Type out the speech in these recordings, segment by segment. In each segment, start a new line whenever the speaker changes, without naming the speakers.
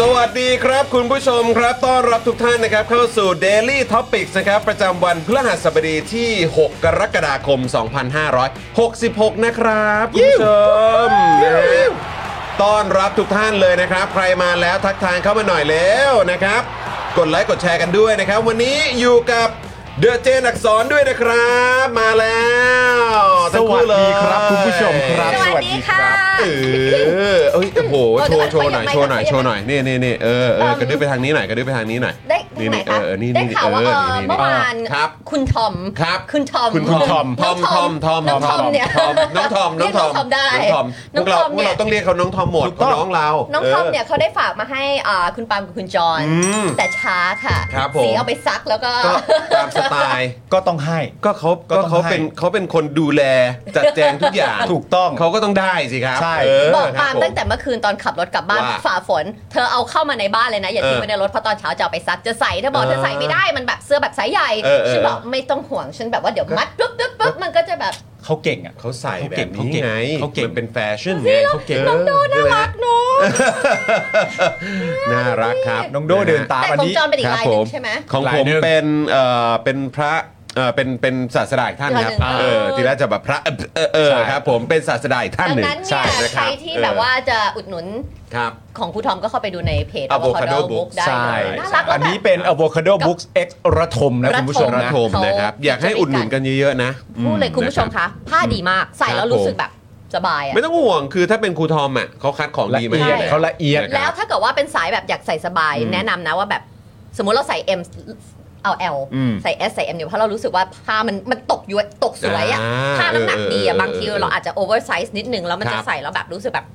สวัสดีครับ คุณผู้ชมครับต้อนรับทุกท่านนะครับ เข้าสู่ Daily Topics นะครับ ประจำวันพฤหัสบดีที่ 6 กรกฎาคม 2566 นะครับ คุณผู้ชมนะฮะต้อนรับทุกท่านเลยนะครับ ใครมาแล้วทักทายเข้ามาหน่อยแล้วนะครับ กดไลค์กดแชร์กันด้วยนะครับ วันนี้อยู่กับเดอะเจนอักษรด้วยนะครับ มาแล้ว
ส
ทั้ง
วัส
เลย
ดีครับคุณผู้ชมครับ
สวัสดีค่ะ
เออเอ้ยโอ้โห โชว์ โชว์หน่อย โชว์หน่อย โชว์หน่อย นี่นี่นี่เออเออกระดึ๊บไปทางนี้หน่อย กระดึ๊บไปทางนี้หน่อย
ได้
นี่
ไหน
นี่เอ
คะ
อเออนี่
ได้
นี่
ข่าวว่า
เอ
เอ
อ
อ
นี่นี่
เมื่อวาน
ครับ
คุณทอม
ครับ
คุณทอม
คุณคุณทอม
ทอมทอมทอม
น้องทอมเนี่ย
ทอมน้องทอมน้องทอม
เรียกน้องทอมได้
น้องทอมพ
น้
วก
อง
เราพวก
ทอมเนี่
เรา
ย
ต้องเรียกเขาน้องทอมหมด
ถูกต้อง
น้องเรา
น้องทอม
เ
เนี่ยเขาได้ฝากมาให้อ่าคุณปาล์มกับคุณจอน
อืม
แต่ช้าค่ะ
ครับผม
สีเอาไปซักแล้วก็
ก็ตามสไตล์
ก็ต้องให้
ก็เขา
ก็
ก็
ต้อง
เขา
ให้
เป็นเขาเป็นคนดูแลจัดแจงทุกอย่าง
ถูกต้อง
เขาก็ต้องได้สิครับ
ใช่
เ
บอก
ครับ
ปาล์ม
ผ
ตั้งแต่เมื่อคืนตอนขับรถกลับบ้าน
ว่า
ฝ่าฝน เธอเอาเข้ามาในบ้านเลยนะ อย่าทิ้งไว้ในรถเพราะตอนเช้าจะเอาไปซักจะใส่เธอบอกเธอใส่ไม่ได้มันแบบเสื้อแบบสายใหญ่
เออเออ
ฉันบอกไม่ต้องห่วงฉันแบบว่าเดี๋ยวมัดปุ๊บปุ๊บปุ๊บมันก็จะแบบ
เขาเก่งอ่ะ
เขาใส่แบ
เขาเก่
บ
ง
นี้ไง
เขาเก่ง
มันเป็นแฟชั่นไงเขาเก่งน้องโดน่ารักเนาะน่ารักครับ
น้องโดเดินตาม
แต่
อัน
ของ
นี้
จอนเป็นอี
ค
ก
รับ
ลาย
ผ
หนึ
ม
งใช่ไหม
ของ
ลาย
ผม
หนึ่ง
เป็นเอ่อเป็นพระเอ่อเป็นเป็นศาสดาอีกท่านครับ
อีกท่านหนึ่ง
เออทีแรกจะแบบพระเออเออเออ
ใช่
ครับผมเป็นศาสดาอีกท่าน
ดั
ห
ง
นึ่ง
นั้นเนี่ย
นะค
ใคร
รับ
ที่
เออ
แบบว่าจะอุดหนุน
ครับ
ของครูทอมก็เข้าไปดูในเพจ
Avocado Book
ได้
ใช่
เลยน่ารัก
อัน
แล้ว
นี้
แบบ
เป็น Avocado Books X ระทมนะคุณผู้ชม
ระ
นะ
ทมนะครับ อยากให้อุดหนุนกันเยอะๆนะ
พูดเลยคุณผู้ชม
นะรับ
คะผ้าดีมากใส่แล้
ครับ
วรู้สึกแบบสบายอะ
ไม่ต้องห่วงคือถ้าเป็นครูทอมอ่ะเขาคัดของ
ละ
ดีมา
เอียด
ให้
เขาละเอียด
ครับ
แล้วถ้าเกิดว่าเป็นสายแบบอยากใส่สบายแนะนำนะว่าแบบ สมมุติเราใส่ M เอา L
อืม
ใส่ S ใส่ M เนี่ยเพราะเรารู้สึกว่าผ้ามันมันตกย้วยตกสวยอะ
อ่า
ผ้าน้ำหนักดี
เออเออบ
อะางทีเราอาจจะโอเวอร์ไซส์นิดนึงแล้วมัน
ครับ
จะใส่แล้วแบบรู้สึกแบบ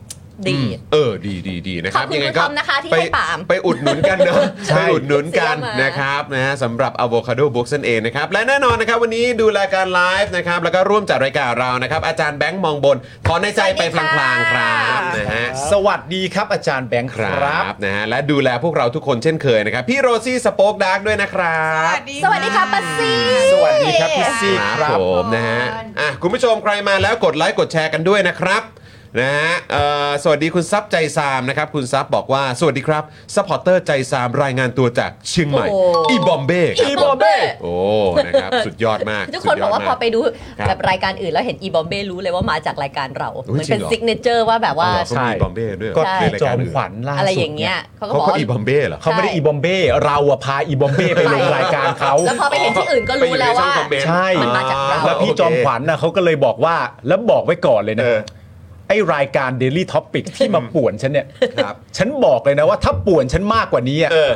ดี
อืมเออดีดีดีนะครับ
ขอบคุณ
ยัไง
คุณทอมนะคะที่
ไป
ให้ปาล์ม
ไปอุดหนุนกันเนาะ
ใช่
ไปอุดหนุนกัน
เสื้อมาน
นะครับนะฮะสำหรับ Avocado Book นั่นเองนะครับ และแน่นอนนะครับ วันนี้ดูรายการไลฟ์นะครับ แล้วก็ร่วมจัดรายการเรานะครับ อาจารย์แบงค์มองบน ขอในใจไปพลางๆครับนะฮะ
สวัสดีครับอาจารย์แบงค์
ค
ค
ร
รั
ั
บ
บนะฮะและดูแลพวกเราทุกคนเช่นเคยนะครับ พี่โรซี่สป็อกดาร์กด้วยนะครับ
สวัสดีค่ะปัสซี่
สวัสดีครับพี่ซี
ค
ค
รั
รั
บบ ผมนะฮะอ่ะคุณผู้ชมใครมาแล้วกดไลค์กดแชร์กันด้วยนะครับนะฮะเอ่อสวัสดีคุณซับใจซามนะครับ คุณซับบอกว่าสวัสดีครับซัพพอร์เตอร์ใจซามรายงานตัวจากเชียงใหม่
โอ้
อีบอมเบ้ครับ
อีบอมเบ้
โอ้นะครับสุดยอดมาก
ทุกคน
สุดย
บอกว่าพอไปดู
ครับ
แบบรายการอื่นแล้วเห็นอีบอมเบ้รู้เลยว่ามาจากรายการเรา
อุ๊
เห
ย
มื
จริ
อน
งเหร
เป็น
อ
ซิกเนเจอร์ว่าแบบว่า
อ๋อเขามี
ใช่
อีบอมเบ้ด้วยเหร
ก็
ใช่
ในราย
จอ
การ
ม
อื่น
ขวัญล่าสุด
อะไรอย่างเงี้ยเขาก็
เขา
บอก
ก็
ว่า
อีบอมเบ้เหรอ
เขาไม่ได้อีบอมเบ้เราอะพาอีบอมเบ้ไปลงรายการเขา
แล้วพอไปเห็นที่อื่นก็รู้แล้วว่า
ไปอยู่ในช่องคอมเมนต์
ใช่
มันมาจากเรา
แล้วพี่จอมขวัญนะเขาก็เลยบอกว่าแล้วบอกไว้ก่อนเลย
เอ
นะ
อ
ไอรายการ Daily Topic ที่มาป่วนฉันเนี่ย
ครับ
ฉันบอกเลยนะว่าถ้าป่วนฉันมากกว่านี้อะ
เออ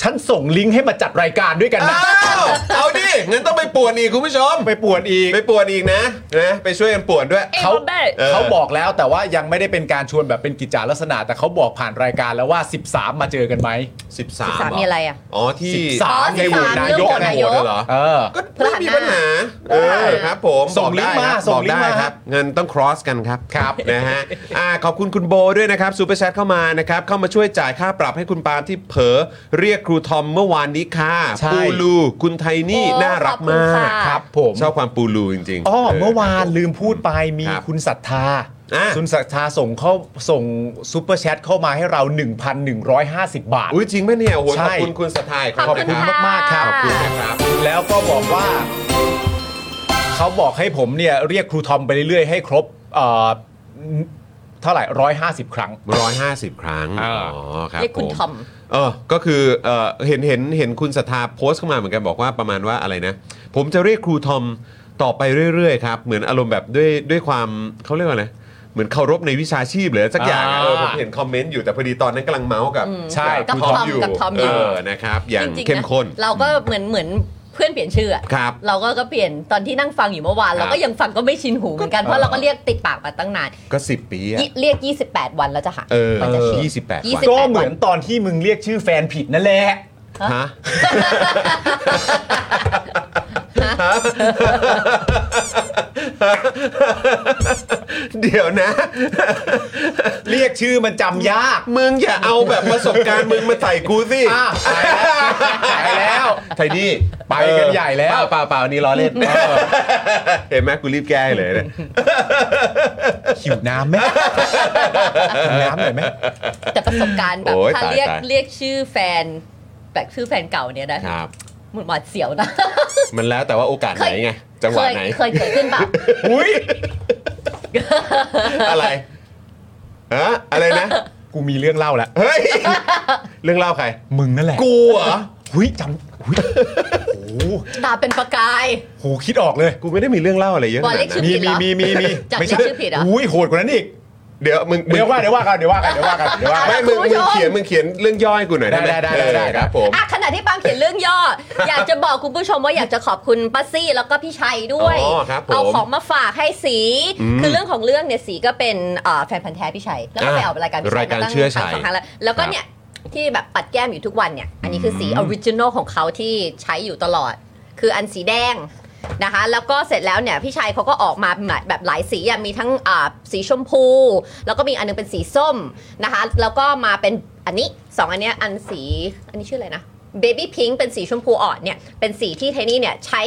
ฉันส่งลิงก์ให้มาจัดรายการด้วยกันนะ
อ้าวเอาดิ งั้นต้องไปป่วนอีกคุณผู้ชม
ไปป่วนอีก
ไปป่วนอีกนะนะไปช่วยกันป่วนด้วย
เขา
เอาได้
เขาบอกแล้วแต่ว่ายังไม่ได้เป็นการชวนแบบเป็นกิจจาลักษณะ แต่เขาบอกผ่านรายการแล้วว่า 13 มาเจอกันไหม
13
สาม
เห
มีอะไรอ่ะ
อ๋อที่
13อ๋อ13
ในโหวตนายก
เรื่องโหวตนายก
โหวตเหรอ
เออ
ก็ไม่มีปัญหา เออครับผม
ส่งลิงก์มา
บอกได้ครับ
ส่งลิงก์
บอก
มา
ได้ครับ เงินต้อง cross กันครับครับนะฮะอ่าขอบคุณคุณโบด้วยนะครับซูเปอร์แชทเข้ามานะครับ เข้ามาช่วยจ่ายค่าปรับให้คุณปาล์มที่เผลอเรียกครูทอมเมื่อวานนี้ค่ะ
ใช่
ปูลูคุณไทนี่
โอ้
น่ารัก
ขอบคุณ
มาก
ค่ะ
ครับผม
ชอบความปูลูจริงๆ
อ๋อ
เ
เมื่อวานลืมพูดไปมี
ครับ
คุณศรัทธา
อ่ะ
คุณศรัทธาส่งเข้าส่งซูเปอร์แชทเข้ามาให้เรา 1,150 บาท
อุ้ยจริงไหมเนี่ยโอ้โหข
ใช่
อบคุณคุณสทาย
ขอบ
ขอบ
คุณ
นะ
คุณ
ค่ะ
มากๆครับ
ขอบคุณนะครับ
แล้วก็บอกว่า เขาบอกให้ผมเนี่ย เรียกครูทอมไปเรื่อยๆให้ครบเอ่อเท่าไหร่ร้อยห้าสิบครั้ง
150 ครั้ง
เอ
อ๋
ออ๋
อครับ
เรียกคุณ
ผม
ทอม
เออ ก็คือเออเห็นเห็นเห็นคุณศรัทธาโพสต์เข้ามาเหมือนกันบอกว่าประมาณว่าอะไรนะ ผมจะเรียกครูทอมต่อไปเรื่อยๆครับ เหมือนอารมณ์แบบด้วยด้วยความเขาเรียกว่าอะไรเหมือนเคารพในวิชาชีพหรือสักอย่างอะ
อ่า
เออผมเห็นคอมเมนต์อยู่แต่พอดีตอนนั้นกำลังเมาส์กับ
ใช่
กับครูทอมอยู่
กับทอมอยู่
เออนะครับอย่าง
จริงๆ
เข้ม
นะ
ข้น
เราก็เหมือนเหมือนเพื่อนเปลี่ยนชื่ออะ
ครับ
เราก็ก็เปลี่ยนตอนที่นั่งฟังอยู่เมื่อวาน เราก็ยังฟังก็ไม่ชินหูเหมือนกันเพราะเราก็เรียกติดปากมาตั้งนาน
ก็ 10 ปีอะ
ยี่เรียก 28 วันแล้วจะหาย
เออ
มันจะชิน
ยี่สิบแปด
ยี่
วั
สิบ
น
ก็เหมือนตอนที่มึงเรียกชื่อแฟนผิดนั่นแหละ
ฮะเดี๋ยวนะ
เรียกชื่อมันจำยาก
มึงอย่าเอาแบบประสบการณ์มึงมาใส่กูสิ
อ่ะไปแล้ว
ไทนี่
ไปกันใหญ่แล้ว
เปล่าเปล่าเปล่านี่ล้อเล่น เห็นไหมกูรีบแก้ให้เลยเนี่ย
หิวน้ำไหมหิวน้ำหน่อยไหม
แต่ประสบการณ์แบบ
โอ้ย
ถ้า
ตาย
เรียก
ตาย
เรียกชื่อแฟนแบบชื่อแฟนเก่าเนี่ยนะครับ เหมือนหวาดเสียวนะ
มันแล้วแต่ว่าโอกาสไหนไง จัง
เคว
หะ
ย
ไหน
เคยเกิดขึ้นแบบ
อุ้ย
อะไรฮะอะไรนะ
กูมีเรื่องเล่าละ
เฮ้ย เรื่องเล่าใคร
มึงนั่นแหละ
กูเหรอ
หุ้ยจำหุ้ยโอ้โห
ตาเป็นประกาย
โหคิดออกเลย
กูไม่ได้มีเรื่องเล่าอะไรเยอะข
บอล
นาด
เล็ก
นั้น
ชื่อ
มีมีมีมีมี
จำ
ไม่ใช่
ชื่อผิดเหรอ
อุ้ยโหดกว่านั้นอีก
เดี๋ยวมึงมึง
เดี๋ยวว่าเดี๋ยวว่ากันเดี๋ยวว่ากันเดี๋ยวว่ากันเดี๋ยวว่ากัน
ไม่มึง
คุณผู้
มึง
ชม
เขียนมึงเขียนเรื่องย่อยกูหน่อยได้ไหม
ได้ได้ได้ได้
เออครับผม
อ่ะขณะที่ปาล์มเขียนเรื่องย่อ อยากจะบอกคุณผู้ชมว่าอยากจะขอบคุณป้าซี่แล้วก็พี่ชัยด้วย
อ๋อครับผม
เอาของมาฝากให้สี
อืม
คือเรื่องของเรื่องเนี่ยสีก็เป็นเอ่อแฟนพันธ์แท้พี่ชัย แล้วก็ไป
อ่ะ
ออกรายการพี่ชั
ราย ยการ
มาตั้ง
เชื่อชัย
สองครั้งแล้วแล้วก็
ครับ
เนี่ยที่แบบปัดแก้มอยู่ทุกวันเนี่ย อันนี้คือสีออริจินอลของเขาที่ใช้อยู่ตลอด คืออันสีแดงนะคะ แล้วก็เสร็จแล้วเนี่ยพี่ชัยเขาก็ออกมาแบบหลายสีอะมีทั้งอ่าสีชมพู แล้วก็มีอันนึงเป็นสีส้มนะคะ แล้วก็มาเป็นอันนี้สองอันเนี้ยอันสีอันนี้ชื่ออะไรนะเบบี้พิงเป็นสีชมพูอ่อนเนี่ยเป็นสีที่เทนี่เนี่ยใช้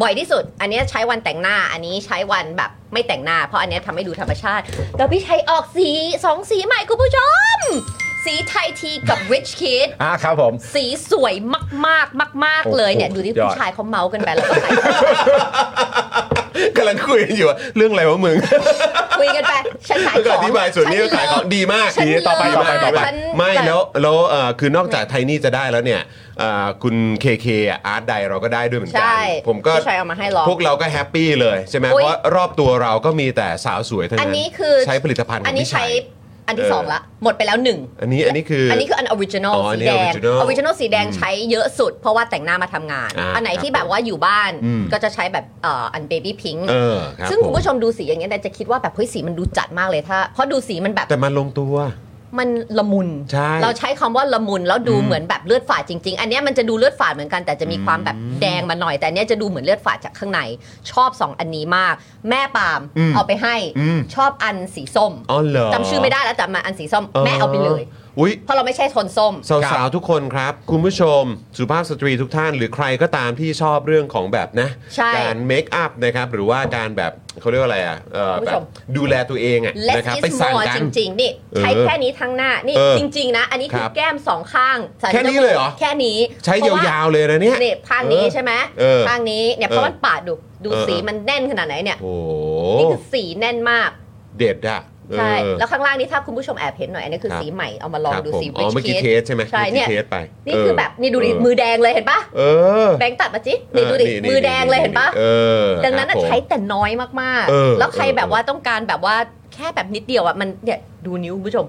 บ่อยที่สุด อันเนี้ยใช้วันแต่งหน้าอันนี้ใช้วันแบบไม่แต่งหน้า เพราะอันเนี้ยทำให้ดูธรรมชาติ แล้วพี่ชัยออกสีสองสีใหม่คุณผู้ชม สีไทยทีกับ Rich Kid
อ่ะครับผม
สีสวยมากๆ มาก ๆ เลยเนี่ย
โอ้โห
ดูที่
ยอด
ผู้ชายเขาเมาส์กันไปแล้วก็ใส่
กำลังคุยกันอยู่ว่าเรื่องอะไรวะมึง
คุยกันไป ฉันขาย
แล้ว
ข
ก็
อ
อง ธิบายส่วนนี้
ฉั
ขายของดีมาก
ฉัน
ดี
เลิศ
ต่อไปต่อไปต่อไป
ฉัน
ไม่
บบ
แล้วแล้วเอ่อคือนอกจากไทนี่จะได้แล้วเนี่ยเอ่อคุณเคเคอาร์ตไดเราก็ได้ด้วยเหมือนกั
ใช่
ผมก็
พี่ชัยเอามาให้ลอง
พวกเราก็แฮปปี้เลยใช่ไหม
อุ๊ย
เพราะรอบตัวเราก็มีแต่สาวสวยทั้ง
อัน
นั้น
นี้คือ
ใช้ผลิตภัณฑ์ข
อั
อน ง
นี้
พี่ชั
ใช้
ย
อันที่
เออ
สองละ หมดไปแล้วหนึ่ง
อันนี้อันนี้คือ
อั
อั
นนี้คืออันออริจินอล
อ๋ออัน
สี
นี้
แดง
original
ออริจินอลสีแดงใช้เยอะสุด เพราะว่าแต่งหน้ามาทำงาน
อ่า
อันไหน
ค
ที่
รับ
แบบว่าอยู่บ้าน
อืม
ก็จะใช้แบบเอ่ออันเบบี้พิงค์
เออครับ
ซึ่งคุณผู้ชมดูสีอย่างเงี้ยแต่จะคิดว่าแบบเฮ้ยสีมันดูจัดมากเลยถ้าเพราะดูสีมันแบบ
แต่มันลงตัว
มันละมุน
ใช่
เราใช้คำว่าละมุนแล้วดู
อืม
เหมือนแบบเลือดฝาดจริง ๆ อันเนี้ยมันจะดูเลือดฝาดเหมือนกันแต่จะมีความแบบแดงมาหน่อย แต่อันเนี้ยจะดูเหมือนเลือดฝาดจากข้างใน ชอบสองอันนี้มาก แม่ปาล์มเอาไปให้ชอบอันสีส้ม
อ๋อเหรอ
จำชื่อไม่ได้แล้วแต่มาอันสีส้ม แม่เอาไปเลย
อุ้ย
เพราะเราไม่ใช่โทนส้ม
สาวๆทุกคนครับ คุณผู้ชม สุภาพสตรีทุกท่านหรือใครก็ตามที่ชอบเรื่องของแบบนะ
ใช่
การเมคอัพนะครับ หรือว่าการแบบเขาเรียกว่าอะไรอ่ะเอ่อ
คุณผู้
แบ
ช
บ
ม
ดูแลตัวเองอ่ะ
less
นะครับ ไป
is
สั่ง
more
กัน
จริง ๆ นี่
เออ
ใช้แค่นี้ทั้งหน้านี่
เออ
จริง ๆ นะ อันนี้
ค
คือ
รับ
แก้มสองข้างใส่
แค่นี้เลยเหรอ
แค่นี้
ใช้
เพระ
ยาวๆเลยนะเนี่ย
นี่ข้างนี้
เออ
ใช่ไหม
เออ
ข้างนี้เนี่ย
เออ
เพราะมันปาดดูดู
เออ
สีมันแน่นขนาดไหนเนี่ย
โอ้โห
นี่คือสีแน่นมาก
เด็ดอ่ะ
ใช่
เออ
แล้วข้างล่างนี่ถ้าคุณผู้ชมแอบเห็นหน่อยอันนี้คือ
ครับ
สีใหม่เอามาลอง
ครับ
ดู
ผม
สี
อ๋อ
Rich
เมื่อกี้
Kid
เทสใช่ไหม
ใช่
เมื่อ
เนี่
กี้
ย
เทสไป
นี่คือแบบนี่ดูดิ
เออ
มือแดงเลยเห็นปะ
เออ
แบงค์ตัดมาจินี่ดูดิ
เ
มือแดงเลยเห็นปะ
เออ
ดังนั้น
ค
อะ
รับผม
ใช้แต่น้อยมาก
เออ
ๆ แล้วใคร
เออ
แบบว่าต้องการแบบว่าแค่แบบนิดเดียวอ่ะมันเนี่ยดูนิ้วคุณผู้ชม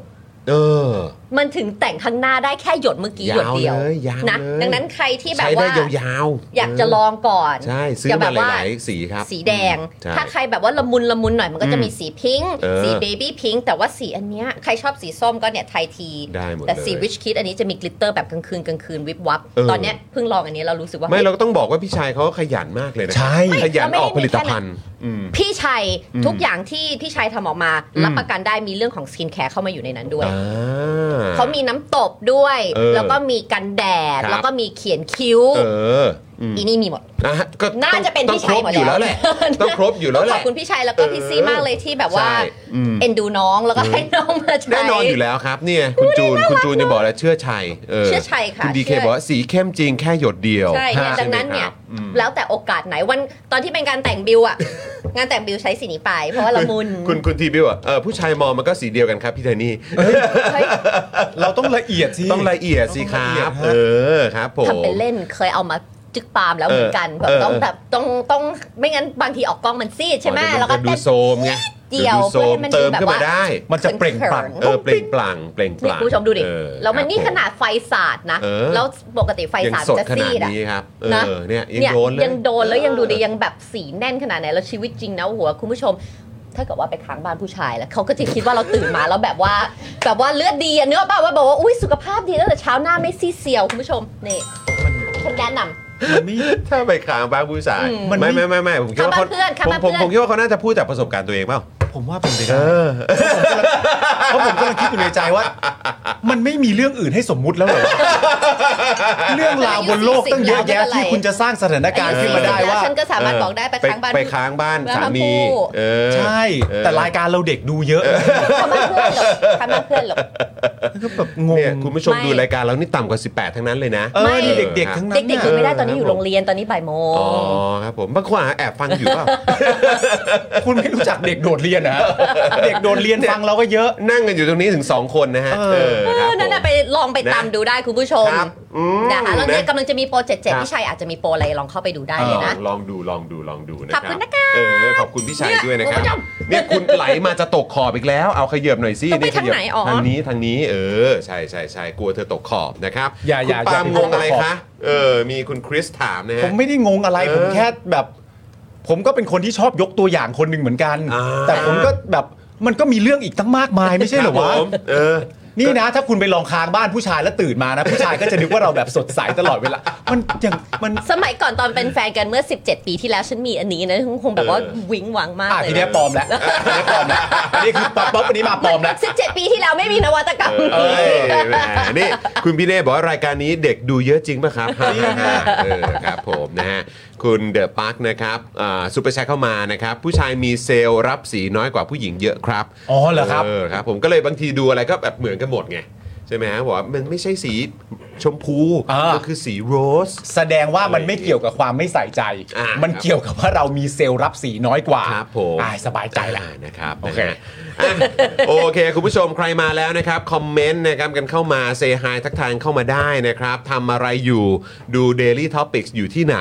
เออ
มันถึงแต่งข้างหน้าได้แค่หยดเมื่อกี้หยดเดียว
เลยยาว
นะ
เลย
ดังนั้นใครที่แบบ
ใช้ได้
ว่าย
าวๆ
อยากจะลองก่อน
ใช่ซื้อ
จะแบ
มา
บ
ห
ว่า
ลายๆสีครับ
สีแดง
ใช่
ถ้าใครแบบว่าละมุนละมุนหน่อยมันก็จะ
อืม
มีสีพิงค์
เออ
สีเบบี้พิงค์แต่ว่าสีอันเนี้ยใครชอบสีส้มก็เนี่ยไทยที
ได้หมด
แต่
เลย
สีวิชคิดอันนี้จะมีกลิตเตอร์แบบกลางคืนกลางคืนวิบวับ
เออ
ตอนเนี้ยเพิ่งลองอันนี้เรารู้สึกว่า
ไม่เราก็ต้องบอกว่าพี่ชายเขาขยันมากเลยนะ
ใช่
ขยันออกผลิตภัณฑ์อืม
พี่ชัย
อืม
ทุกอย่างที่พี่ชัยทำออกมา
อืม
รับประกันได้มีเรื่องของสกินแคร์เข้ามาอยู่ในนั้นด้วย
อ่า
เขามีน้ำตบด้วย
เออ
แล้วก็มีกันแดด
ครับ
แล้วก็มีเขียนคิ้ว
เออม
อีนี่มีหมด
นะฮะก็
น่า
ต้อง
จะเป็น
ต้อ
พี่
งคร
ชัย
บ
หมด
อยู่แล้วแหละต้องครบอยู่แล้วแห
ขอ
ละ
บคุณพี่ชัยแล้วก็พี่ซีมากเลยที่แบบว่า
ใช่อืม
เอ็นดูน้องแล้วก็ให้น้องมาใช้
แน่นอนอยู่แล้วครับเนี่ยคุณจูนคุณจูนจะบอกแล้วเชื่อชัย
เชื่อชัยค่ะ
คุณดี
เชื่
เค
อ
บอกว่าสีเข้มจริงแค่หยดเดียว
ใช่เนี่ย
ฮะ
ดังนั้น
ใช่ไหม
เนี่
ค
ย
รับอืม
แล้วแต่โอกาสไหนวันตอนที่เป็นการแต่งบิวอะ งานแต่งบิวใช้สีนี้ไป เพราะว่าละมุน
คุณคุณทีบิวอ่ะเออผู้ชายมองมันก็สีเดียวกันครับพี่ไทนี่
เราต้องละเอียดสิ
ต้องละเอียดสิครั
ต้องละเอีย
บ
ดฮะ
เออครับผม
ทำเป็นเล่นเคยเอามาจึกปาล์มแล้ว
เออ
เหมือนกันแบบ
เออ
ต้องแบบต้องต้องไม่งั้นบางทีออกกล้องมันซีดใช่ไหม
อ๋อ
แล้วก็
เดี๋ยมันจะดู
เต้น
โซมไง
เดี่ยว
ดูโซม
เพื่อให้
เติม
มันดู
ขึ้นมา
แบบว่า
ได้
มันจะเปล่งปลั่ง
เออเปล่งปลั่งเปล่งป
นี่
ลั่ง
คุณผู้ชมดูดิ
เออ
แล้วมันนี่
ครับผ
ขนาดไฟสาดนะ
เออ
แล้วปกติไฟ
ยัง
สาด
สด
จะ
ข
ซี
นาด
ดอะ
นี้ครับเอ
นะ
อเนี่ยยัง
เนี่ย
โดนเลย
ยังโดนแล้วยังดูดิยังแบบสีแน่นขนาดไหนแล้วชีวิตจริงนะโอ้โหคุณผู้ชม ถ้าเกิดว่าไปค้างบ้านผู้ชายแล้วเขาก็จะคิดว่าเราตื่นมาแล้วแบบว่า แบบว่าเลือดดีอะเนื้อป่าว่าบอกว่าอุ้ยสุขภาพดีตั้งแต่เช้าหน้าไม่ซีดเซียวคุณผู้ชมนี่ฉันแนะนำ
มันไม่
ถ้าไปขางบ้างผู้ชาย
อืม
มันไม่
ไม่ไม่ไม่ไม่ผมคิดว่า
ข้ามบ้านเพื่อนข้าม
ผม
บ้าน
ผม
เพื่อน
ผมคิดว่าเขาน่าจะพูดจากประสบการณ์ตัวเองเปล่า
ผมว่าเป็นไป
เออ
ได้เพราะผมกำลังคิดอยู่ในใจว่า มันไม่มีเรื่องอื่นให้สมมุติแล้วเหรอ เรื่องราวบนโลกตั้งเยอะแยะที่คุณจะสร้างสถานการณ์ขึ้นมาได้ว่า
ฉันก็สามารถบอกได้ไปค้างบ้าน
ไปค้างบ้านสามี
บ้านผู้
เออ
ใช่
เออ
แต่รายการเราเด็กดูเยอะ
ทำบ้านเพื่อนเหรอทำบ้านเพื่อนเหรอ
ก็แบบงง
เนี่ยคุณผู้ชม
ไม่
ดูรายการแล้วนี่ต่ำกว่า 18 ทั้งนั้นเลยนะ
เออนี่
ไม่
เด็กๆทั้งนั้น
เด็กๆ
น่ะ
คือไม่ได้ตอนนี้อยู่โรงเรียนตอนนี้บ่ายโมง
อ๋อครับผมบางคนอาจแอบฟังอยู่เป ล่า
คุณไม่รู้จักเด็กโดดเรียนนะเด็กโดดเรียนฟังเราก็เยอะ
นั่งกันอยู่ตรงนี้ถึง 2 คนนะฮะ
เออ
เออครับ
นั่น
ผ
น่ะ
ม
ไปลองไป
นะ
ตามดูได้คุณผู้ชม
ครับอืม
นะคะแล้วเนี่ย
นะ
กำลังจะมีโปรเจกต์เจ็ด
ครับ
พี่ชัยอาจจะมีโปรอะไรลองเข้าไปดูได้เลยนะ
ลองดูลองดูลองดูนะค
ข
รั
อบคุณนะคะ
เออขอบคุณพี่ชัย
เนี่ย
ด้วยนะครับ
คุณผู้ชม
เนี่ยคุณไหลมาจะตกขอบอีกแล้ว เอาขยับหน่อยสิ
ต้องไป
เยขยับ
ทางไหนอ๋อ
ทางนี้ทางนี้เออใช่ใช่ใช่กลัวเธอตกขอบนะครับ
อย่าอย่า
คุณปาล์ม
อย่าไป
งงอะไร
ตกขอบ
คะเออมีคุณคริสถามนะ
ผ
ฮะ
มไม่ได้งงอะไร
เออ
ผมแค่แบบ ผมก็เป็นคนที่ชอบยกตัวอย่างคนหนึ่งเหมือนกัน
อ่า
แต่ผมก็แบบมันก็มีเรื่องอีกตั้งมากมายไม่ใช่เหร
ควบ
อะ
ผมเออ
นี่นะ ถ้าคุณไปลองค้างบ้านผู้ชายแล้วตื่นมานะ ผู้ชายก็จะนึกว่าเราแบบสดใสตลอดเวลามันอย่างมัน
สมัยก่อนตอนเป็นแฟนกันเมื่อ 17 ปีที่แล้วฉันมีอันนี้นะคงแบบว่า
เออ
วิ้งหวังมาก
อ่ะ
เลย
ทีเนี้ยปลอมแล้วทีเนี้ยปลอมแล้วอันนี้คือปั๊บปั๊บอันนี้มาปลอมแล้ว
17 ปีที่แล้วไม่มีนวัตกรรม
เอ้ยแหมนี่คุณพี่เน่บอกว่ารายการนี้เด็กดูเยอะจริงป่ะครับฮ่าฮ่าฮ่าเออครับผมนะฮะคุณเดอะปาร์คนะครับซูเปอร์แชทเข้ามานะครับ ผู้ชายมีเซลล์รับสีน้อยกว่าผู้หญิงเยอะครับ
อ๋อเหรอครับ
เออครับผมก็เลยบางทีดูอะไรก็แบบเหมือนกันหมดไง ใช่ไหมฮะบอกว่ามันไม่ใช่สีชมพู
อ่า
มันคือสีโรส
แสดงว่ามันไม่เกี่ยวกับความไม่ใส่ใจ
อ่ามั
มันเกี่ยวกับว่าเรามีเซลล์รับสีน้อยกว่า
ครับผม
อ่าสบายใจละ
อ่านะครับ
โอเค
นะฮะอ่ะโอเค คุณผู้ชมใครมาแล้วนะครับ คอมเมนต์นะครับกันเข้ามาเซฮายทักทายเข้ามาได้นะครับทำอะไรอยู่ดู Daily Topics อยู่ที่ไหน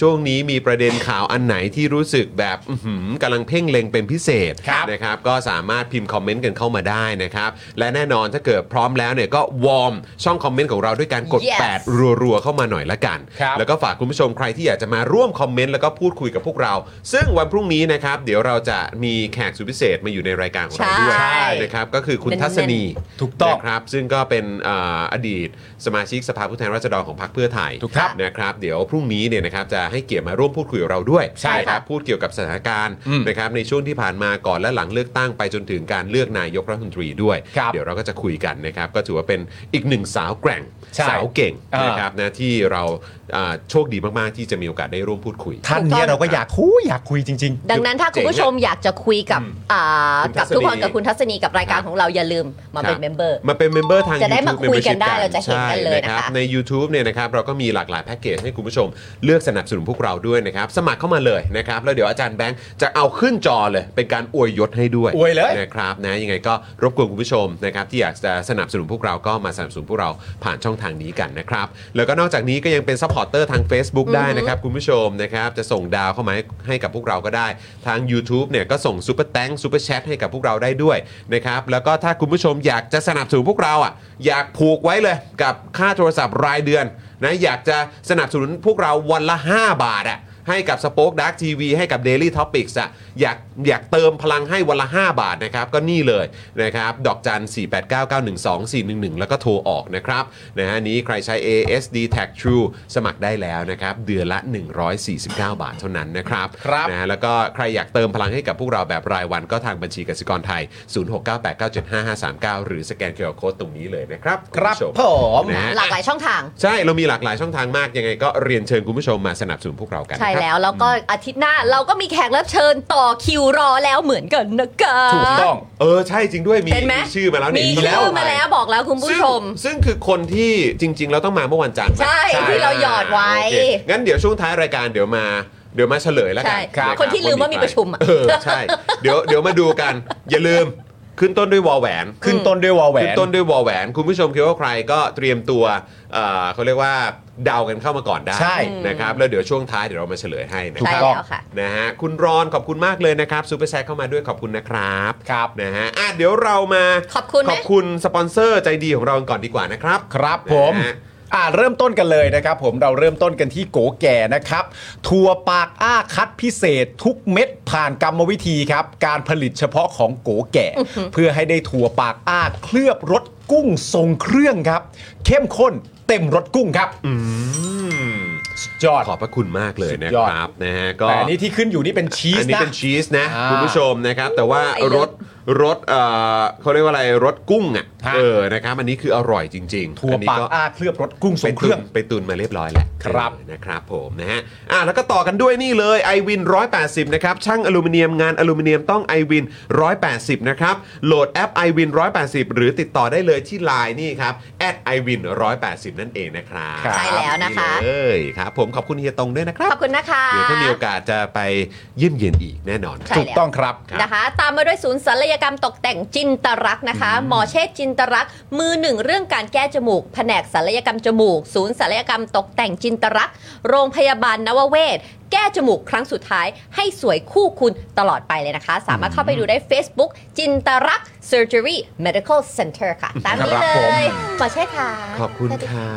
ช่วงนี้มีประเด็นข่าวอันไหนที่รู้สึกแบบอื้อหือกำลังเพ่งเล็งเป็นพิเศษนะครับ ก็สามารถพิมพ์คอมเมนต์กันเข้ามาได้นะครับ และแน่นอนถ้าเกิดพร้อมแล้วเนี่ยก็วอร์มช่องคอมเมนต์ของเราด้วยการกด
Yes
8 รัวๆเข้ามาหน่อยละกัน
ครับ
แล้วก็ฝากคุณผู้ชมใครที่อยากจะมาร่วมคอมเมนต์แล้วก็พูดคุยกับพวกเรา ซึ่งวันพรุ่งนี้นะครับ เดี๋ยวเราจะมีแขกสุดพิเศษมาอยู่ในรายการของเราด้วย
ใช่
นะครับ ก็คือคุณทัศนี
ถูกต้อง
นะครับ ซึ่งก็เป็นเอ่ออดีตสมาชิกสภาผู้แทนราษฎรของพรรคเพื่อไทย
ถูกครับ
นะครับ เดี๋ยวพรุ่งนี้เนี่ยนะครับจะให้เกียรติมาร่วมพูดคุยกับเราด้วย
ใช่ครับ
นะครับ พูดเกี่ยวกับสถานการณ์
อืม
นะครับในช่วงที่ผ่านมาก่อนและหลังเลือกตั้งไปจนถึงการเลือกนายกรัฐมนตรีด้วย
ครับ
เดี๋ยวเราก็จะคุยกันนะครับ ก็ถือว่าเป็นอีกหนึ่งสาวแกร่ง
ใช่
สาวเก่งนะครับ ครับนะที่เราอ่าโชคดีมาก ๆ ที่จะมีโอกาสได้ร่วมพูดคุย
ท่านเนี้ยเราก็อยากคุยอยากคุยจริง
ดังนั้นถ้าคุณผู้ชมอยากจะคุยกับอ่า
คุณทั
กับ
ศนี
ทุกคนกับคุณทัศนีกับรายการ
ครับ
ของเราอย่าลืมมาเป็นเมมเบอร์
มาเป็นเมมเบอร์ทาง
จะได้
YouTube
มาคุยกัน
Membership
ได้เราจะเห็นกันเลยนะคะ
ใช่รับใน YouTube เนี่ยนะครับเราก็มีหลากหลายแพ็กเกจให้คุณผู้ชมเลือกสนับสนุนพวกเราด้วยนะครับ สมัครเข้ามาเลยนะครับ แล้วเดี๋ยวอาจารย์แบงค์จะเอาขึ้นจอเลย เป็นการอวยยศให้ด้วย
อวยเลย
นะครับนะยังไงก็รบกวนคุณผู้ชมนะครับที่อยากจะสนับสนุนพวกเราก็มาสนับสนุนพวกเราผ่านช่องทางนี้กันนะครับแล้วก็นอกจากนี้ก็ยังเป็นซัพพอร์ตเตอร์ทาง Facebook ได้นะครับคุณผู้ชมนะครับจะส่งดาวเข้ามาให้ให้กับพวกเราก็ได้ทาง u t u b e เนี่ยก็ส่งซูเปอร์แตงซูเปอร์แชทให้กับพวกเรา วกเราได้ด้วยนะครับแล้วก็ถ้าคุณผู้ชมอยากจะสนับสนุนพวกเราอ่ะอยากผูกไว้เลยกับค่าโทรศัพท์รายเดือนนะอยากจะสนับสนุนพวกเราวันละ 5 บาทอ่ะ ให้กับ Spoke Dark TV ให้กับ Daily Topics อะอยากอยากเติมพลังให้วันละ 5 บาทนะครับ ก็นี่เลยนะครับ ดอกจัน 489912411 แล้วก็โทรออกนะครับนะฮะนี้ใครใช้ ASD Tag True สมัครได้แล้วนะครับ เดือนละ 149 บาทเท่านั้นนะครับ
ครับ
นะฮะแล้วก็ใครอยากเติมพลังให้กับพวกเราแบบรายวันก็ทางบัญชีกสิกรไทย 0698975539 หรือสแกนเคอร์โคตรงนี้เลยนะครับ
ครับ
ณผู้ช
ผม
นะฮะ
หลากหลายช่องทาง
ใช่เรามีหลากหลายช่องทางมากยังไงก็เรียนเชิญคุณผู้ชมมาสนับสนุนพวกเรากันนะค
ใช่
รับ
แล้วแล้วก็อาทิตย์หน้าเราก็มีแขกรับเชิญต่อคิวรอแล้วเหมือนกันนะคะ
ถูกต้อง
เออ ใช่จริงด้วยมี
เห็นไหม
มีชื่อมาแล้ว
มี
นี่
ชื่อมาแล้วบอกแล้วคุณผู้
ซึ่ง
ชม
ซึ่งคือคนที่จริง ๆ แล้วต้องมาเมื่อวันจันทร์ปะ
ใช่ที่เราหยอดไว้
โอเคงั้นเดี๋ยวช่วงท้ายรายการเดี๋ยวมาเดี๋ยวมาเฉลยแล้วกัน
ใช่
รับ
คนที่ลืมว่ามีประชุมอะ
เออใช่ เดี๋ยวเดี๋ยว มาดูกัน อย่าลืมขึ้นต้นด้วยวอแหวน
ขึ้นต้นด้วยวอลแหว
ขึ้
น
นต้นด้วยวอแหวน คุณผู้ชมคิดว่าใครก็เตรียมตัวเอ่อเขาเรียกว่าเดากันเข้ามาก่อนได้
ใช่
นะครับแล้วเดี๋ยวช่วงท้ายเดี๋ยวเรามาเฉลยให้นะ
ใช่
ครับ
แล้วค่ะ
นะฮะคุณรอนขอบคุณมากเลยนะครับซูเปอร์แซเข้ามาด้วยขอบคุณนะครับ
ครับ
นะฮะอ่ะเดี๋ยวเรามา
ขอบคุณ
ข
ไหม
อบคุณสปอนเซอร์ใจดีของเรากันก่อนดีกว่านะครับ
ครับผม
นะฮะ
อ่าเริ่มต้นกันเลยนะครับ ผมเราเริ่มต้นกันที่โกแก่นะครับถั่วปากอ้าคัดพิเศษทุกเม็ดผ่านกรรมวิธีครับ การผลิตเฉพาะของโกแก่ เพื่อให้ได้ถั่วปากอ้าเคลือบรสกุ้งทรงเครื่องครับ เข้มข้นเต็มรสกุ้งครับสุดยอด
ขอบพระคุณมากเลยนะ
สุดยอด
ครับนะฮะก็
แต่อันนี้ที่ขึ้นอยู่นี่เป็นชีส
อันนี้
นะ
เป็นชีสนะ
อ่า
คุณผู้ชมนะครับ แต่ว่า
ไอ้เลิ
รส
ศ
รสเอ่อเขาเรียกว่าอะไรรสกุ้งอ่ะ
ฮะ
เออนะครับอันนี้คืออร่อยจริงๆ
ถั่ว
อันนี้
ปากอ้าเคลือบรสกุ้งท
ไป
รง
ตุ
เครื่อน ง
ไปตุนมาเรียบร้อยแล้ว
ครับ
เออนะครับผมนะฮะอ่ะแล้วก็ต่อกันด้วยนี่เลย i w วิน180 นะครับ ช่างอลูมิเนียมงานอลูมิเนียมต้อง i w วิน180 นะครับ โหลดแอป i w วิน180 หรือติดต่อได้เลยที่ Line นี่ครับ i w วิน180 นั่นเองนะครับ
ครับ
ใช่แล้วนะคะ
เอ้ยครับ ผมขอบคุณเฮียตงด้วยนะครับ
ขอบคุณนะคะ
เดี๋ยวถ้ามีโอกาสจะไปเยี่ยมเยียนอีกแน่นอนครับ
ใช่
ถูกต้องครับ
ครับ
นะคะ ตามมาด้วยศูนย์ศัลยกรรมตกแต่งจินตรักษณ์นะคะ หมอเชษจินตรักษณ์มือหนึ่งเรื่องการแก้จมูก แผนกศัลยกรรมจมูก ศูนย์ศัลยกรรมตกแต่งจินตรักษณ์โรงพยาบาลนวเวศ แก้จมูกครั้งสุดท้าย ให้สวยคู่คุณตลอดไปเลยนะคะ สามารถเข้าไปดูได้ Facebook จินตรักษณ์ Surgery Medical Center ค่ะ ตามนี้
ครับ
เล
ผม
ยหมอเชษค่ะ
ขอบคุณค่ะ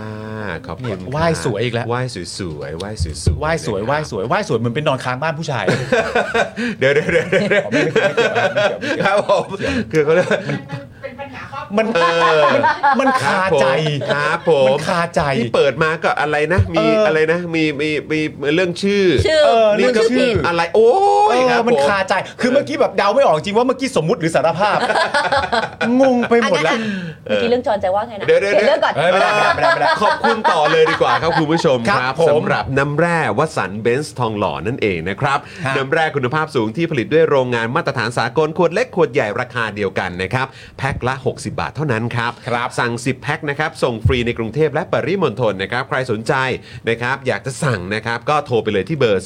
ขอบคุณ
เนี่ย
ค่ะ
ไหว้สวยอีกแล้ว
ไหว้สวยสวยๆไหว้สวยสวย
ไหว้สวยไหว้สวยไหว้สวยเหมือนเป็นนอนค้างบ้านผู้ชาย
เดี๋ยวเดี๋ยวเดี๋ยวเดี๋ยว
ไม่ไม่เกี่ยวไม่เกี่ยวไม่เกี่ยวไม่
ค
เกี่ยว
รับผมคือเขาเรียก
มันมันมันคาใจ
ครับผม
มันคาใจ
ที่เปิดมาก็อะไรนะ มี
เอออ
อะไรนะ มีมีมีมีเรื่องชื่อ
ชื่อ
เออ
นี่
มัน
ก็
ชื่อผิด
อะไรโอ้
เอย อ
ครับ
มัน
ผ
คาใจ คือเมื่อกี้แบบเดาไม่ออกจริงว่าเมื่อกี้สมมติหรือสารภาพ งงไปหมดแล้ว
เมื่อกี้เรื่องจอนใจว่าไงนะ
เดี๋ยวๆๆ
เรื่องก่อน
เฮ้ยไม่ได้ไม่ได้ไม่ได้ไม่ได้
ขอบคุณต่อเลยดีกว่า ครับคุณผู้ชมค
ครั
รับบ
ผม
สำหรับน้ำแร่วสันเบนซ์ทองหล่อนั่นเองนะครับ
ครับ
น้ำแร่คุณภาพสูงที่ผลิตด้วยโรงงานมาตรฐานสากลขวดเล็กขวดใหญ่ราคาเดียวกันนะครับ แพ็คละ 60 บาทเท่านั้นครับ
ครับ
สั่ง 10 แพ็คนะครับ ส่งฟรีในกรุงเทพและปริมณฑลนะครับ ใครสนใจนะครับ อยากจะสั่งนะครับ ก็โทรไปเลยที่เบอร์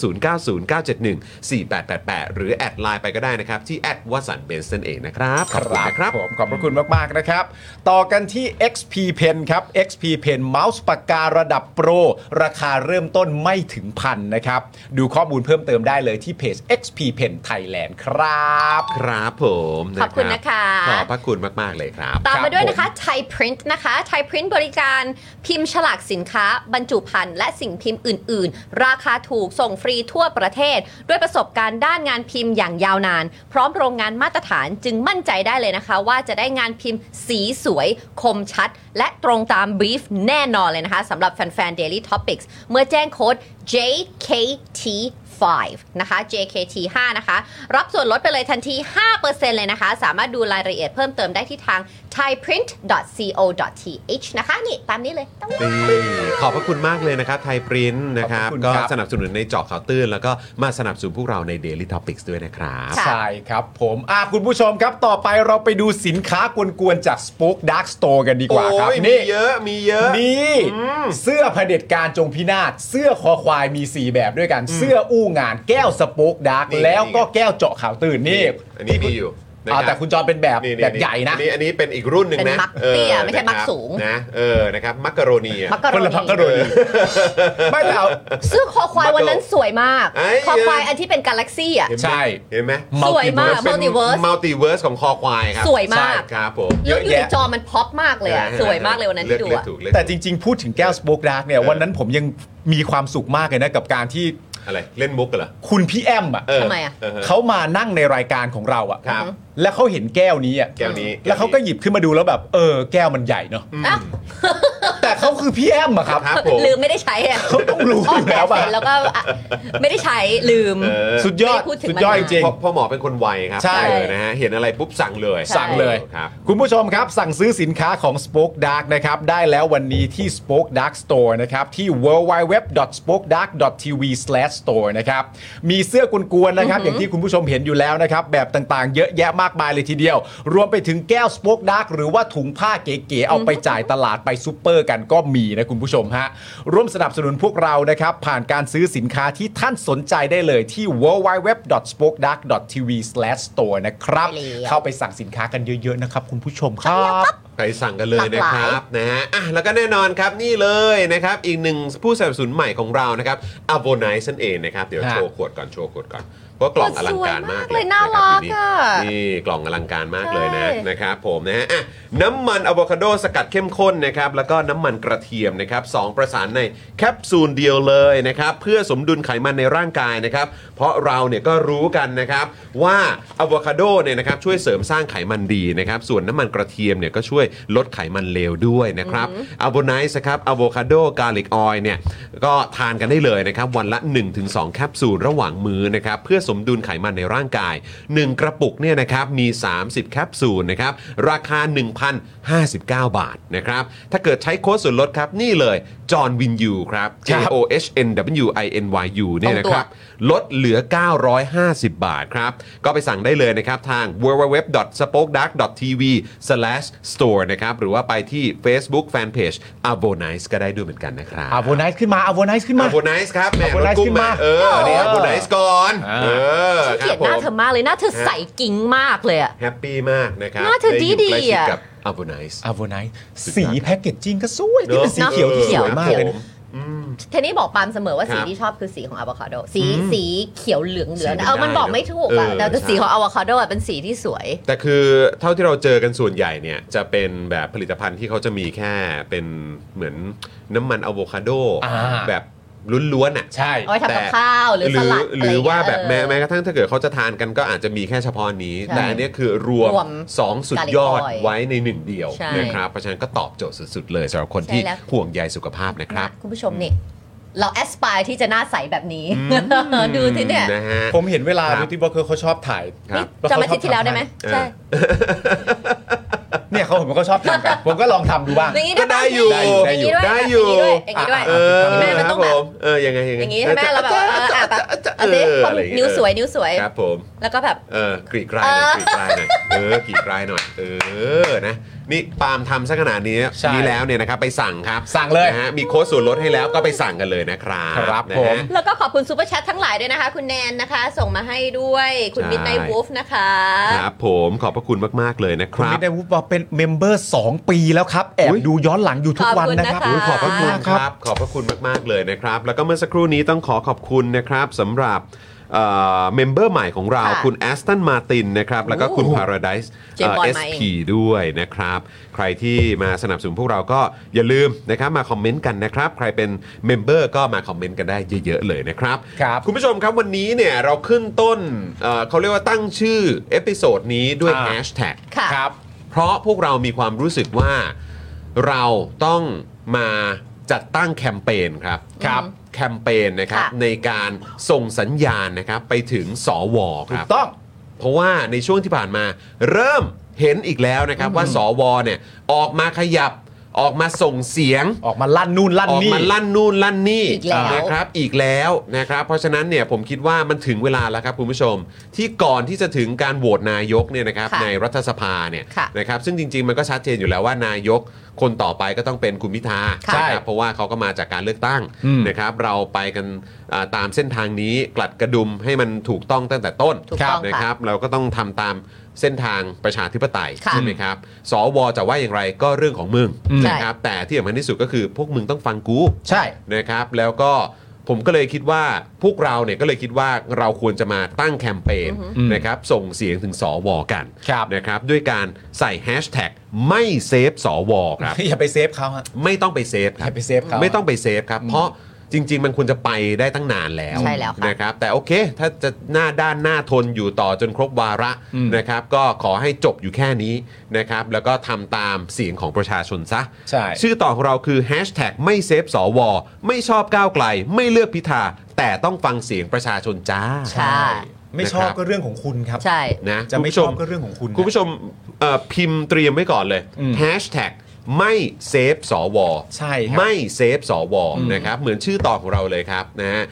0909714888 หรือแอดไลน์ไปก็ได้นะครับ ที่แอดวสันเบนซ์นั่นเองนะครับขอบคุณนะค
ค
รั
รับ บผมขอบพระคุณมาก ๆ นะครับ ต่อกันที่ XP Pen ครับ XP Pen เมาส์ปากการะดับโปร ราคาเริ่มต้นไม่ถึงพันนะครับ ดูข้อมูลเพิ่มเติมได้เลยที่เพจ XP Pen Thailand ครับ
ครับผม
ขอบคุณนะคะ
ขอบพระคุณมาก ๆ เลยครับ
ตาม
ครั
มา
บ
ด้วยนะคะ
ผม
ไทยพรินต์นะคะ ไทยพรินต์บริการพิมพ์ฉลากสินค้า บรรจุภัณฑ์และสิ่งพิมพ์อื่น ๆ ราคาถูกส่งฟรีทั่วประเทศ ด้วยประสบการณ์ด้านงานพิมพ์อย่างยาวนาน พร้อมโรงงานมาตรฐานจึงมั่นใจได้เลยนะคะ ว่าจะได้งานพิมพ์สีสวย คมชัด และตรงตามบรีฟแน่นอนเลยนะคะสำหรับแฟนๆ Daily Topics เมื่อแจ้งโค้ด JKT 5นะคะ JKT 5นะคะ รับส่วนลดไปเลยทันที 5%เลยนะคะ สามารถดูรายละเอียดเพิ่มเติมได้ที่ทาง thaiprint.co.th นะคะ นี่ ตามนี้เลยต้อง
นี่ขอบพระคุณมากเลยนะครับ ไทยปริ้นนะครับ
ขอบพระคุณ
ก็
ครับ
สนับสนุนในเจาะข่าวตื้น แล้วก็มาสนับสนุนพวกเราใน Daily Topics ด้วยนะครับ
ค่ะ
ใช่ครับผมอ่ะคุณผู้ชมครับ ต่อไปเราไปดูสินค้ากวนๆจาก Spoke Dark Store กันดีกว่าครับ
โอ้ยมีเยอะมีเยอะ
นี่เสื้อเผด็จการจงพินาศเสื้อคอควายมี 4 แบบด้วยกัน เสื้ออู้งานแก้วสโป๊กดาร์ก
นี่
แล้วก็
นี่
แก้วเจาะข่าวตื่นนี่
อันนี้มีอยู่ นะ
อ่า
ค
แต่
รับ
คุณจอนเป็นแบบ
นี่ๆๆ
แบบใหญ่นะ
อัอันนี้เป็นอีกรุ่นหนึ่ง
เป็น
นะ
มักเตี้ย
ออ
ไม่ใช่มัก
นะครับ
สูง
นะเออนะครับมักกะโรนีอะ
มักกะโร
คนละมักกะโร
นี
นี ไม่ แต่เอา
ซึ่งคอควายวันนั้นสวยมาก
เอ้ย
คอควายอันที่เป็นกาแล็กซี่อ่ะ
เห็นไหม
ใช่
เห็นไหม
สวยมาก
นเป็น
multiverse
มัลติเวิร์สของคอควายครับ
สวยมาก
ใช่ครับผม
แล้วอยู่
เย
ใน
อะแยะ
จอมันพ็อปมากเลยอ่ะ สวยมากเลยวันนั้นที่ดู
เลือก
อ่ะ
ถูกเลือก
แต่จริง ๆ พูดถึงแก้วสโปกดาร์กเนี่ยวันนั้นผมยังมีความสุขมากเลยนะกับการที่
อะไรเล่นมุกเหรอ
คุณพี่แอมอ่ะ
เออ
ทำไมอะ
เฮ
เขามานั่งในรายการของเราอ่ะ
ครับ
แล้วเขาเห็นแก้วนี้อ่ะ
แก้วนี้
แล้วเขาก็หยิบขึ้นมาดูแล้วแบบเออแก้วมันใหญ่เนาะ
อ้าว
แต่เขาคือพี่แอมอะครับ
ครับผม
ลืมไม่ได้ใช้อ่ะ
เขาต้องรู้
อ
อ
อก
ยู่
แบ
แล้
บ
ว
เส
อ่ะ
ร็จแล้วก็อ่ะไม่ได้ใช้ลืม
เออ
สุดยอด
ไม่ได้พูดถึง
สุดยอดจ
มันมา
ริง
พ่อพ่อหมอเป็นคนไวครับ
ใช่
เออนะฮะเห็นอะไรปุ๊บสั่งเลย
สั่งเลย
ครับ
คุณผู้ชมครับ สั่งซื้อสินค้าของ Spoke Dark นะครับ ได้แล้ววันนี้ที่ Spoke Dark Store นะครับ ที่ www.spokedark.tv/store นะครับ มีเสื้อกุนกวนๆนะครับ อย่างที่คุณผู้ชมเห็นอยู่แล้วนะครับ แบบต่างๆ เยอะแยะมากมายเลยทีเดียว รวมไปถึงแก้ว Spoke Dark หรือว่าถุงผ้าเก๋ๆเอาไปจ่ายตลาดไปซูเปอร์กันก็มีนะคุณผู้ชมฮะร่วมสนับสนุนพวกเรานะครับ ผ่านการซื้อสินค้าที่ท่านสนใจได้เลยที่ www.spokedark.tv/store นะครับ
ไปแล้ว
เข้าไปสั่งสินค้ากันเยอะ ๆ นะครับ คุณผู้ชมครับ
ไปสั่งกันเลยนะค
หลากห
รั
ลา
บ
ย
นะฮะอ่ะแล้วก็แน่นอนครับนี่เลยนะครับ อีกหนึ่งผู้สนับสนุนใหม่ของเรานะครับอโวไนซ์นั่นเองนะครับ เดี๋ยว
ฮะ
โชว์ขวดก่อนโชว์ขวดก่อนเพราะกล่องอลังการมากเล
น่า
ยะค
รั
บ
ก
อยู่นี่
อ่ะ
นี่กล่องอลังการมากเลยนะ
ใช่
นะครับผมนะฮะอ่ะน้ำมันอะโวคาโดสกัดเข้มข้นนะครับแล้วก็น้ำมันกระเทียมนะครับสองประสานในแคปซูลเดียวเลยนะครับเพื่อสมดุลไขมันในร่างกายนะครับเพราะเราเนี่ยก็รู้กันนะครับว่าอะโวคาโดเนี่ยนะครับช่วยเสริมสร้างไขมันดีนะครับส่วนน้ำมันกระเทียมเนี่ยก็ช่วยลดไขมันเลวด้วยนะครับอะโวไนซ์ครับอะโวคาโดกาลิกออยเนี่ยก็ทานกันได้เลยนะครับวันละ 1-2 แคปซูลระหว่างมื้อนะครับเพื่อสมดุลไขมันในร่างกาย 1 กระปุกเนี่ยนะครับมี 30 แคปซูลนะครับราคา 1,059 บาทนะครับถ้าเกิดใช้โค้ดส่วนลดครับ นี่เลยจอห์นวินยูครับ J
ครับ
O H N W I N Y U เนี่ย
ตรง
นะ
ตั
คว รับ ลดเหลือ 950 บาทครับ ก็ไปสั่งได้เลยนะครับ ทาง www.spokedark.tv/store นะครับ หรือว่าไปที่ Facebook Fanpage a v o n i c e ก็ได้ด้วยเหมือนกันนะครับ
อาโวไนซ์ขึ้นมาอาโวไนซ์ขึ้นมา
อาโบไนซ์ครับแหม่
Abonize
กุ้ง
ขึ้นมา
เออนี่อาโบไนซ์ก่อน
อ่า
เออ
ฉัน
ค
เก
รับผ
ลียดหน้าม เธอมากเลยหน้าเธอ
ฮะ
ใสกิ้งมากเลยอ่ะ
แฮปปี้มากนะครับ
หน้าเธอดีๆ
ไอยู่ใกล้ชิ
อ่ะ
กับอาโบไนซ์
อาโวไนซ์
สุดยอด
สีแพ็กเกจจิ้งก็สวยที่เป็นสีเขียวที่สวยมากเลยนะ
เทนนี่บอกปาล์มเสมอว่า
ครับ
สีที่ชอบคือสีของอะโวคาโด สีสีเขียวเหลืองเหลือง
สีไม่
เออมัน
ได้
บอก
นะ
ไม่ถูกอ่ะ
เออ
แต่แต่
ใช่
สีของอะโวคาโดอ่ะเป็นสีที่สวย
แต่คือเท่าที่เราเจอกันส่วนใหญ่เนี่ยจะเป็นแบบผลิตภัณฑ์ที่เขาจะมีแค่เป็นเหมือนน้ำมันอะโวคาโด
อ่า
แบบล้วนๆอ่ะ
ใช่
เอาไว้ทำกับข้าวหรือสลัด
หรือว่าแบบแม้แม้
เออ
กระทั่งถ้าเกิดเขาจะทานกันก็อาจจะมีแค่เฉพาะอันนี้
ใช่
แต่อันเนี้ยคือรวม
รวม
2 สุดยอด
garlic oil
ไว้ในหนึ่งเดียว
ใช่
นะครับเพราะฉะนั้นก็ตอบโจทย์สุดๆเลยสำหรับคนที่
ใช่แล้ว
ห่วงใยสุขภาพนะครับ
นะคุณผู้ชมนี่ เราแอส i r e ที่จะหน้าใสแบบนี้ ดูที่เนี่ย
นะฮะ
ผมเห็นเวลา
ครับ
บิวตี้บล็อกเกอร์เขาชอบถ่าย
ครับ
จำอาทิตย์ที่แล้วได้ไหม
เออ
ใช่
เนี่ยเขาผมก็ชอบทำกัน ผมก็ลองทำดูบ้าง
อย่างนี้
ก็
ได้
ได้
ปะ
อยู่
ได้อยู่
ได้
ได้
อ
อยู่ ยู่อย่างนี้ด้วย
เอ
อ
อย่าง
นี้ด้วยเห็นไหมมัน
ค
ต้
รัผม
อบ งแบบ
เออยังไงยังไง
อ
อย่าง
นี้ใช่ไหมเราแบบว่าเอออ่ะแบบ
เอ
เอาสิ
ออะไรอย่างเงี้ย
นิ้วสวยนิ้วสวย
ครับผม
แล้วก็แบบ
เออกรีดกรายหน่อยกรีดกรายหน่อยเออกรีดกรายหน่อยเออนะนี่ปาล์มทำซะขนาดนี้
ใช่
นี่แล้วเนี่ยนะครับไปสั่งครับ
สั่งเลย
นะฮะมีโค้ดส่วนลดให้แล้วก็ไปสั่งกันเลยนะครับ
ครับ
นะ
ผ
ฮะ
ม
แล้วก็ขอบคุณซูเปอร์แชททั้งหลายด้วยนะคะ คุณแนนนะคะ ส่งมาให้ด้วยคุณ
ใช่
มิดไนวูฟนะคะ
ครับผมขอบพระคุณมาก ๆ เลยนะค
คุณ
รับ
มิดไดวูฟบอกเป็นเมมเบอร์ 2 ปีแล้วครับ แอบ
อุ๊ย
ดูย้อนหลังอยู่ทุกวันนะครับ
ขอบ
ขอบ
คุณนะคะ
ย
พระคุณ
มาก
ครับ ขอบพระคุณมาก ๆ เลยนะครับ แล้วก็เมื่อสักครู่นี้ต้องขอขอบคุณนะครับสำหรับเอ่อเมมเบอร์ใหม่ของเรา
ค่ะ
คุณแอสตันมาตินนะครับ แล้วก็คุณ
โอ้
พาราไดส์
เจมส์บอนด์
เอส
มาเอง
พีด้วยนะครับ ใครที่มาสนับสนุนพวกเราก็อย่าลืมนะครับมาคอมเมนต์กันนะครับ ใครเป็นเมมเบอร์ก็มาคอมเมนต์กันได้เยอะ ๆ เลยนะครับ
ครับ
คุณผู้ชมครับวันนี้เนี่ยเราขึ้นต้นเอ่อเขาเรียกว่าตั้งชื่อเอพิโซดนี้ด้วย
อ่า
แฮชแท็ก
ค่ะ
ครับ
เพราะพวกเรามีความรู้สึกว่าเราต้องมาจัดตั้งแคมเปญครับ
ครับ
แคมเปญนะครับ
ค่ะ
ในการส่งสัญญาณนะครับไปถึงสวค
ถู
รั
ก
บ
ต้อง
เพราะว่าในช่วงที่ผ่านมาเริ่มเห็นอีกแล้วนะครับว่าสวเนี่ยออกมาขยับออกมาส่งเสียง
ออกมาลั่นนู่นลั่น
ออก
นี่
มาลั่นนู่นลั่นนี่
อีกแล้ว
นะครับอีกแล้วนะครับ เพราะฉะนั้นเนี่ยผมคิดว่ามันถึงเวลาแล้วครับคุณผู้ชม ที่ก่อนที่จะถึงการโหวตนายกเนี่ยนะครับ
ค่ะ
ในรัฐสภาเนี่ย
ค่ะ
นะครับซึ่งจริง ๆ มันก็ชัดเจนอยู่แล้วว่านายกคนต่อไปก็ต้องเป็นคุณพิธา
ค่ะ
ใช่ครับเพราะว่าเขาก็มาจากการเลือกตั้ง
อืม
นะครับเราไปกันอ่าตามเส้นทางนี้กลัดกระดุมให้มันถูกต้องตั้งแต่ต้น
ถูกต้อง
นะค
ค่ะ
รับเราก็ต้องทำตาม เส้นทางประชาธิปไตย
ค่ะ
ใช่ไหมครับสวจะว่าอย่างไรก็เรื่องของมึง
อืม
นะครับแต่ที่สำคัญที่สุดก็คือพวกมึงต้องฟังกู
ใช่
นะครับแล้วก็ผมก็เลยคิดว่าพวกเราเนี่ยก็เลยคิดว่าเราควรจะมาตั้งแคมเปญ
อืม
นะครับส่งเสียงถึงสวกัน
ครับ
นะครับด้วยการใส่แฮชแท็กไม่เซฟสวครับ
อย่าไปเซฟเขาฮะ
ไม่ต้องไปเซฟค
อ
รับ
ย่าไปเซฟเขา
ไม่ต้องไปเซฟครับเพราะจริง ๆ มันควรจะไปได้ตั้งนานแล้ว
ใช่แล้วค่ะ
นะครับแต่โอเค ถ้าจะหน้าด้านหน้าทนอยู่ต่อจนครบวาระ
อืม
นะครับก็ขอให้จบอยู่แค่นี้นะครับแล้วก็ทำตามเสียงของประชาชนซะ
ใช่
ชื่อต่อของเราคือแฮชแท็กไม่เซฟสว ไม่ชอบก้าวไกล ไม่เลือกพิธาแต่ต้องฟังเสียงประชาชนจ้า
ใช่
ไม่ชอบ
นะครับ
ก็เรื่องของคุณครับ
ใช่
นะ
จะไม่
คุณ
ช
ผู้
อบก็เรื่องของคุณ
คุณผู้ชมเอ่อพิมพ์เตรียมไว้ก่อนเลย
อืม
แฮชแท็กไม่เซฟสว
ใช่ครับ
ไม่เซฟสวนะครับเหมือนชื่อต่อของเราเลยครับนะฮะ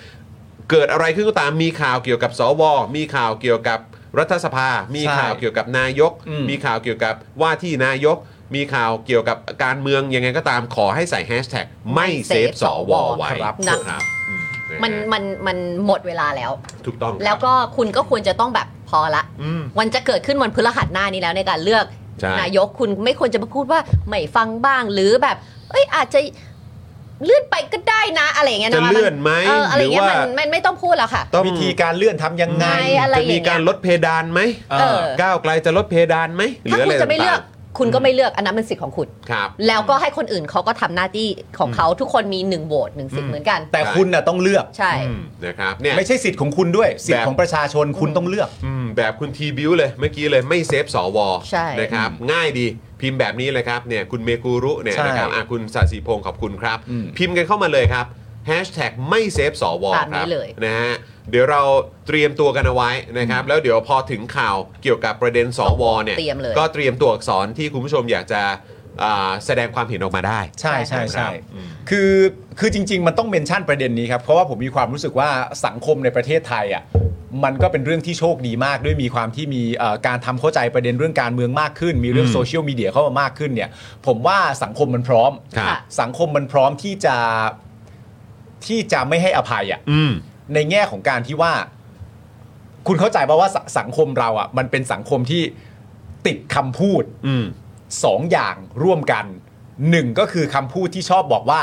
เกิดอะไรขึ้นก็ตามมีข่าวเกี่ยวกับสว มีข่าวเกี่ยวกับรัฐสภา มีข่าวเกี่ยวกับนายก
อืม
มีข่าวเกี่ยวกับว่าที่นายก มีข่าวเกี่ยวกับการเมืองยังไงก็ตามขอให้ใส่แฮชแท็กไม่เซฟสวไว้
ครับ
นะครับอืมะฮะ
มันมันมันหมดเวลาแล้ว
ถูกต้องครับ
แล้วก็คุณก็ควรจะต้องแบบพอละ
อืม
วันจะเกิดขึ้นวันพฤหัสหน้านี้แล้วในการเลือก
ใช่
นายกคุณไม่ควรจะมาพูดว่าไม่ฟังบ้างหรือแบบ เอ้ยอาจจะเลื่อนไปก็ได้นะ อะไรอย่างเงี้ย
จะ
นะว่ามั
เลื่อนไหม
เอออะไร
ห
อ
รื
ย่า
อ
งเงี้ย
ว่า
มันมันไม่ต้องพูดแล้วค่ะ
ต้อง
วิธีการเลื่อนทำยังไง
ไม่อะไร
จะ
อ
มี
ย่างเงี้ย
การลดเพดานไหม
เออ
ก้าวไกลจะลดเพดานไหมหรือ
ถ้า
อะไรต่า
คุณ
งๆ
จะไม่เลือกคุณก็ไม่เลือกอันนั้นเป็นสิทธิ์ของคุณ
ครับ
แล้วก็ให้คนอื่นเขาก็ทำหน้าที่ของเขาทุกคนมีหนึ่งโหวตหนึ่งสิทธิ์เหมือนกัน
แต่คุณน่ะต้องเลือก
ใช่
อืมนะครับเนี่ย
ไม่ใช่สิทธิ์ของคุณด้วย สิท
แบ
ธิ์
บ
ของประชาชนคุณต้องเลือก
อืมแบบคุณทีบิวเลยเมื่อกี้เลยไม่เซฟสว
ใช่
นะครับง่ายดีพิมพ์แบบนี้เลยครับเนี่ยคุณเมกูรุเนี่ย
ใช่
นะครับอ่ะคุณสาสีพงศ์ขอบคุณครับ
อืม
พิมพ์กันเข้ามาเลยครับแฮชแท็กไม่เซฟสว
ตาม
ค
นี้
รับ
เลย
นะฮะเดี๋ยวเราเตรียมตัวกันเอาไว้นะครับ แล้วเดี๋ยวพอถึงข่าวเกี่ยวกับประเด็นสวเนี่ย
เตรียมเลย
ก็เตรียมตัวอักษรที่คุณผู้ชมอยากจะอ่าแสดงความเห็นออกมาได้
ใช่ใช่
ครั
ใช่
บอืม
คือคือจริง ๆ มันต้องเมนชั่นประเด็นนี้ครับ เพราะว่าผมมีความรู้สึกว่าสังคมในประเทศไทยอ่ะมันก็เป็นเรื่องที่โชคดีมากด้วยมีความที่มีเอ่อการทำเข้าใจประเด็นเรื่องการเมืองมากขึ้น มีเรื่องโซเชียลมีเดียเข้ามามากขึ้นเนี่ยผมว่าสังคมมันพร้อม
ครับ
สังคมมันพร้อมที่จะที่จะไม่ให้อภัยอ่ะ
อืม
ในแง่ของการที่ว่า คุณเข้าใจป่าวว่าสสังคมเราอ่ะ มันเป็นสังคมที่ติดคำพูด
อืม
สองอย่างร่วมกันหนึ่งก็คือคำพูดที่ชอบบอกว่า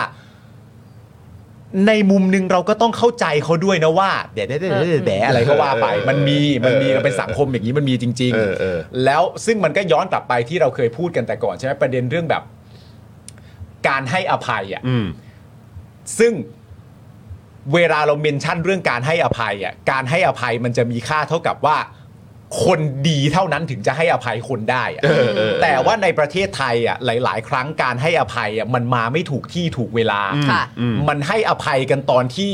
ในมุมหนึ่งเราก็ต้องเข้าใจเขาด้วยนะว่าแดดแดดแดดแดดอะไรก็ว่าไป
เออเออ
มันมีมันมี
เออเออ
มันเป็นสังคมอย่างนี้มันมีจริง
เออเออ
ๆ แล้วซึ่งมันก็ย้อนกลับไปที่เราเคยพูดกันแต่ก่อนใช่ไหมประเด็นเรื่องแบบ การให้อภัยอ่ะ
อืม
ซึ่งเวลาเราเมนชั่นเรื่องการให้อภัยอ่ะการให้อภัยมันจะมีค่าเท่ากับว่า คนดีเท่านั้นถึงจะให้อภัยคนได้อะ
เออเออ
แต่ว่าในประเทศไทยอ่ะหลาย ๆ ครั้งการให้อภัยอ่ะมันมาไม่ถูกที่ถูกเวลา
อืม
ค่ะ
อืม
มันให้อภัยกันตอนที่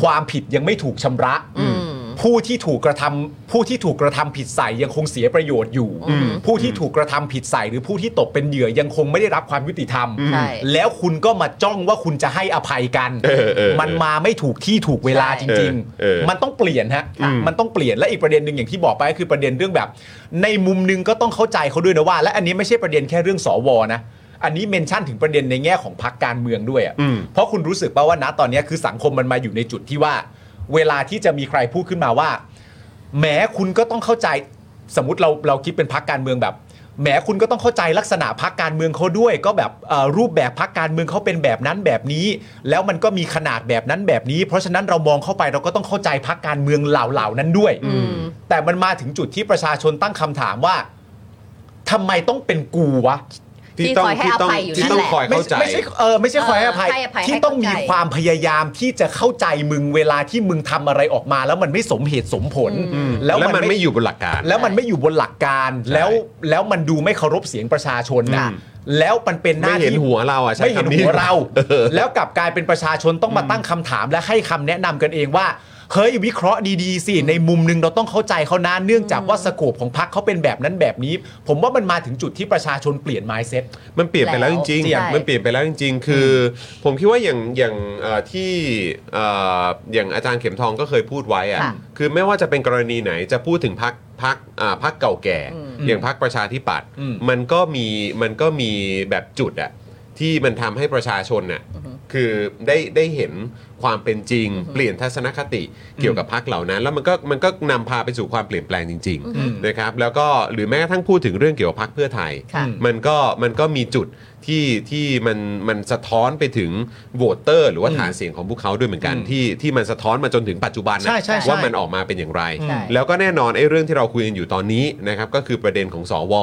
ความผิดยังไม่ถูกชำระ
อืม
ผู้ที่ถูกกระทำผู้ที่ถูกกระทำผิดใส่ยังคงเสียประโยชน์อยู่
อืม
ผู้ที่ถูกกระทำผิดใส่หรือผู้ที่ตกเป็นเหยื่อยังคงไม่ได้รับความยุติธรรม
ใช่
แล้วคุณก็มาจ้องว่าคุณจะให้อภัยกัน
เออเออ
มันมาไม่ถูกที่ถูกเวลาจริง
เออเออ
ๆ มันต้องเปลี่ยนฮะ
อืม
มันต้องเปลี่ยนและอีกประเด็นหนึ่งอย่างที่บอกไปก็คือประเด็นเรื่องแบบ ในมุมหนึงก็ต้องเข้าใจเขาด้วยนะว่า และอันนี้ไม่ใช่ประเด็นแค่เรื่องสวนะอันนี้เมนชั่นถึงประเด็นในแง่ของพรรคการเมืองด้วยอะ
อืม
เพราะคุณรู้สึกป่าว่าณตอนนี้คือสังคมมันมาอยู่ในจุดที่ว่า เวลาที่จะมีใครพูดขึ้นมาว่าแหมคุณก็ต้องเข้าใจสมมติเราเราคิดเป็นพักการเมืองแบบแหมคุณก็ต้องเข้าใจลักษณะพักการเมืองเขาด้วย ก็แบบเอ่อรูปแบบพักการเมืองเขาเป็นแบบนั้นแบบนี้ แล้วมันก็มีขนาดแบบนั้นแบบนี้ เพราะฉะนั้นเรามองเข้าไปเราก็ต้องเข้าใจพักการเมืองเหล่าเหล่านั้นด้วย
อืม
แต่มันมาถึงจุดที่ประชาชนตั้งคำถามว่าทำไมต้องเป็นกูวะ
ที่คอยให้อภัยอยู่
ที่
นั่นแหละ
ต้องคอยเข้าใจ
ไม่ใช่เออไม่ใช่คอยให้อภัย
เออให้อภัย
ที่
ให้
ต้องมี
เข้าใจ
ความพยายามที่จะเข้าใจมึงเวลาที่มึงทำอะไรออกมา แล้วมันไม่สมเหตุสมผล
อืมแล้วมันไม่อยู่บนหลักการ
แล้วมันไม่อยู่บนหลักการแล้วแล้วมันดูไม่เคารพเสียงประชาชนนะ
อืม
แล้วมันเป็นห
ไม่
น้า
เห็น
ที่
หัวเราอ่ะใช้
ไม่เห็น
คำนี้
หัวเรา
ออ
แล้วกลับกลายเป็นประชาชนต้องมาตั้งคำถามและให้คำแนะนำกันเองว่า เฮ้ยวิเคราะห์ดีๆสิในมุมหนึงเราต้องเข้าใจเขานะเนื่องจากว่าสโคปของพรรคเขาเป็นแบบนั้นแบบนี้ ผมว่ามันมาถึงจุดที่ประชาชนเปลี่ยน mindset
มันเปลี่ยนไปแล้วจริง
แล้ว
ๆ มันเปลี่ยนไปแล้วจริง ๆ คืออผมคิดว่าอย่างอย่างเอ่อที่เอ่ออย่างอาจารย์เข็มทองก็เคยพูดไว้อะ
ค่ะ
คือไม่ว่าจะเป็นกรณีไหนจะพูดถึงพักพักพักเก่าแก่
อืม
อย่างพักประชาธิปัตย์
อืม
มันก็มีมันก็มีแบบจุดอะที่มันทำให้ประชาชนน่ะคือได้ได้เห็น ความเป็นจริง เปลี่ยนทัศนคติเกี่ยวกับพักเหล่านั้น แล้วมันก็มันก็นำพาไปสู่ความเปลี่ยนแปลงจริง
อืม
ๆนะครับแล้วก็หรือแม้กระทั่งพูดถึงเรื่องเกี่ยวกับพักเพื่อไทย
ค่ะ
มันก็มันก็มีจุดที่ที่มันมันสะท้อนไปถึงโหวตเตอร์ หรือว่าฐานเสียงของพวกเขาด้วยเหมือนกัน
อืม
ที่ที่มันสะท้อนมาจนถึงปัจจุบันนะ
ใช่ใช่ใช่
ว่ามันออกมาเป็นอย่างไร
ใช่
แล้วก็แน่นอนไอ้เรื่องที่เราคุยกันอยู่ตอนนี้นะครับก็คือประเด็นของสว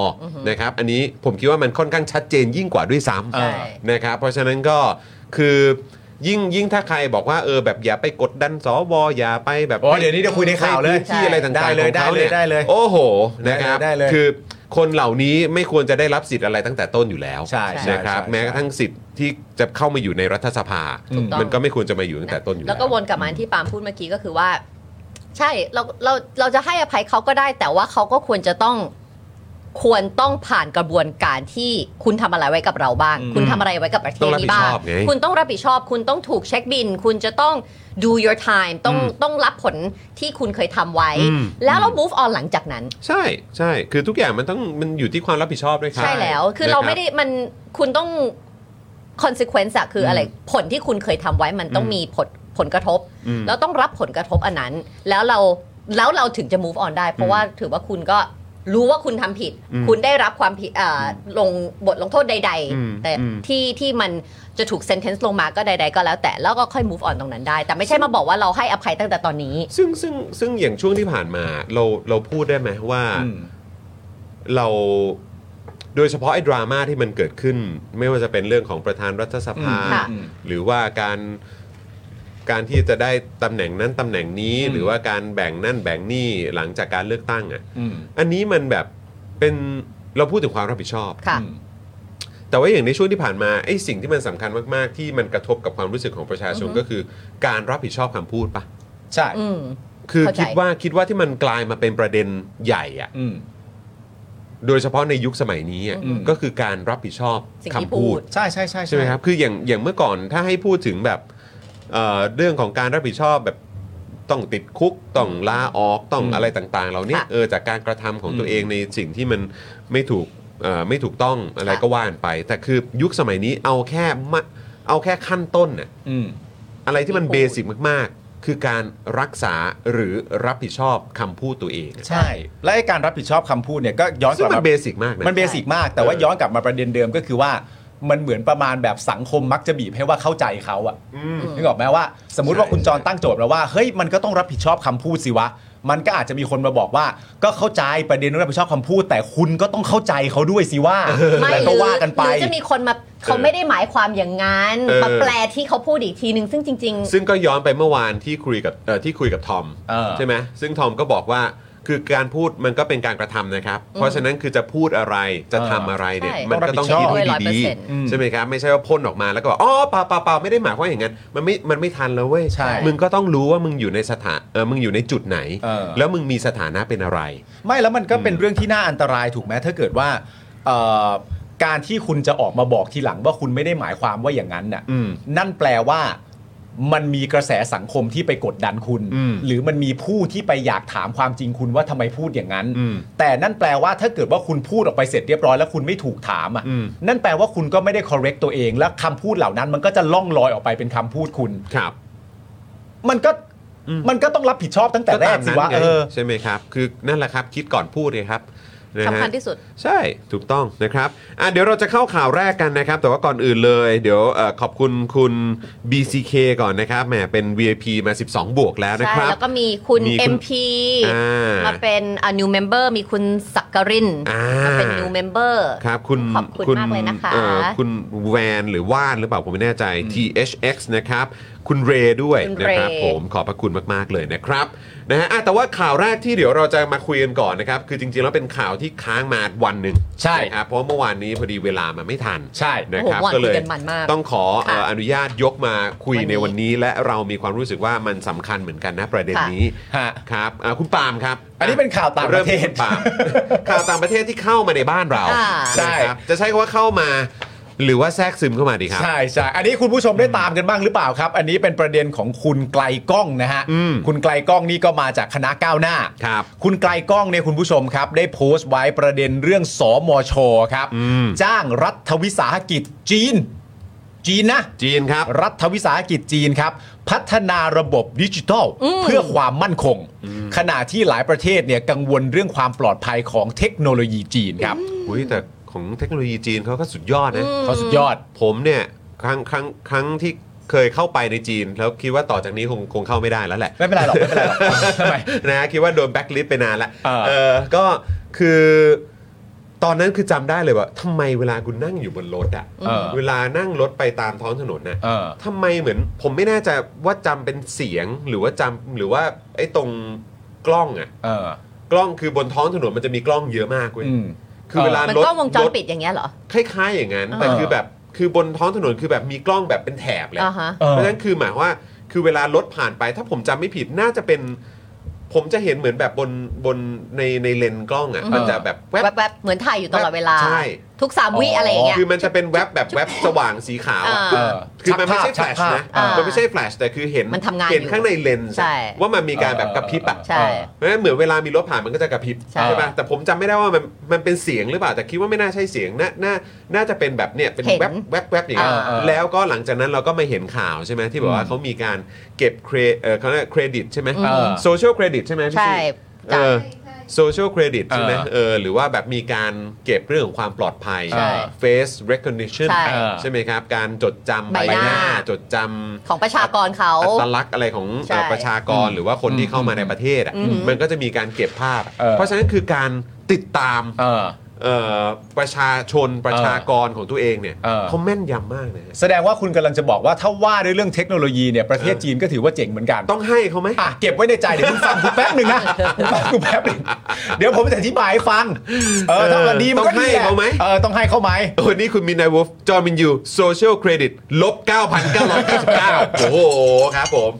นะครับอันนี้ผมคิดว่ามันค่อนข้างชัดเจนยิ่งกว่าด้วยซ้
ใช่
ำนะครับเพราะฉะนั้นก็คือยิ่งยิ่งถ้าใครบอกว่าเออแบบอย่าไปกดดันสวอย่าไปแบบ
อ๋อเดี๋ยวนี้เดี๋ยวคุยในข่าวเลย
ที่อะไรต่างๆ
ได้เลย
ของขานี่
ได้เลยได้เลย
โอ้โหนะครับ
ได้เลยได้เลย
คือคนเหล่านี้ไม่ควรจะได้รับสิทธิ์อะไรตั้งแต่ต้นอยู่แล้ว
ใช่ใช่
นะครับ
ใช่
แม้กระทั่งสิทธิ์ที่จะเข้ามาอยู่ในรัฐสภา
ถูกต้อง
มันก็ไม่ควรจะมาอยู่ตั้งแต่ต้นอยู่
แล้วก็วนกลับมาที่ปาล์มพูดเมื่อกี้ก็คือว่า ใช่เราเราเราจะให้อภัยเขาก็ได้ แต่ว่าเขาก็ควรจะต้องควรต้องผ่านกระบวนการที่คุณทำอะไรไว้กับเราบ้าง
อืม
คุณทำอะไรไว้กับประเท
ต้อง
ศ
รับผิ
นี้
ด
บ้า
ช
ง
อบไง
คุณต้องรับผิดชอบ คุณต้องถูกเช็คบิน คุณจะต้อง do your time ต้อง
อืม
ต้องรับผลที่คุณเคยทำไว้
อืม
แล้วเรา move on หลังจากนั้น
ใช่ใช่คือทุกอย่างมันต้องมันอยู่ที่ความรับผิดชอบด้วยครับ
ใช่แล้ว คือเราไม่ได้
นะ
มันคุณต้อง consequence อะคืออะไร ผลที่คุณเคยทำไว้มันต้องมีผลผลกระทบ
อืม
แล้วต้องรับผลกระทบอันนั้น แล้วเราแล้วเราถึงจะ move on ได้ เพราะว่าถือว่าคุณก็รู้ว่าคุณทำผิด
อืม
คุณได้รับความผิดเอ่อลงบทลงโทษใด
อืม
ๆ แต่
อืม
ที่ที่มันจะถูก sentence ลงมาก็ใด ๆ ก็แล้วแต่แล้วก็ค่อย move on ตรงนั้นได้ แต่ไม่ใช่มาบอกว่าเราให้อภัยตั้งแต่ตอนนี้
ซึ่งซึ่งซึ่งอย่างช่วงที่ผ่านมาเราเราพูดได้ไหมว่า
อืม
เราโดยเฉพาะไอ้ดราม่าที่มันเกิดขึ้น ไม่ว่าจะเป็นเรื่องของประธานรัฐสภา
อืมค่ะ
หรือว่าการการที่จะได้ตำแหน่งนั้นตำแหน่งนี้
อืม
หรือว่าการแบ่งนั่นแบ่งนี่หลังจากการเลือกตั้งอ่ะ
อืม
อันนี้มันแบบเป็นเราพูดถึงความรับผิดชอบ
ค่ะ
อืม
แต่ว่าอย่างในช่วงที่ผ่านมาไอ้สิ่งที่มันสำคัญมากๆ ที่มันกระทบกับความรู้สึกของประชาชน
อือฮึ
ก็คือ การรับผิดชอบคำพูดปะ
ใช่
อืม
คือ
เข้าใจ
คิดว่าคิดว่าที่มันกลายมาเป็นประเด็นใหญ่อะ
อืม
โดยเฉพาะในยุคสมัยนี้อะ
อืม
ก็คือการรับผิดชอบ
สิ่ง
คำ
ที่พู
พูด
ด
ใช่ใช่ใช่
ใช่ไหมครับคืออย่างอย่างเมื่อก่อนถ้าให้พูดถึงแบบเอ่อเรื่องของการรับผิดชอบแบบต้องติดคุกต้องลาออกต้องอะไรต่างๆ เราเนี่ย
ค่ะ
เออจากการกระทำของตัวเองในสิ่งที่มันไม่ถูกเอ่อไม่ถูกต้องอะไรก็ว่ากันไป แต่คือยุคสมัยนี้เอาแค่มาเอาแค่ขั้นต้นน่ะ
อืม
อะไรที่มัน
ที่พู
เบ
ด
สิกมากๆ คือการรักษาหรือรับผิดชอบคำพูดตัวเองอะ
ใช่ และไอ้การรับผิดชอบคำพูดเนี่ยก็ย้อนก
ซึ่ง
ลับ
มัน
มา
เบสิกมากนะ
มันเบสิกมาก แต่ว่า
เออ
ย้อนกลับมาประเด็นเดิมก็คือว่ามันเหมือนประมาณแบบสังคมมักจะบีบให้ว่าเข้าใจเขาอะ
อืม
นึกออกไหมว่า สมมติว่า
ใช่
คุณจรตั้งโจทย์มาว่าเฮ้ยมันก็ต้องรับผิดชอบคำพูดสิวะ มันก็อาจจะมีคนมาบอกว่า ก็เข้าใจประเด็นเรื่องรับผิดชอบคำพูด แต่คุณก็ต้องเข้าใจเขาด้วยสิว่า
ไม่
แล้ว
ห
ก็
รือ
ว่ากันไป
หรือจะมีคนมาเขาไม่ได้หมายความอย่างนั้น
เออ
มาแปลที่เขาพูดอีกทีนึงซึ่งจริง
ซึ่งก็ย้อนไปเมื่อวานที่คุยกับเอ่อที่คุยกับทอม
เออ
ใช่ไหมซึ่งทอมก็บอกว่าคือการพูดมันก็เป็นการกระทำนะครับ เพราะฉะนั้นคือจะพูดอะไรจะทำอะไรเนี่ย
ใช่
มันก็ต้องคิดให้
ต้องรับผิ
ดี
ดชอบ
ๆใช่ไหมครับไม่ใช่ว่าพ่นออกมาแล้วก็บอกอ๋อเปล่าเปล่าเปล่าไม่ได้หมายความอย่างนั้นมันไม่มันไม่ทันแล้วเว้ย
ใช่
มึงก็ต้องรู้ว่ามึงอยู่ในสถานเออมึงอยู่ในจุดไหน
เออ
แล้วมึงมีสถานะเป็นอะไร
ไม่แล้วมันก็เป็นเรื่องที่น่าอันตรายถูกไหมถ้าเกิดว่าเอ่อการที่คุณจะออกมาบอกทีหลังว่าคุณไม่ได้หมายความว่าอย่างนั้นน่ะ
อืม
นั่นแปลว่า มันมีกระแสสังคมที่ไปกดดันคุณ
อืม
หรือมันมีผู้ที่ไปอยากถามความจริงคุณว่าทำไมพูดอย่างนั้น
อืม
แต่นั่นแปลว่าถ้าเกิดว่าคุณพูดออกไปเสร็จเรียบร้อยแล้วคุณไม่ถูกถามอ่ะ
อืม
นั่นแปลว่าคุณก็ไม่ได้ correct ตัวเอง และคำพูดเหล่านั้น มันก็จะล่องลอยออกไปเป็นคำพูดคุณ
ครับ
มันก็
อืม
มันก็ต้องรับผิดชอบตั้งแต่แรกสิวะ
ไง
เออ
ใช่ไหมครับ คือนั่นแหละครับ คิดก่อนพูดเลยครับนะ
ๆ
ฮะ
สำคัญที่สุด
ใช่ถูกต้องนะครับอ่ะเดี๋ยวเราจะเข้าข่าวแรกกันนะครับ แต่ว่าก่อนอื่นเลย เดี๋ยวเอ่อขอบคุณคุณ BCK ก่อนนะครับแหมเป็น VIP มา 12 บวกแล้วนะ
ใช่
ครับ
แล้วก็มีคุณ
มีคุณ
MP
อ่าม
มาเป็นอ่า new member มีคุณสักกริน
อ่า
มาเป็น new member
ครับคุณ
ขอบคุณมากเลยนะคะ
อ่อคุณแวนหรือว่านหรือเปล่าผมไม่แน่ใจ THX นะครับ คุณเรย์ด้วย
คุณ
นะ
เรย์
ครับผมขอบพระคุณมาก ๆ เลยนะครับนะฮะอ่ะแต่ว่าข่าวแรกที่เดี๋ยวเราจะมาคุยกันก่อนนะครับ คือจริง ๆ แล้วเป็นข่าวที่ค้างมาวันหนึ่ง
ใช่
นะครับเพราะเมื่อวานนี้พอดีเวลามันไม่ทัน
ใช่
นะครับ
โอ้โห
ก็เลย
วันคุยกันมันมาก
ต้องขอเอ่อ
ค่ะ
อนุญาตยกมาคุย
วันนี้
ในวันนี้ และเรามีความรู้สึกว่ามันสำคัญเหมือนกันนะประเด็น
ค่ะ
นี้
ฮะ
ครับอ่ะคุณปาล์มครับ
อันนี้เป็นข่าวต่างประเทศ
มที่คุณ ปาล์ม ข่าวต่างประเทศที่เข้ามาในบ้านเรา
อ่า
ใช่
นะครับจะใช้คำว่าเข้ามาหรือว่าแทรกซึมเข้ามาดีครับ
ใช่ใช่อันนี้คุณผู้ชมได้ตามกันบ้างหรือเปล่าครับ อันนี้เป็นประเด็นของคุณไกลก้องนะฮะ
อืม
คุณไกลก้องนี่ก็มาจากคณะก้าวหน้า
ครับ
คุณไกลก้องเนี่ยคุณผู้ชมครับ ได้โพสต์ไว้ประเด็นเรื่องสมชครับ
อืม
จ้างรัฐวิสาหกิจจีน จีนนะ
จีนครับ
รัฐวิสาหกิจจีนครับ พัฒนาระบบดิจิทัล เพื่อความมั่นคง ขณะที่หลายประเทศเนี่ยกังวลเรื่องความปลอดภัยของเทคโนโลยีจีนครับ
อุ้ยแต่ของเทคโนโลยีจีนเขาก็สุดยอดนะ
เขาสุดยอด
ผมเนี่ยครั้งครั้งครั้งที่เคยเข้าไปในจีน แล้วคิดว่าต่อจากนี้คงคงเข้าไม่ได้แล้วแหละ
ไม่เป็นไรหรอก ไม่เป็นไรหรอกทำไม
นะฮะคิดว่าโดนแบ็คลิสไปนานละ
เออ
เออก็คือตอนนั้นคือจำได้เลยว่าทำไมเวลากูนั่งอยู่บนรถอะ
เออ
เวลานั่งรถไปตามท้องถนนนะ
เออ
ทำไมเหมือนผมไม่แน่ใจว่าจำเป็นเสียงหรือว่าจำหรือว่าไอ้ตรงกล้องอะ
เออ
กล้องคือบนท้องถนนมันจะมีกล้องเยอะมากเว้ย
อืม
คือเวลา
มัน
รถ
กล้องวงจร
ถ
ปิดอย่างเงี้ยเหรอ
คล้ายๆอย่างนั้น
เออ
แต่คือแบบคือบนท้องถนนคือแบบมีกล้องแบบเป็นแถบเลย
อ่าฮะ
เออ
เพราะฉะนั้นคือหมายว่าคือเวลารถผ่านไป ถ้าผมจำไม่ผิดน่าจะเป็น ผมจะเห็นเหมือนแบบบนบนในในเลนส์กล้องอ่ะ
อืม
มันจะแบบแวบ
แวบๆเหมือนถ่ายอยู่ตลอดเวลา
ใช่
ทุกสามวิอะไรอย่างเงี้ย
คือมันจะเป็นแวบแบบแวบสว่างสีขาวอะ
อ่า
คือคือมันไม่ใช่
ชั
แฟล
ก
ช
ภาพ
นะ
อ่ามั
มันไม่ใช่แฟลชแต่คือเห็น
มันทำงานอยู่
เห็นข้างในเลนส์อะ
ใช่
ว่ามันมีการแบบกระพริบอ่ะ
ใช่
เพราะฉะนั้นเหมือนเวลามีรถผ่านมันก็จะกระพริบ
ใช่
ไหมแต่ผมจำไม่ได้ว่ามันมันเป็นเสียงหรือเปล่าแต่คิดว่าไม่น่าใช่เสียงน่าน่าน่าจะเป็นแบบเนี่ยเป็นแวบแวบแวบอย่างเงี้ย
อ่า
แล้วก็หลังจากนั้นเราก็มาเห็นข่าวใช่ไหมที่บอกว่าเขามีการเก็บเครเอ่อเขาเรียกเครดิตใช่ไหม
อืม
โซเชียลเครดิตใช่ไหมพี่
ใช่
ซีเอ
จ้ะ
อโซเชียลเครดิตใช่ไหม
เออ
เออหรือว่าแบบมีการเก็บเรื่องของความปลอดภัย
ใช่
face recognition
ใช่
ใช่ไหมครับ การจดจำ
ใบหน้า
จดจำ
ของประชากรเขา
อัตลักษณ์อะไรของ
ใช่
เอ่อประชากรหรือว่าคนที่เข้ามาในประเทศอ่ะ
อืม
มันก็จะมีการเก็บภาพ
เออ
เพราะฉะนั้นคือการติดตาม
เออ
เอ่อประชาชนประชากรของตัวเองเนี่ย
เออ
เขาแม่นยำมากนะฮะ
แสดงว่าคุณกำลังจะบอกว่าถ้าว่าด้วยเรื่องเทคโนโลยีเนี่ยประเทศจีนก็ถือว่าเจ๋งเหมือนกัน
ต้องให้เขาไหม
อ่ะเก็บไว้ในใจเดี๋ยวมึงฟังกูแป๊บหนึ่งนะมึงฟังกูแป๊บหนึ่งเดี๋ยวผมจะอธิบายให้ฟัง เออถ้ามันดีมันก็ดี
ต้องให้
และ
เขาไหม
เออต้องให้เขาไหม
วันนี้คุณมินายวูฟจอมินยูโซเชียลเครดิตลบ 9,999 โอ้โหครับผม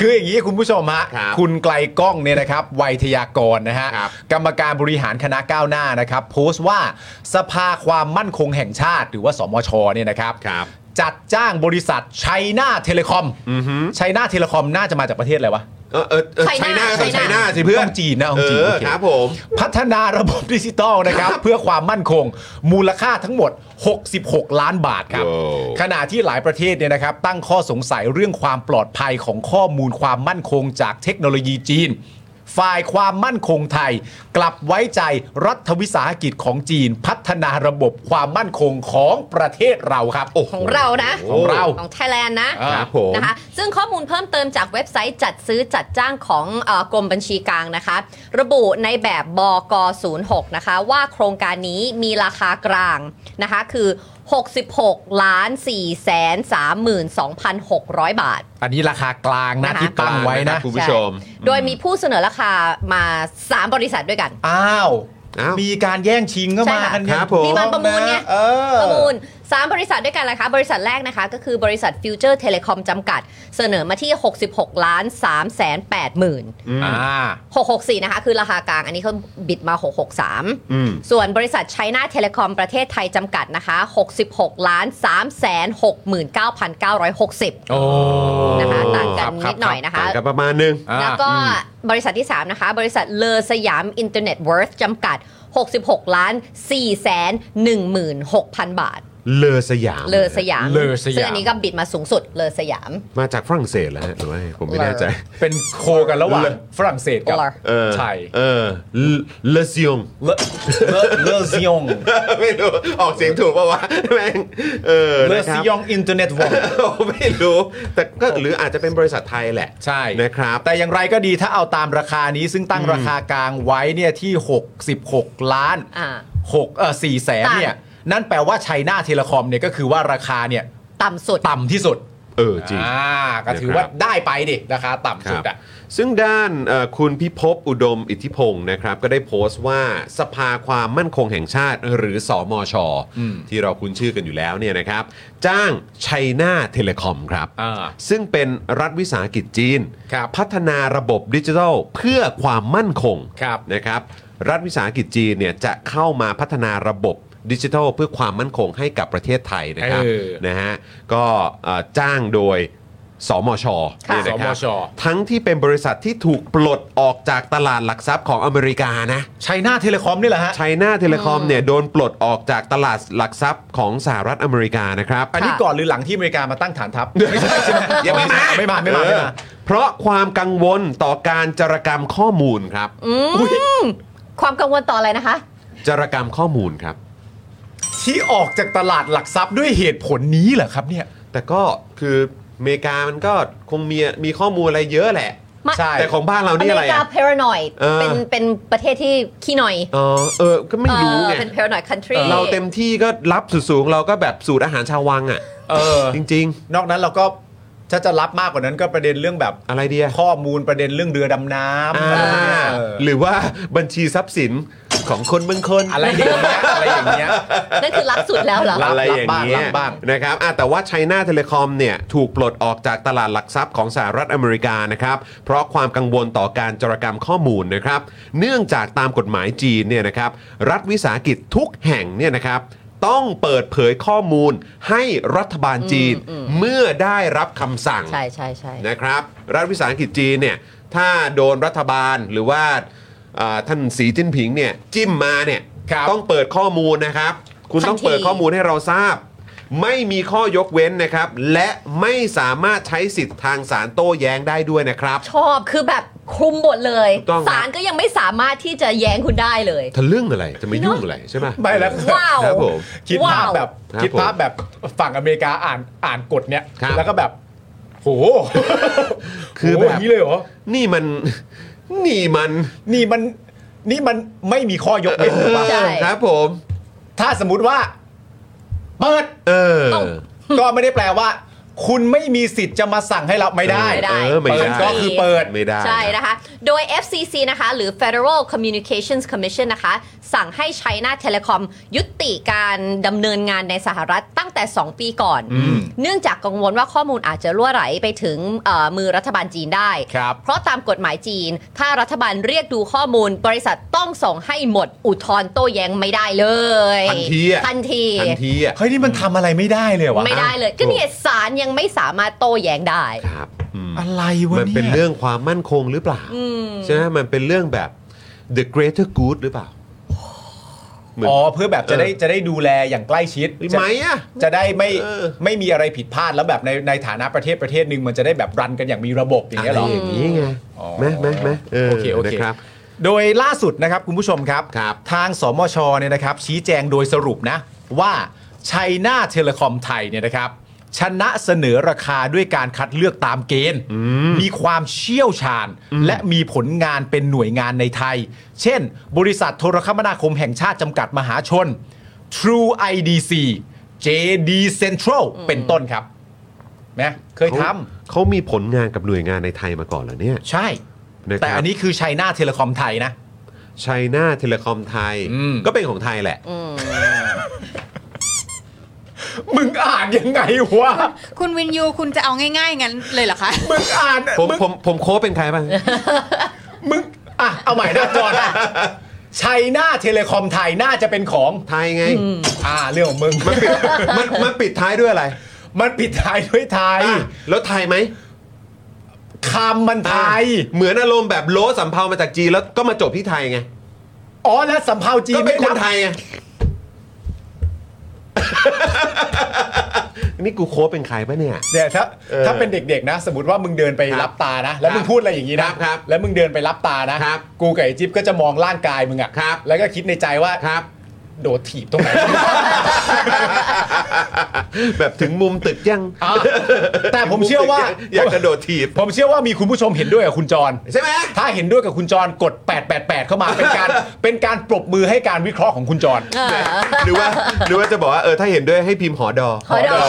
คืออย่างนี้คุณผู้ชมฮะ
ครับ
คุณไกลก้องเนี่ยนะครับไวัยทยากรนะฮะ
ครับ
กรรมการบริหารคณะก้าวหน้านะครับ โพสต์ว่าสภาความมั่นคงแห่งชาติ หรือว่าสมชเนี่ยนะครับ
ครับ
จัดจ้างบริษัทไชน่าเทเลคอม
อือหือ
ไชน่าเทเลคอมน่าจะมาจากประเทศอะไรวะ
เออเออเออ
ใช่ห
ใช่ห
น้า
น้า
ใช่
ใช่
ห
ห
น้า
น้าสิเพื่อน
ต้งจีนนะต้
เอ
องจีน
อ
โอเค
ครับผม
พัฒนาระบบดิจิตอล นะครับ เพื่อความมั่นคง มูลค่าทั้งหมด 66 ล้านบาทครับ
โว้
ขณะที่หลายประเทศเนี่ยนะครับ ตั้งข้อสงสัยเรื่องความปลอดภัยของข้อมูลความมั่นคงจากเทคโนโลยีจีน ฝ่ายความมั่นคงไทย กลับไว้ใจรัฐวิสาหกิจของจีน พัฒนาระบบความมั่นคงของประเทศเราครับ
ของเรานะ
ของเรา
ของไทยแลนด์นะ
ครับผม
นะคะซึ่งข้อมูลเพิ่มเติมจากเว็บไซต์จัดซื้อจัดจ้างของเออกรมบัญชีกลางนะคะ ระบุในแบบบก 06 นะคะ ว่าโครงการนี้มีราคากลางนะคะ คือ 66 ล้าน4แสน32,600 บาท
อันนี้ราคากลางนะ
นะคะ
ที่ตั้งไว้นะ
คุณผู้ชม
ใโดยมีผู้เสนอราคามา 3 บริษัทด้วยกัน
อ้าว
อ้าว
มีการแย่งชิงก็มากัน
ครับผม
มีการประมูลไง
เออ
ประมูล3บริษัทด้วยกันนะคะ บริษัทแรกนะคะ ก็คือบริษัทฟิวเจอร์เทเลคอมจำกัด เสนอมาที่ 66 ล้าน3แสน8หมื่น
อ่า
อ่า
664 นะคะ คือราคากลาง อันนี้เขาบิดมา
อืม
663 ส่วนบริษัทไชน่าเทเลคอมประเทศไทยจำกัดนะคะ 66 ล้าน3แสน69,960
โอ้
นะคะ ต่างกันนิดหน่อยนะ
ต่า
คะ
งกันประมาณนึง
แล้วก็บริษัทที่ 3 นะคะ บริษัทเลอสยามอินเทอร์เน็ตเวิร์ธจำกัด 66 ล้าน4แสน16,000 บาท
เลอสยาม
เลอสยาม
เลอสยาม
ซึ่งอันนี้ก็บิดมาสูงสุด เลอสยาม
มาจากฝรั่งเศสแล้วหรือไม่ผมไม่
เลอ
แน่ใจ
เป็นโคกันระหว่างฝรั่งเศสกับ
เลอ
เออ
ไทย
เออเลอซิอง
เลอเลอเลอซิยอง
ไม่รู้ ออกเสียงถูกป่าวะแม่งเออ
เลอ
นะค
ซิ
รับ
ยองอินเทอร์เน็ตวง
ไม่รู้ แต่ก็หรืออาจจะเป็นบริษัทไทยแหละ
ใช่
นะครับ
แต่อย่างไรก็ดีถ้าเอาตามราคานี้ซึ่งตั้งราคากลางไว้เนี่ยที่ 66 ล้าน
อ่า
6เออ4แสน
ต่าง
เนี่ย นั่นแปลว่าไชน่าเทเลคอมเนี่ยก็คือว่าราคาเนี่ย
ต่ำสุด
ต่ำที่สุด
เออจริง
อ่าก็ถือว่าได้ไปดิ ราคาต่ำ
ค
สุ
รั
ด
บ
อ่ะ
ซึ่งด้านเอ่อคุณพิภพอุดมอิทธิพงศ์นะครับ ก็ได้โพสต์ว่าสภาความมั่นคงแห่งชาติ หรือสอมช ที่เราคุ้นชื่อกันอยู่แล้วเนี่ยนะครับ จ้างไชน่าเทเลคอมครับ
อ่า
ซึ่งเป็นรัฐวิสาหกิจจีน
ครับ
พัฒนาระบบดิจิทัลเพื่อความมั่นคง
ครับ
นะครับ รัฐวิสาหกิจจีนเนี่ยจะเข้ามาพัฒนาระบบดิจิทัลเพื่อความมั่นคงให้กับประเทศไทยนะครับ
เออ
นะฮะก็เอ่อจ้างโดย สมช
ค่ะ
เนี่ยนะครับ
สมช
ทั้งที่เป็นบริษัทที่ถูกปลดออกจากตลาดหลักทรัพย์ของอเมริกานะ
ชัยนาเทเลคอมนี่แหละฮะ
ไชน่าเทเลคอมเนี่ยโดนปลดออกจากตลาดหลักทรัพย์ของสหรัฐอเมริกานะครับ
อันนี้
ค่ะ
ก่อนหรือหลังที่อเมริกามาตั้งฐานทัพ
ยังไม่มา
ไม่มาไม่มาไม่มา
เออเพราะความกังวลต่อการจารกรรมข้อมูลครับ
ความกังวลต่ออะไรนะคะ
จารกรรมข้อมูลครับ
ที่ออกจากตลาดหลักทรัพย์ด้วยเหตุผลนี้เหรอครับเนี่ย
แต่ก็คืออเมริกามันก็คงมีมีข้อมูลอะไรเยอะแหละ
ไม่
ใช่
แต่ของบ้านเรานี่อะไร
เมริกา
อะ
paranoid
เออ
เป็นเป็นประเทศที่ขี้หน่อย
อ๋อเออ ก็ไม่รู้
เอ
ไง
อเป็น paranoid country
เราเต็มที่ก็รับสุดสูงเราก็แบบสูตรอาหารชาววังอ่ะ
เออ
จริง
นอกนั้นเราก็ถ้าจะรับมากกว่านั้นก็ประเด็นเรื่องแบบ
ๆ อะไรเดีย
ข้อมูลประเด็นเรื่องเรือดำน้ำ
อ่า
อะไรพวกเนี้ยเออ
หรือว่าบัญชีทรัพย์สินของคนบางคน
อะไรอย่างเงี้ยอะไรอย่างเงี้ย
นั่นคือรักสุดแล้วเหรอ
อะไรอย่างเงี้
รั
ย
บบ้าง
นะครับอ่ะแต่ว่าไชน่าเทเลคอมเนี่ยถูกปลดออกจากตลาดหลักทรัพย์ของสหรัฐอเมริกานะครับ เพราะความกังวลต่อการจารกรรมข้อมูลนะครับ เนื่องจากตามกฎหมายจีนเนี่ยนะครับ รัฐวิสาหกิจทุกแห่งเนี่ยนะครับ ต้องเปิดเผยข้อมูลให้รัฐบาลจีนเมื่อได้รับคำสั่ง
ใช่ใช่ใช่
นะครับรัฐวิสาหกิจจีนเนี่ยถ้าโดนรัฐบาลหรือว่าอ่าท่านสีจิ้นผิงเนี่ยจิ้มมาเนี่ย
ครับ
ต้องเปิดข้อมูลนะครับ คุณต้องเปิดข้อมูลให้เราทราบ ไม่มีข้อยกเว้นนะครับ และไม่สามารถใช้สิทธิ์ทางสารโต้แย้งได้ด้วยนะครับ
ชอบคือแบบคลุมหมดเลย
ถูกต้องครับ
ศาลก็ยังไม่สามารถที่จะแย้งคุณได้เลย
ทะลึ่งอะไรจะมายุ่งอะไรใช่ไหม
ไม่แล้ว
ว้าว
ครับผม
คิดภาพแบบ
ครับ
คิดภาพแบบฝั่งอเมริกาอ่านอ่านกฎเนี่ย
ครับ
แล้วก็แบบโห
คือ
โห
แบบ
ย่างนี้เลยเหรอ
นี่มัน นี่มัน
นี่มันนี่มันไม่มีข้อยก เว้นถูกปะ
ใช่
ครับผม
ถ้าสมมติว่า เปิด
เออ
ต้อง
ก็ไม่ได้แปลว่า คุณไม่มีสิทธิ์จะมาสั่งให้เราไม่ได้
ไม่ได้
เออไม่
เปิด
ได้
ก็คือเปิด
ไม่ได้
ใช่นะคะ โดย FCC นะคะ หรือ Federal Communications Commission นะคะ สั่งให้ China Telecom ยุติการดำเนินงานในสหรัฐตั้งแต่ 2 ปีก่อน เนื่องจากกังวลว่าข้อมูลอาจจะล่วไหลไปถึงเอ่อมือรัฐบาลจีนได้
ครับ
เพราะตามกฎหมายจีน ถ้ารัฐบาลเรียกดูข้อมูล บริษัทต้องส่งให้หมดอุทธรณ์โต้แย้งไม่ได้เลย
ทันทีอะ
ทันที
ทันทีอ่ะ
เฮ้ยนี่มันทำอะไรไม่ได้เลยวะ
ไม่ได้เลย ก็เนี่ยศาลยังไม่สามารถโต้แย้งได้
ครับอืม
อะไรวะ
มัน
เนี่ย
เป็นเรื่องความมั่นคงหรือเปล่าใช่ไหมมันเป็นเรื่องแบบ the greater good หรือเปล่า เหมือน
อ๋อเพื่อแบบจะได้จะได้ดูแลอย่างใกล้ชิดจะ
ไหมอ่ะ
จะได้ไม่
เออ
ไม่มีอะไรผิดพลาดแล้วแบบในในฐานะประเทศประเทศหนึ่งมันจะได้แบบรันกันอย่างมีระบบอย่างเงี้ยเหรอ
ไรอย่างนี้ไง
อ๋อ
ไหมไหมไหมเออ
โอเคโอเค
นะครับ
โดยล่าสุดนะครับคุณผู้ชมครับ
ครับ
ทางสมชเนี่ยนะครับ ชี้แจงโดยสรุปนะ ว่าชัยนาเทเลคอมไทยเนี่ยนะครับ ชนะเสนอราคาด้วยการคัดเลือกตามเกณฑ์ มีความเชี่ยวชาญ และมีผลงานเป็นหน่วยงานในไทย เช่น บริษัทโทรคมนาคมแห่งชาติจำกัดมหาชน True IDC JD Central เป็นต้นครับนะเคยท
เขาเขามีผลงานกับหน่วยงานในไทยมาก่อนเหรอเนี่ย
ำใช่
ะครับ
แต่อันนี้คือชัยนาเทเลคอมไทยนะ
ไชน่าเทเลคอมไทย
อืม
ก็เป็นของไทยแหละ
มึงอ่านยังไงวะ
คุณวินยูคุณจะเอาง่ายๆงั้นเลยเหรอคะ
มึงอ่าน
ผม
มึง
ผมผมโค้ชเป็นใครบ้าง
มึงอ่ะ เอาใหม่หน้าจ อนะชัยนาเทเลคอมไทยน่าจะเป็นของ
ไทยไง
อ่า เรื่องของมึง มันปิด
มันมันปิดท้ายด้วยอะไร
มันปิดท้ายด้วยไทย
อ่ะแล้วไทยไหม
คำมันไทย
อ่ะเหมือนอารมณ์แบบโลสัมเภามาจากจีนแล้วก็มาจบที่ไทยไง
อ๋อ และสำเภาจี
ก็
น
เป็นคน
บ
ไทยไง นี่กูโค้ชเป็นใครปะเนี่ย
เนี่ยถ้า
เออ
ถ้าเป็นเด็กๆนะ สมมติว่ามึงเดินไป
ครับ
รับตานะ แล้วมึง
ครับ
พูดอะไรอย่างนี้
ครั
นะ
บครับ
แล้วมึงเดินไปรับตานะครับกูกับไอ้จิ๊บก็จะมองร่างกายมึงอะ
ครับ
แล้วก็คิดในใจว่า
ครับ
โดดถีบตรงไหน
แบบถึงมุมตึกยัง
อ่ะแต่ผมเชื่อว่า
ถึงมุมตึกยังอยากกระโดดถีบ
ผมเชื่อว่ามีคุณผู้ชมเห็นด้วยกับคุณจร
ใช่ไหม
ถ้าเห็นด้วยกับคุณจรกด 888 เข้ามาเป็นการ เป็นการปรบมือให้การวิเคราะห์ของคุณจร
หรือว่าหรือว่าจะบอกว่าเออถ้าเห็นด้วยให้พิมพ์หอดอ
หอดอ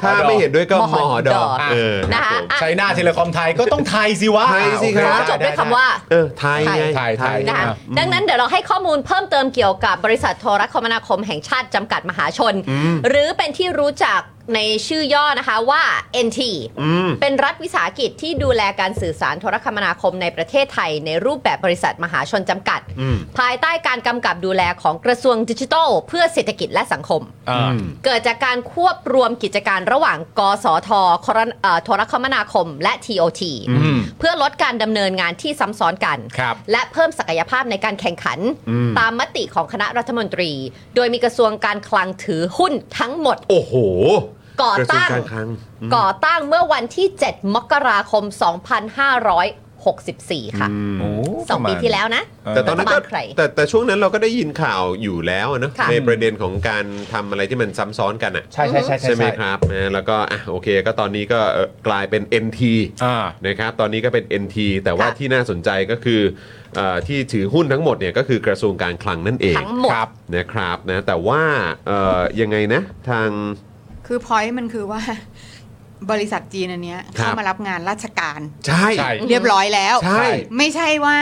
เถ้าไม่เห็นด้วยก็มอหอดอ
มหอดอ
เออ
นะ
ครั
คะ
บผม
อ่ะ
ใช้หน้าเทเลคอมไทยก็ต้องไทยสิวะ
ไทยสิค
ข
รั
อ
อ่าโอเ
จบด้วยคำว่า
เออไทยไง
ไทยไทย
นะคะ
อ่า
ดังนั้นเดี๋ยวเราให้ข้อมูลเพิ่มเติมเกี่ยวกับบริษัทโทรคมนาคมแห่งชาติจำกัดมหาชน หรือเป็นที่รู้จัก ในชื่อย่อนะคะว่า NT เป็นรัฐวิสาหกิจที่ดูแลการสื่อสารโทรคมนาคมในประเทศไทย ในรูปแบบบริษัทมหาชนจำกัด ภายใต้การกำกับดูแลของกระทรวงดิจิทัล เพื่อเศรษฐกิจและสังคม
อ่า
เกิดจากการควบรวมกิจการระหว่าง กสทครเอ่อโทรคมนาคม และ TOT
ม
เพื่อลดการดำเนินงานที่ซ้ำซ้อนกัน
ครับ
และเพิ่มศักยภาพในการแข่งขัน ตามมติของคณะรัฐมนตรี โดยมีกระทรวงการคลังถือหุ้นทั้งหมด
โอ้โห
ก่อตั้
ก
ง
ระทรวการคลัง
ก่อตั้งเมื่อวันที่ 7 มกราคม 2564 ค่ะ
โอ้
สองปีที่แล้วนะ
แต่ตอนนั้นก็
รัฐบาลใคร
แต่แต่ช่วงนั้นเราก็ได้ยินข่าวอยู่แล้วอะเนอะ
ค่ะ
ในประเด็นของการทำอะไรที่มันซ้ำซ้อนกันอะ
ใช่ใช่ใช่
ใช่ไหมครับนะแล้วก็อ่ะโอเค ก็ตอนนี้ก็เอ่อกลายเป็น NT
อ่า
นะครับตอนนี้ก็เป็น NT แต่ว่า
ค่ะ
ที่น่าสนใจก็คือเอ่อที่ถือหุ้นทั้งหมดเนี่ยก็คือกระทรวงการคลังนั่นเอง
ทั้งหมด
ครับ
นะครับนะแต่ว่าเอ่อยังไงนะทาง
คือพอยต์มันคือว่า บริษัทจีนอันเนี้ย
ครับ
เข้ามารับงานราชการ
ใช่
ใช่
เรียบร้อยแล้ว
ใช่
ไม่ใช่ว่า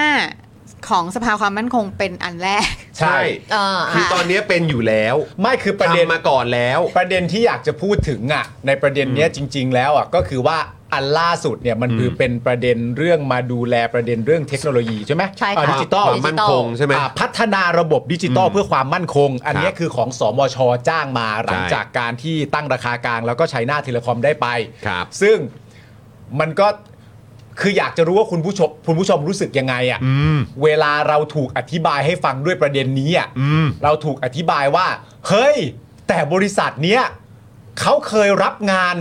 ของสภาความมั่นคงเป็นอันแรก
ใช่
เออ
คือ
ค่ะ
ตอนนี้เป็นอยู่แล้ว
ไม่คือประเด็น
ทำมาก่อนแล้ว
ประเด็นที่อยากจะพูดถึงอ่ะในประเด็นเนี้ยจริง ๆ แล้วอ่ะก็คือว่าอันล่าสุดเนี่ยมันคือเป็นประเด็นเรื่องมาดูแลประเด็นเรื่องเทคโนโลยีใช่ไหม
ใช่ค่ะ
อ่าดิจิตอล
ความมั่นคงใช่ไหม
อ่าพัฒนาระบบดิจิตอลเพื่อความมั่นคง อันเนี้ยคือของสมชจ้างมาหลังจากการที่ตั้งราคากลาง แล้วก็ใช้หน้าเทเลคอมได้ไป
ครับ
ซึ่งมันก็คืออยากจะรู้ว่าคุณผู้ชมคุณผู้ชมรู้สึกยังไงอะ่ะเวลาเราถูกอธิบายให้ฟังด้วยประเด็นนี้อะ่ะเราถูกอธิบายว่า เฮ้ย แต่บริษัทเนี้ยเขาเคยรับงาน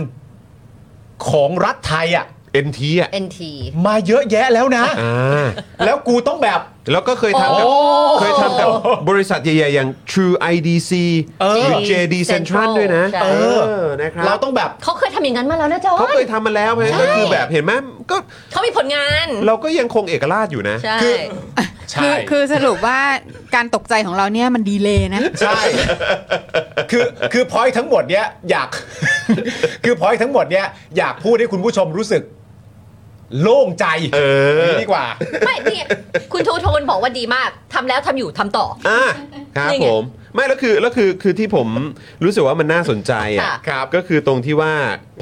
ของรัฐไทยอะ่ะ
NT อ่ะ
NT
มาเยอะแยะแล้วนะ
อ่า
แล้วกูต้องแบบ
แล้วก็เคยทำกับ
โอ้
เคยทำกับบริษัทใหญ่ๆ อย่าง True IDC
เออ
หรือ
JD
JD Central
Central
ด้วยนะ
ใช่
นะครั
เรา
บ
ต้องแบบ
เขาเคยทำอย่างนั้นมาแล้วนะจอ
เขา
ห์น
เคยทำมาแล้วเพราะฉะนั้นก็คือแบบเห็นไหมก็
เขามีผลงาน
เราก็ยังคงเอกราชอยู่นะ
ใช่
คือ
คื
ใช่
อคือสรุปว่าการตกใจของเราเนี่ยมันดีเลยนะ
ใช่ คือคือพอยทั้งหมดเนี้ยอยาก คือพอยทั้งหมดเนี้ยอยากพูดให้คุณผู้ชมรู้สึก โล่งใจ
เออ
นี่ดีกว่า
ไม่เนี่ยคุณทูโทนบอกว่าดีมากทำแล้วทำอยู่ทำต่อ
อ่ะครับ
นี่ไง
ผมไม่แล้วคือแล้วคือคือที่ผมรู้สึกว่ามันน่าสนใจอ่ะ
ค่ะ
ครับก็คือตรงที่ว่า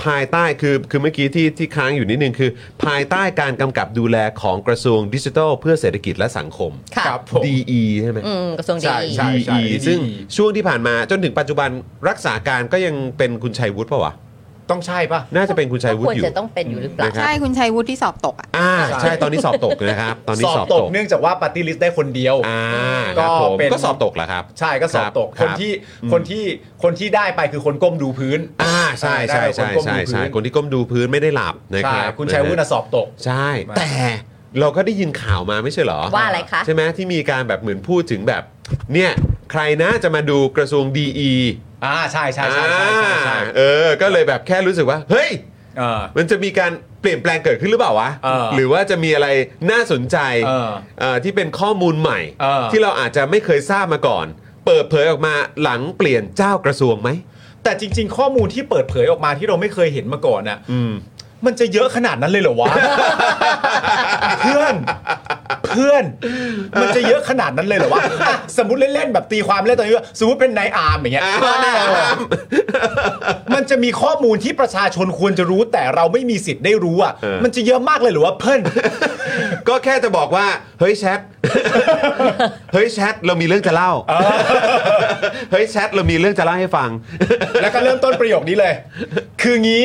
ภายใต้คือคือเมื่อกี้ที่ที่ค้างอยู่นิดนึงคือ ภายใต้การกำกับดูแลของกระทรวงดิจิทัล เพื่อเศรษฐกิจและสังคม
ค่ะ
ครับผม
DE ใช่ไหม
อืมกระทรวงดี
ใช่ใช่
DE ซึ่ง
DE
ช่วงที่ผ่านมาจนถึงปัจจุบันรักษาการก็ยังเป็นคุณชัยวุฒิป่าวะ
ต้องใช่ป่ะ
น่าจะเป็นคุณชัยวุ
คว
ฒิ
ร
อยู่
จะต้องเป็นอยู่หรือเปล่า
นะครับ
ใช่คุณชัยวุฒิที่สอบตกอ่ะ
อ่าใช่ตอนนี้สอบตกนะครับ ตอนนี้
สอ
สอ
บ
บ
ต
ต
ก
ก
เนื่องจากว่าป a r t ตี้ลิสต์ได้คนเดียว
อ่าครับผม
ก็เป็น
ก็สอบตกเหรอครับ
ใช่ก็สอบตก
ครับ
คนที่
อืม
คนที่คนที่ได้ไปคือคนก้มดูพื้น
อ่าใช่ใช่
ได้
ใช่
ไปคนก้ม
ใช่
ดู
ใช่
พื้น
คนที่ก้มดูพื้นไม่ได้หลับนะค
ใช่
รับ
คุณชัยวุฒิน่ะสอบตก
ใช่ แต่เราก็ได้ยินข่าวมาไม่ใช่เหรอ
ว่าอะไรคะ
ใช่ไหมที่มีการแบบเหมือนพูดถึงแบบ เนี่ยใครนะจะมาดูกระทรวงดีอี
อ่าใช่ใช่ใช่ใช่ใช่ใช่
เออ ก็เลยแบบแค่รู้สึกว่า เฮ้ย
เออ
มันจะมีการเปลี่ยนแปลงเกิดขึ้นหรือเปล่าวะ
เออ
หรือว่าจะมีอะไรน่าสนใจ
เออ
เอ่อที่เป็นข้อมูลใหม่
เออ
ที่เราอาจจะไม่เคยทราบมาก่อน เปิดเผยออกมาหลังเปลี่ยนเจ้ากระทรวงไหม
แต่จริง ๆ ข้อมูลที่เปิดเผยออกมาที่เราไม่เคยเห็นมาก่อนน่ะ
อืม
มันจะเยอะขนาดนั้นเลยเหรอวะ เพื่อนเพื่อน มันจะเยอะขนาดนั้นเลยเหรอวะอ่ะสมมติเล่นๆแบบตีความเล่นตอนนี้ว่าสมมติเป็นนายอาร์มอย่างเงี้ย
นายอาร์ม
มันจะมีข้อมูลที่ประชาชนควรจะรู้แต่เราไม่มีสิทธิ์ได้รู้อ่ะ
เออ
มันจะเยอะมากเลยเหรือว่าเพื่อน
ก็แค่จะบอกว่า เฮ้ยแชท เฮ้ยแชทเรามีเรื่องจะเล่า เฮ้ยแชทเรามีเรื่องจะเล่าให้ฟัง
แล้วก็เริ่มต้นประโยคนี้เลย คืองี้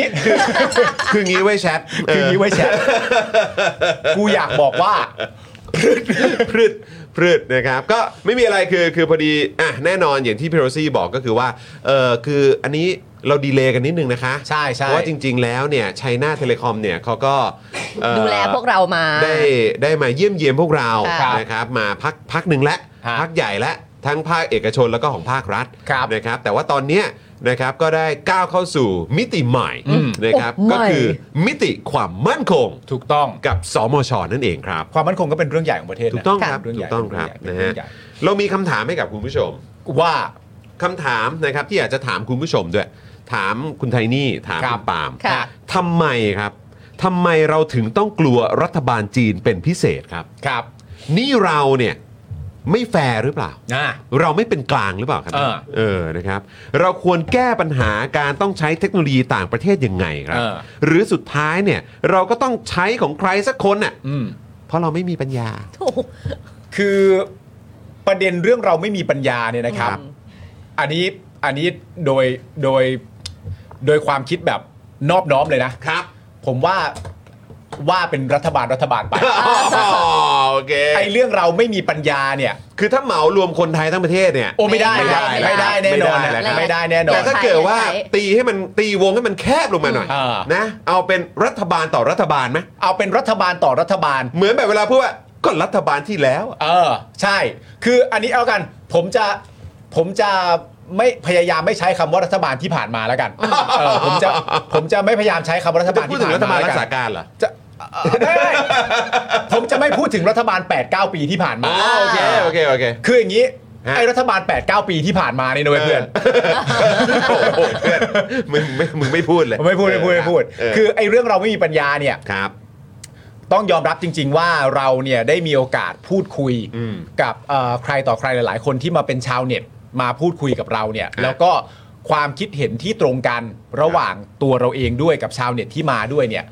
คืองี้ไว้ยแชท
คืองี้ไว้ยแชทกูอยากบอกว่า
พรืดพรืดนะครับ ก็ไม่มีอะไรคือคือพอดีอ่ะแน่นอนอย่างที่พี่โรซี่บอกก็คือว่าเออคืออันนี้เราดีเลย์กันนิดนึงนะคะ
ใช่ใช่
เพราะว่าจริง ๆ แล้วเนี่ยชัยนาเทเลคอมเนี่ยเขาก็เอ่อ
ดูแลพวกเรามา
ได้ได้มาเยี่ยมเยียมพวกเรา
ครับ
นะครับมาพักพักหนึ่งและ
ฮะ
พักใหญ่และทั้งภาคเอกชนแล้วก็ของภาครัฐ
ครับ
นะครับ แต่ว่าตอนเนี้ยนะครับก็ได้ก้าวเข้าสู่มิติใหม่
อืม
นะครับ
โอ้ใหม่
ก็คือมิติความมั่นคง
ถูกต้อง
กับสมชนั่นเองครับ
ความมั่นคงก็เป็นเรื่องใหญ่ของประเทศนะ
ถูกต้องครับ
เรื่อง
ถู
ใหญ่
กต้องครับ
เป็
นะ
เรื่
ฮะ
องใหญ่
เรามีคำถามให้กับคุณผู้ชม
ว่า
คำถามนะครับที่อยากจะถามคุณผู้ชมด้วย ถามคุณไทนี่ถาม
ครั
คุ
บ
ณปาล์ม
ค่ะ
ทำไมครับทำไมเราถึงต้องกลัวรัฐบาลจีนเป็นพิเศษครับ
ครับ
นี่เราเนี่ย ไม่แฟร์หรือเปล่า
อ่า
เราไม่เป็นกลางหรือเปล่าครับ
เออ
เออนะครับ เราควรแก้ปัญหาการต้องใช้เทคโนโลยีต่างประเทศยังไงครับ
เออ
หรือสุดท้ายเนี่ยเราก็ต้องใช้ของใครสักคนน่ะ
อืม
เพราะเราไม่มีปัญญา
ถูก
คือประเด็นเรื่องเราไม่มีปัญญาเนี่ยนะครับ อันนี้อันนี้โดยโดยโดยความคิดแบบนอบน้อมเลยนะครับ ผมว่าว่าเป็นรัฐบาลรัฐบาลไป
โอเค
ไอ้เรื่องเราไม่มีปัญญาเนี่ย
คือถ้าเหมารวมคนไทยทั้งประเทศเนี่ย
โอ้ไม่ได้
ไม่
ไม่
ได้
ได้ไม่ได้แน่นอน
ไม่ได้แล้วครับ
ไม่ได้แน่นอ
แต่
น
ถ้าเกิดว่า
ใช้
ตีให้มันตีวงให้มันแคบลงมาหน่อย
เออ
นะ เอาเป็นรัฐบาลต่อรัฐบาลไหม
เอาเป็นรัฐบาลต่อรัฐบาล
เหมือนแบบเวลาพูดว่าก็รัฐบาลที่แล้วอะ
เออใช่ คืออันนี้เอากัน ผมจะผมจะไม่พยายามไม่ใช้คำว่ารัฐบาลที่ผ่านมาแล้วกันเออผมจะผมจะไม่พยายามใช้คำว่ารัฐบาล
จะพูด
ที่
ถึ
ผ่างน
รัฐบา
มา
ล
แล้
รัก
วกั
ษาน การเหรอ
จะเอ่อไม่ไม่ผมจะไม่พูดถึงรัฐบาล 8-9 ปีที่ผ่านมา
อ๋อโอเคโอเคโอเค
คืออย่างนี้
ฮะ
ไอ้รัฐบาล 8-9 ปีที่ผ่านมานี่นะเว้ยเพื่อน
โอ้โหเพื่อนมึงไม่มึงไม่พูดเลย
ผมไม่พูดไม่พูดไม่พูด
เออ
คือไอ้เรื่องเราไม่มีปัญญาเนี่ย
ครับ
ต้องยอมรับจริง ๆ ว่าเราเนี่ยได้มีโอกาสพูดคุย
อืม
กับเอ่อใครต่อใครหลาย ๆ คนที่มาเป็นชาวเน็ตมาพูดคุยกับเราเนี่ย
ครับ
แล้วก็ความคิดเห็นที่ตรงกันระหว่างตัวเราเองด้วยกับชาวเน็ตที่มาด้วยเนี่ย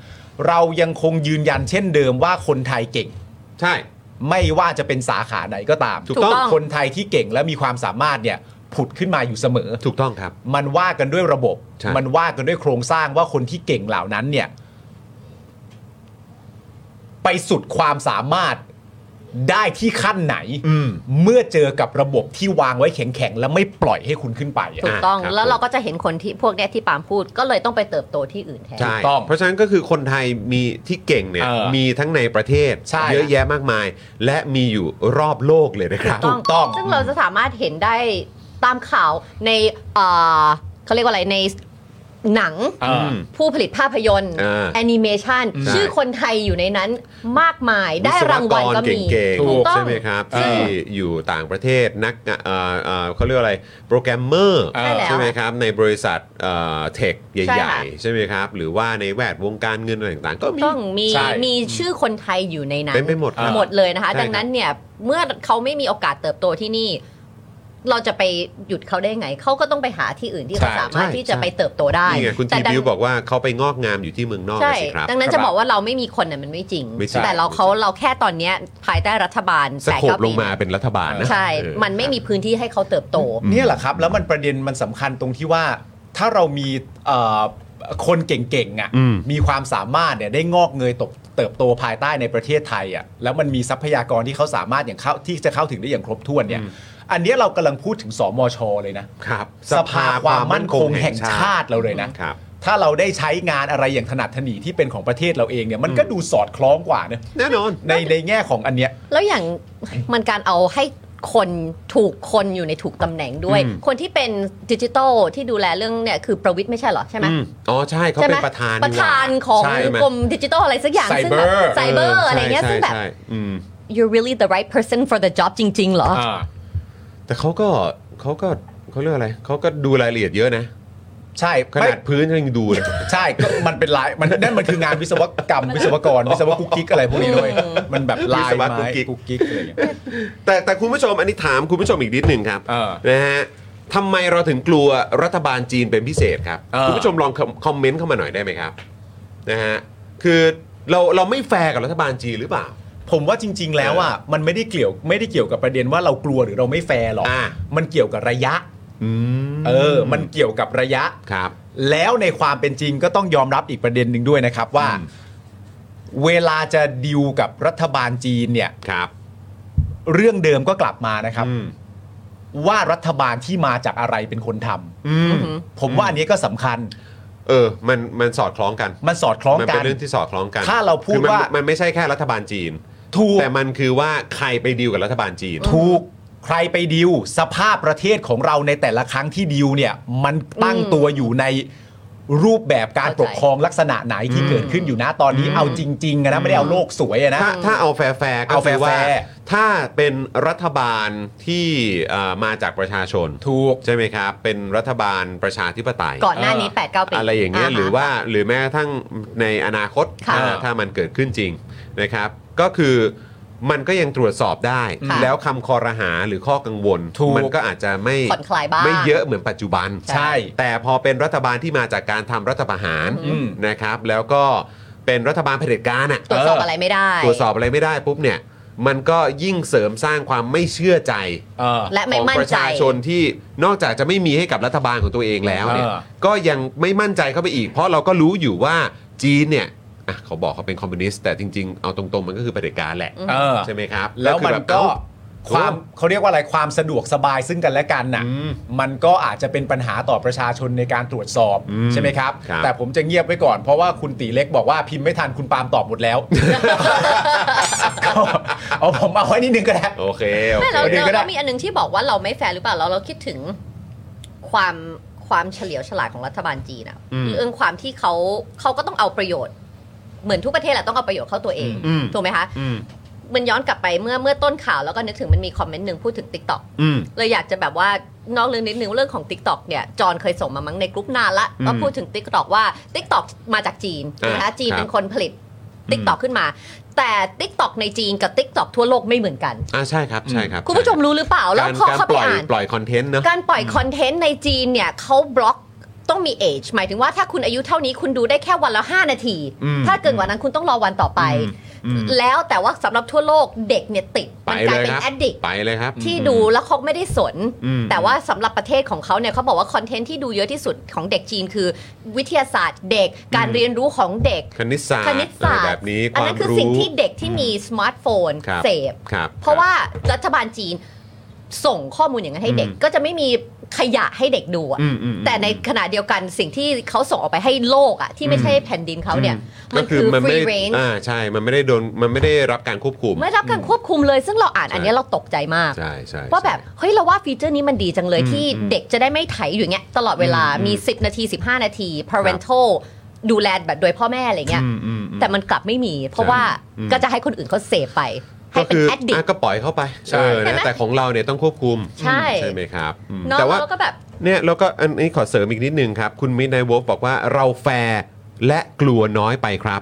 เรายังคงยืนยันเช่นเดิมว่าคนไทยเก่ง
ใช่
ไม่ว่าจะเป็นสาขาไหนก็ตาม
ถูกต้อง
คนไทยที่เก่งและมีความสามารถเนี่ยผุดขึ้นมาอยู่เสมอ
ถูกต้องครับ
มันว่ากันด้วยระบบ
ใช่
มันว่ากันด้วยโครงสร้างว่าคนที่เก่งเหล่านั้นเนี่ย ไปสุดความสามารถได้ที่ขั้นไหน
อืม
เมื่อเจอกับระบบที่วางไว้แข็งๆ แล้วไม่ปล่อยให้คุณขึ้นไปอะ
ถูกต้อง
อ่ะครับ
แล้วเราก็จะเห็นคนที่พวกเนี้ยที่ปาล์มพูดก็เลยต้องไปเติบโตที่อื่นแทน
ใช่
ถูกต้อง
เพราะฉะนั้นก็คือคนไทยมีที่เก่งเนี่ย
เออ
มีทั้งในประเทศ
ใช่
เยอะแยะมากมาย และมีอยู่รอบโลกเลยนะครับ
ถูกต้อง
ซึ่งเราจะสามารถเห็นได้ตามข่าวในเอ่อเขาเรียกว่าอะไรในหนัง
เออ
ผู้ผลิตภาพยนตร์
อ่า
แอนิเมชัน
อืม
ชื่อคนไทยอยู่ในนั้นมากมายได้รางวัลก็
วิศ
มี
วรเก่ง
ถูก
ๆ
ต้อง
ใช่ไหมครับ
เออ
ที่อยู่ต่างประเทศนักเอ่อเอ่อเขาเรียกว่าอะไรโปรแกรมเมอร์
ใช่แล้ว
ใช่ไหมครับในบริษัทเทคใ
ใช่
หญ่
ค่ะ
ๆ ใช่ไหมครับ หรือว่าในแวดวงการเงินอะไรต่างๆ ก็มี
ต้องมี
ใช่
มีชื่อคนไทยอยู่ในนั้น
เต็มไปหมดครับ
หมดเลยนะคะ
ใช่ครับ
ดังนั้นเนี่ยเมื่อเขาไม่มีโอกาสเติบโตที่นี่ เราจะไปหยุดเขาได้ไง เขาก็ต้องไปหาที่อื่นที่เขา
ใช่
สามารถที่จะไปเติบโตได้
นี่ไงคุณ
แต่
ที
ดัง
บิวบอกว่าเขาไปงอกงามอยู่ที่เมืองนอก
ใช่
น่ะสิครับ
ดังนั้น
ครับ
จะบอกว่าเราไม่มีคนเนี่ยมันไม่จริง
ไม่จริง
แต่เรา
ไม่จริง
เขาเราแค่ตอนเนี้ยภายใต้รัฐบาล
สโคบ
89
ลงมาเป็นรัฐบาลนะ
ใช่
เออ
มันไม่มีพื้นที่ให้เขาเติบโต
เนี่ยแหละครับ แล้วมันประเด็นมันสำคัญตรงที่ว่า ถ้าเรามีเอ่อคนเก่งๆอ่ะมีความสามารถเนี่ยได้งอกเงยตบเติบโตภายใต้ในประเทศไทยอ่ะแล้วมันมีทรัพยากรที่เขาสามารถอย่างเข้าที่จะเข้าถึงได้อย่างครบถ้วนเนี่ยอันเนี้ยเรากำลังพูดถึงสมชเลยนะครับ สภาความมั่นคงแห่งชาติเราเลยนะ
ครับ
ถ้าเราได้ใช้งานอะไรอย่างถนัดถนีที่เป็นของประเทศเราเองเนี่ยมันก็ดูสอดคล้องกว่านะ
แน่นอน
ในในแง่ของอันเนี้ย
แล้วอย่างมันการเอาให้คนถูกคนอยู่ในถูกตำแหน่งด้วย
อืม
คนที่เป็นดิจิทัลที่ดูแลเรื่องเนี่ยคือประวิทย์ไม่ใช่เหรอใช่ไหม
อืมอ๋อใช่เขา
ใช่ไห
เป็
ม
นประธาน
ประธานของ
ใช่ไหม
กรมดิจิทัลอะไรสักอย่างซึ่งแบบ
Cyber
ไซเบอร์อะไรเงี้ย
ใช่
ซึ่งแบบ
ใช่อืม
you're really the right person for the job จริง ๆ เหรอ
อ่า
แต่เขาก็เขาก็เขาเรียกอะไรเขาก็ดูรายละเอียดเยอะนะ
ใช่
ข
ไม่
นาดพื้นเขายังดูเลย
ใช่ก็มันเป็นลายมันนั่นมันคืองานวิศวกรรม วิศวกร วิศวกุ๊กกิ๊กอะไรพวกนี้เลยมันแบบลาย
วิศว
ไม้
กุ๊
กุ๊
ก
ก
กิ๊ก
กิ๊กอะไรอย่างเงี้ย
แต่แต่คุณผู้ชมอันนี้ถามคุณผู้ชมอีกนิดหนึ่งครับ
เออ
นะฮะทำไมเราถึงกลัวรัฐบาลจีนเป็นพิเศษครับ
เออ
คุณผู้ชมลองคอมคอมเมนต์เข้ามาหน่อยได้ไหมครับนะฮะคือเราเราไม่แฟร์กับรัฐบาลจีนหรือเปล่า
ผมว่าจริง ๆ แล้วอ่ะมันไม่ได้เกี่ยวไม่ได้เกี่ยวกับประเด็นว่าเรากลัวหรือเราไม่แฟร์หรอก
อ่า
มันเกี่ยวกับระยะ
อืม
เออ มันเกี่ยวกับระยะ
ครับ
แล้วในความเป็นจริงก็ต้องยอมรับอีกประเด็นหนึ่งด้วยนะครับว่า
อืม
เวลาจะดิวกับรัฐบาลจีนเนี่ย
ครับ
เรื่องเดิมก็กลับมานะครับ
อืม
ว่ารัฐบาลที่มาจากอะไรเป็นคนทำ
อืม
ผมว่าอันนี้ก็สำคัญ
เออมันมันสอดคล้องกัน
มันสอดคล้อง
มั
กั
เป็น
น
เรื่องที่สอดคล้องกัน
ถ้าเราพูด
คือมัน
ว่า
นไม่ใช่แค่รัฐบาลจีน
ถูก
แต่มันคือว่าใครไปดีลกับรัฐบาลจีน
ถูกใครไปดิวสภาพประเทศของเราในแต่ละครั้งที่ดิวเนี่ย มันตั้งตัวอยู่ในรูปแบบการป
เข้าใจ
กครองลักษณะไหนที่เกิดขึ้นอยู่นะตอนนี้เอาจริงๆอะนะไม่ได้เอาโลกสวยอะนะ
ถ้าถ้าเอาแฟร์แฟร์ก็
เอาแฟ
คื
ร์
อว่า
แฟร์
ถ้าเป็นรัฐบาลที่เอ่อมาจากประชาชน
ถูก
ใช่ไหมครับ เป็นรัฐบาลประชาธิปไตย
ก่อนหน้านี้
เออ
8ปดเก้าปี
อะไรอย่างเงี้ย
ฮะ
หรือว่าหรือแม้กระทั่งในอนาคต
ค่ะ
อ่าถ้ามันเกิดขึ้นจริงนะครับ ก็คือ มันก็ยังตรวจสอบได้
ค่ะ
แล้วคำคอรหาหรือข้อกังวล
ถูก
มันก็อาจจะไม่
ผ่อนคลายบ้าง
ไม่เยอะเหมือนปัจจุบัน
ใช่
แต่พอเป็นรัฐบาลที่มาจากการทำรัฐประหาร
อืม
นะครับ แล้วก็เป็นรัฐบาลเผด็จการอ่ะ
ตรวจสอบอะไรไม่ได้
ตรวจสอบอะไรไม่ได้ปุ๊บเนี่ย มันก็ยิ่งเสริมสร้างความไม่เชื่อใจ
เออ
และ
ข
ไม่
อง
มั่น
ประ
ใจ
ชาชนที่นอกจากจะไม่มีให้กับรัฐบาลของตัวเองแล้วเนี่ย
เออ
ก็ยังไม่มั่นใจเข้าไปอีก เพราะเราก็รู้อยู่ว่าจีนเนี่ยอ่ะเขาบอกเขาเป็นคอมมิวนิสต์แต่จริงๆ เอาตรงๆ มันก็คือเผด็จการแหละ
เออ
ใช่ไหมครับ
แล้วมัน
คือบบ
ก็
เอ้า
ความเขาเรียกว่าอะไรความสะดวกสบายซึ่งกันและกันน่ะ
อืม
มันก็อาจจะเป็นปัญหาต่อประชาชนในการตรวจสอบ
อืม
ใช่ไหมครับ
ครับ
แต่ผมจะเงียบไว้ก่อนเพราะว่าคุณตีเล็กบอกว่าพิมพ์ไม่ทันคุณปาล์มตอบหมด แล้ว ก็เอาผมเอาไว้นิดนึงก็ได้
โอเคโอ
ไม่
เค
เรา
เดี๋ยวก็
เรา
ได้
เรามีอันหนึงที่บอกว่าเราไม่แฟร์หรือเปล่าเราเราคิดถึงความความเฉลียวฉลาดของรัฐบาลจีนอะ
อืม
เรื่องความที่เขาเขาก็ต้องเอาประโยชน์ เหมือนทุกประเทศแหละต้องเอาประโยชน์เข้าตัวเอง
อืม
ถูกไหมคะ
อืม
มันย้อนกลับไปเมื่อเมื่อต้นข่าวแล้วก็นึกถึงมันมีคอมเมนต์หนึ่งพูดถึง t ิ k t o k
อืม
เลยอยากจะแบบว่านอกเรื่องนิดนึงเรื่องของ t ิ k t o k เนี่ยจอนเคยส่งมามั้งในกรุ๊ปนานละ
อืม
ก็พูดถึง t ิ k t o k ว่า t ิ k t o k มาจากจีน
อ่า
นะคะจี
ค
น
รับ
เป็นคนผลิต t ิ k t o k ขึ้นมา แต่ t ิ k t o k ในจีนกับ t ิ k t o k ทั่วโลกไม่เหมือนกัน
อ่าใช่ครับใช่ครับ
คุณผู้ชมรู้หรือเปล่าแล้ว
การ
พอ
การ
เขา
ป
ไป
ล่อย
อ่าน
ปล่อยคอนเทนต์เนอะ
การปล่อยคอนเทนต์ในจีนเนี่ยเขาบล็อกต้องมี age หมายถึงว่าถ้าคุณอายุเท่านี้คุณดูได้แค่วันละ 5 นาที
อืม
ถ้าเกินกว่านั้นคุณต้องรอวันต่อไป
อืมอืม
แล้วแต่ว่าสำหรับทั่วโลกเด็กเนี่ยติด
ไปเล
มักลาย
ย
เป็
คน รับ
addict
ไปเลยครับ
ที่ดูแล้วเขาไม่ได้สน
อืม
แต่ว่าสำหรับประเทศของเขาเนี่ยเขาบอกว่าคอนเทนต์ที่ดูเยอะที่สุดของเด็กจีนคือ วิทยาศาสตร์เด็กการเรียนรู้ของเด็ก
คณิตศาสต
ค
ร์
ณิตศา
อะไร
สต
แบ
ร์
บนี้ค
อั
วา
นั้
ม
นคือ
รู้
สิ่งที่เด็กที่มีสมาร์ทโฟน
ครับ
เสพ
ครับ
เพราะ
คบ
ว่ารัฐบาลจีนส่งข้อมูลอย่างนั้นให้เด็ก
อืม
ก็จะไม่มีขยะให้เด็กดูอะ
อืมอืมอืม
แต่ในขณะเดียวกันสิ่งที่เขาส่งออกไปให้โลกอะที่ไม่ใช่แผ่นดินเขาเนี่ย มันคือ
มัไม่
free
ได้
range
อ่าใช่ มันไม่ได้โดน มันไม่ได้รับการควบคุม
ไม่รับการควบคุมเลย ซึ่งเราอ่านอันเนี้ยเราตกใจมาก
ใช่ใช่
ว่าแบบ
ใช่
เฮ้ยเราว่าฟีเจอร์นี้มันดีจังเลย
อืม
ที่
อืม
เด็กจะได้ไม่ไถอยู่อย่างเงี้ยตลอดเวลา
อืม
มี 10 นาที 15 นาที parental ดูแลแบบโดยพ่อแม่อะไรเงี้ย
อืมอืมอืม
แต่มันกลับไม่มี เพราะ
ใช่
ว่า
อืม
ก็จะให้คนอื่นเขาเสพไป ให้
ก็
เป็น
คือ
แอดดิก
อ่ะก็ปล่อยเข้าไปเอ
ใช่
อ
เห็น
นะ
ไหม
แต่ของเราเนี่ยต้องควบคุม
ใช่
ใช่ไหมครับอืม
เนาะ
แต่ว่า
แล้วก็แบบ
เนี่ยแล้วก็อันนี้ขอเสริมอีกนิดนึงครับ คุณมินายโวฟบอกว่าเราแฟร์และกลัวน้อยไปครับ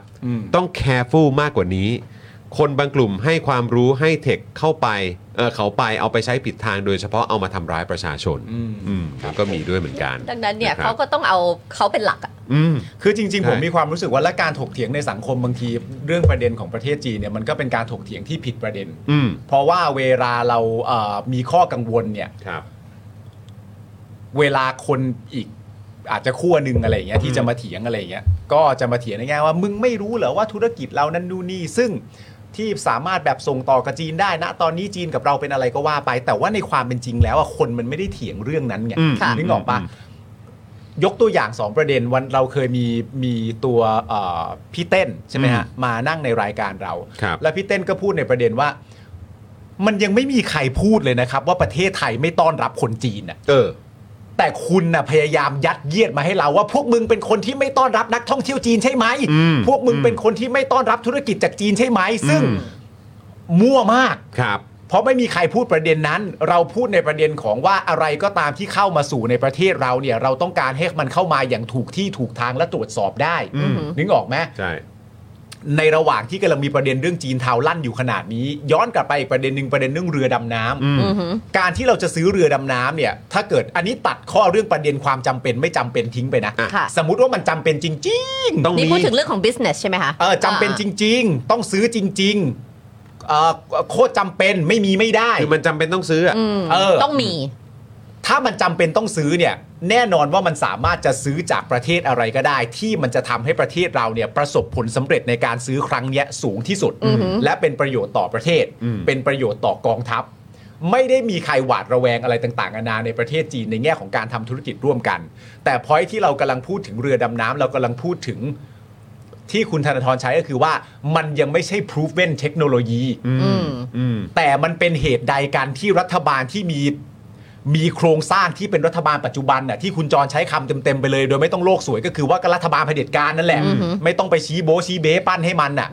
ต้องแคร์ฟูลมากกว่านี้ คนบางกลุ่มให้ความรู้ให้เทคเข้าไปเออเขาไปเอาไปใช้ผิดทางโดยเฉพาะเอามาทำร้ายประชาชน อืมก็มีด้วยเหมือนกัน
ดังนั้นเนี่ย
ะครับ
เขาก็ต้องเอาเขาเป็นหลักอะ
อืม
คือจริง
ใช่
ๆ ผมมีความรู้สึกว่าและการถกเถียงในสังคมบางที เรื่องประเด็นของประเทศจีนเนี่ยมันก็เป็นการถกเถียงที่ผิดประเด็น
อืม
เพราะว่าเวลาเราเอ่อมีข้อกังวลเนี่ย
ครับ
เวลาคนอีกอาจจะขั้วหนึ่งอะไรอย่างเงี้ยที่จะมาเถียงอะไรอย่างเงี้ยก็จะมาเถียงในแง่ว่ามึงไม่รู้เหรอว่าธุรกิจเรานั้นนู่นนี่ซึ่งที่สามารถแบบส่งต่อกับจีนได้นะตอนนี้จีนกับเราเป็นอะไรก็ว่าไป แต่ว่าในความเป็นจริงแล้วอะคนมันไม่ได้เถียงเรื่องนั้นไง
อืม
นึกออกปะยกตัวอย่าง 2 ประเด็นวันเราเคยมีมีตัวเอ่อพี่เต้นใช่ไหมฮะมานั่งในรายการเรา
ครับ
แล้วพี่เต้นก็พูดในประเด็นว่า มันยังไม่มีใครพูดเลยนะครับ ว่าประเทศไทยไม่ต้อนรับคนจีนอะ
เออ
แต่คุณนะ่ะพยายามยัดเยียดมาให้เราว่า พวกมึงเป็นคนที่ไม่ต้อนรับนักท่องเที่ยวจีนใช่ไหม
อืม
พวกมึงเป็นคนที่ไม่ต้อนรับธุรกิจจากจีนใช่ไหม ซึ่งมั่วมาก
ครับ
เพราะไม่มีใครพูดประเด็นนั้น เราพูดในประเด็นของว่าอะไรก็ตามที่เข้ามาสู่ในประเทศเราเนี่ย เราต้องการให้มันเข้ามาอย่างถูกที่ถูกทางและตรวจสอบได้
อืม
นึกออกไหม
ใช่
ในระหว่างที่กำลังมีประเด็นเรื่องจีนเทาลั่นอยู่ขนาดนี้ ย้อนกลับไปอีกประเด็นหนึ่งประเด็นเรื่องเรือดำน้ำ
อืม
อือหือ
การที่เราจะซื้อเรือดำน้ำเนี่ย ถ้าเกิดอันนี้ตัดข้อเรื่องประเด็นความจำเป็นไม่จำเป็นทิ้งไปนะ
อ่ะค่ะ
สมมติว่ามันจำเป็นจริงๆ
ต้อง
นี่
มี
พูดถึงเรื่องของ business ใช่ไหมคะ
เออจำเป็นจริง ๆ ต้องซื้อจริงๆเออโคตรจำเป็นไม่มีไม่ได้
คือมันจำเป็นต้องซื้ออะ
อืม
เออ
ต้องมี
ถ้ามันจำเป็นต้องซื้อเนี่ย แน่นอนว่ามันสามารถจะซื้อจากประเทศอะไรก็ได้ ที่มันจะทำให้ประเทศเราเนี่ยประสบผลสำเร็จในการซื้อครั้งเนี้ยสูงที่สุด
อือหือ
และเป็นประโยชน์ต่อประเทศ
อืม
เป็นประโยชน์ต่อกองทัพ ไม่ได้มีใครหวาดระแวงอะไรต่างๆนานาในประเทศจีนในแง่ของการทำธุรกิจร่วมกัน แต่พอยที่เรากำลังพูดถึงเรือดำน้ำเรากำลังพูดถึงที่คุณธนาธรใช้ก็คือว่ามันยังไม่ใช่ proven เทคโนโลยี
อืม
อืม
แต่มันเป็นเหตุใดกันที่รัฐบาลที่มีมีโครงสร้างที่เป็นรัฐบาลปัจจุบันน่ะที่คุณจรใช้คำเต็มๆไปเลย โดยไม่ต้องโลกสวยก็คือว่าก็รัฐบาลเผด็จการนั่นแหละ
อือหือ
ไม่ต้องไปชี้โบะชี้เบ้ปั้นให้มันน่ะ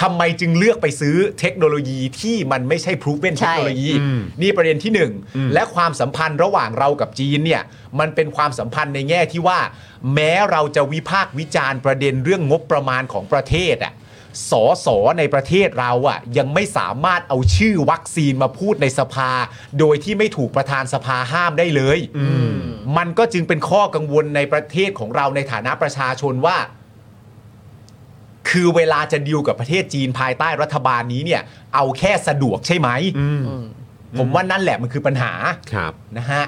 ทำไมจึงเลือกไปซื้อเทคโนโลยีที่มันไม่ใช่ proven เทคโนโลยี
อืม
นี่ประเด็นที่หนึ่ง
อืม
และความสัมพันธ์ระหว่างเรากับจีนเนี่ยมันเป็นความสัมพันธ์ในแง่ที่ว่า แม้เราจะวิพากษ์วิจารณ์ประเด็นเรื่องงบประมาณของประเทศอ่ะ สอสอในประเทศเราอะยังไม่สามารถเอาชื่อวัคซีนมาพูดในสภา โดยที่ไม่ถูกประธานสภาห้ามได้เลย มันก็จึงเป็นข้อกังวลในประเทศของเราในฐานะประชาชนว่า คือเวลาจะดีลกับประเทศจีนภายใต้รัฐบาลนี้เนี่ย เอาแค่สะดวกใช่ไหมผมว่านั่นแหละมันคือปัญหา
ครับ
นะฮะ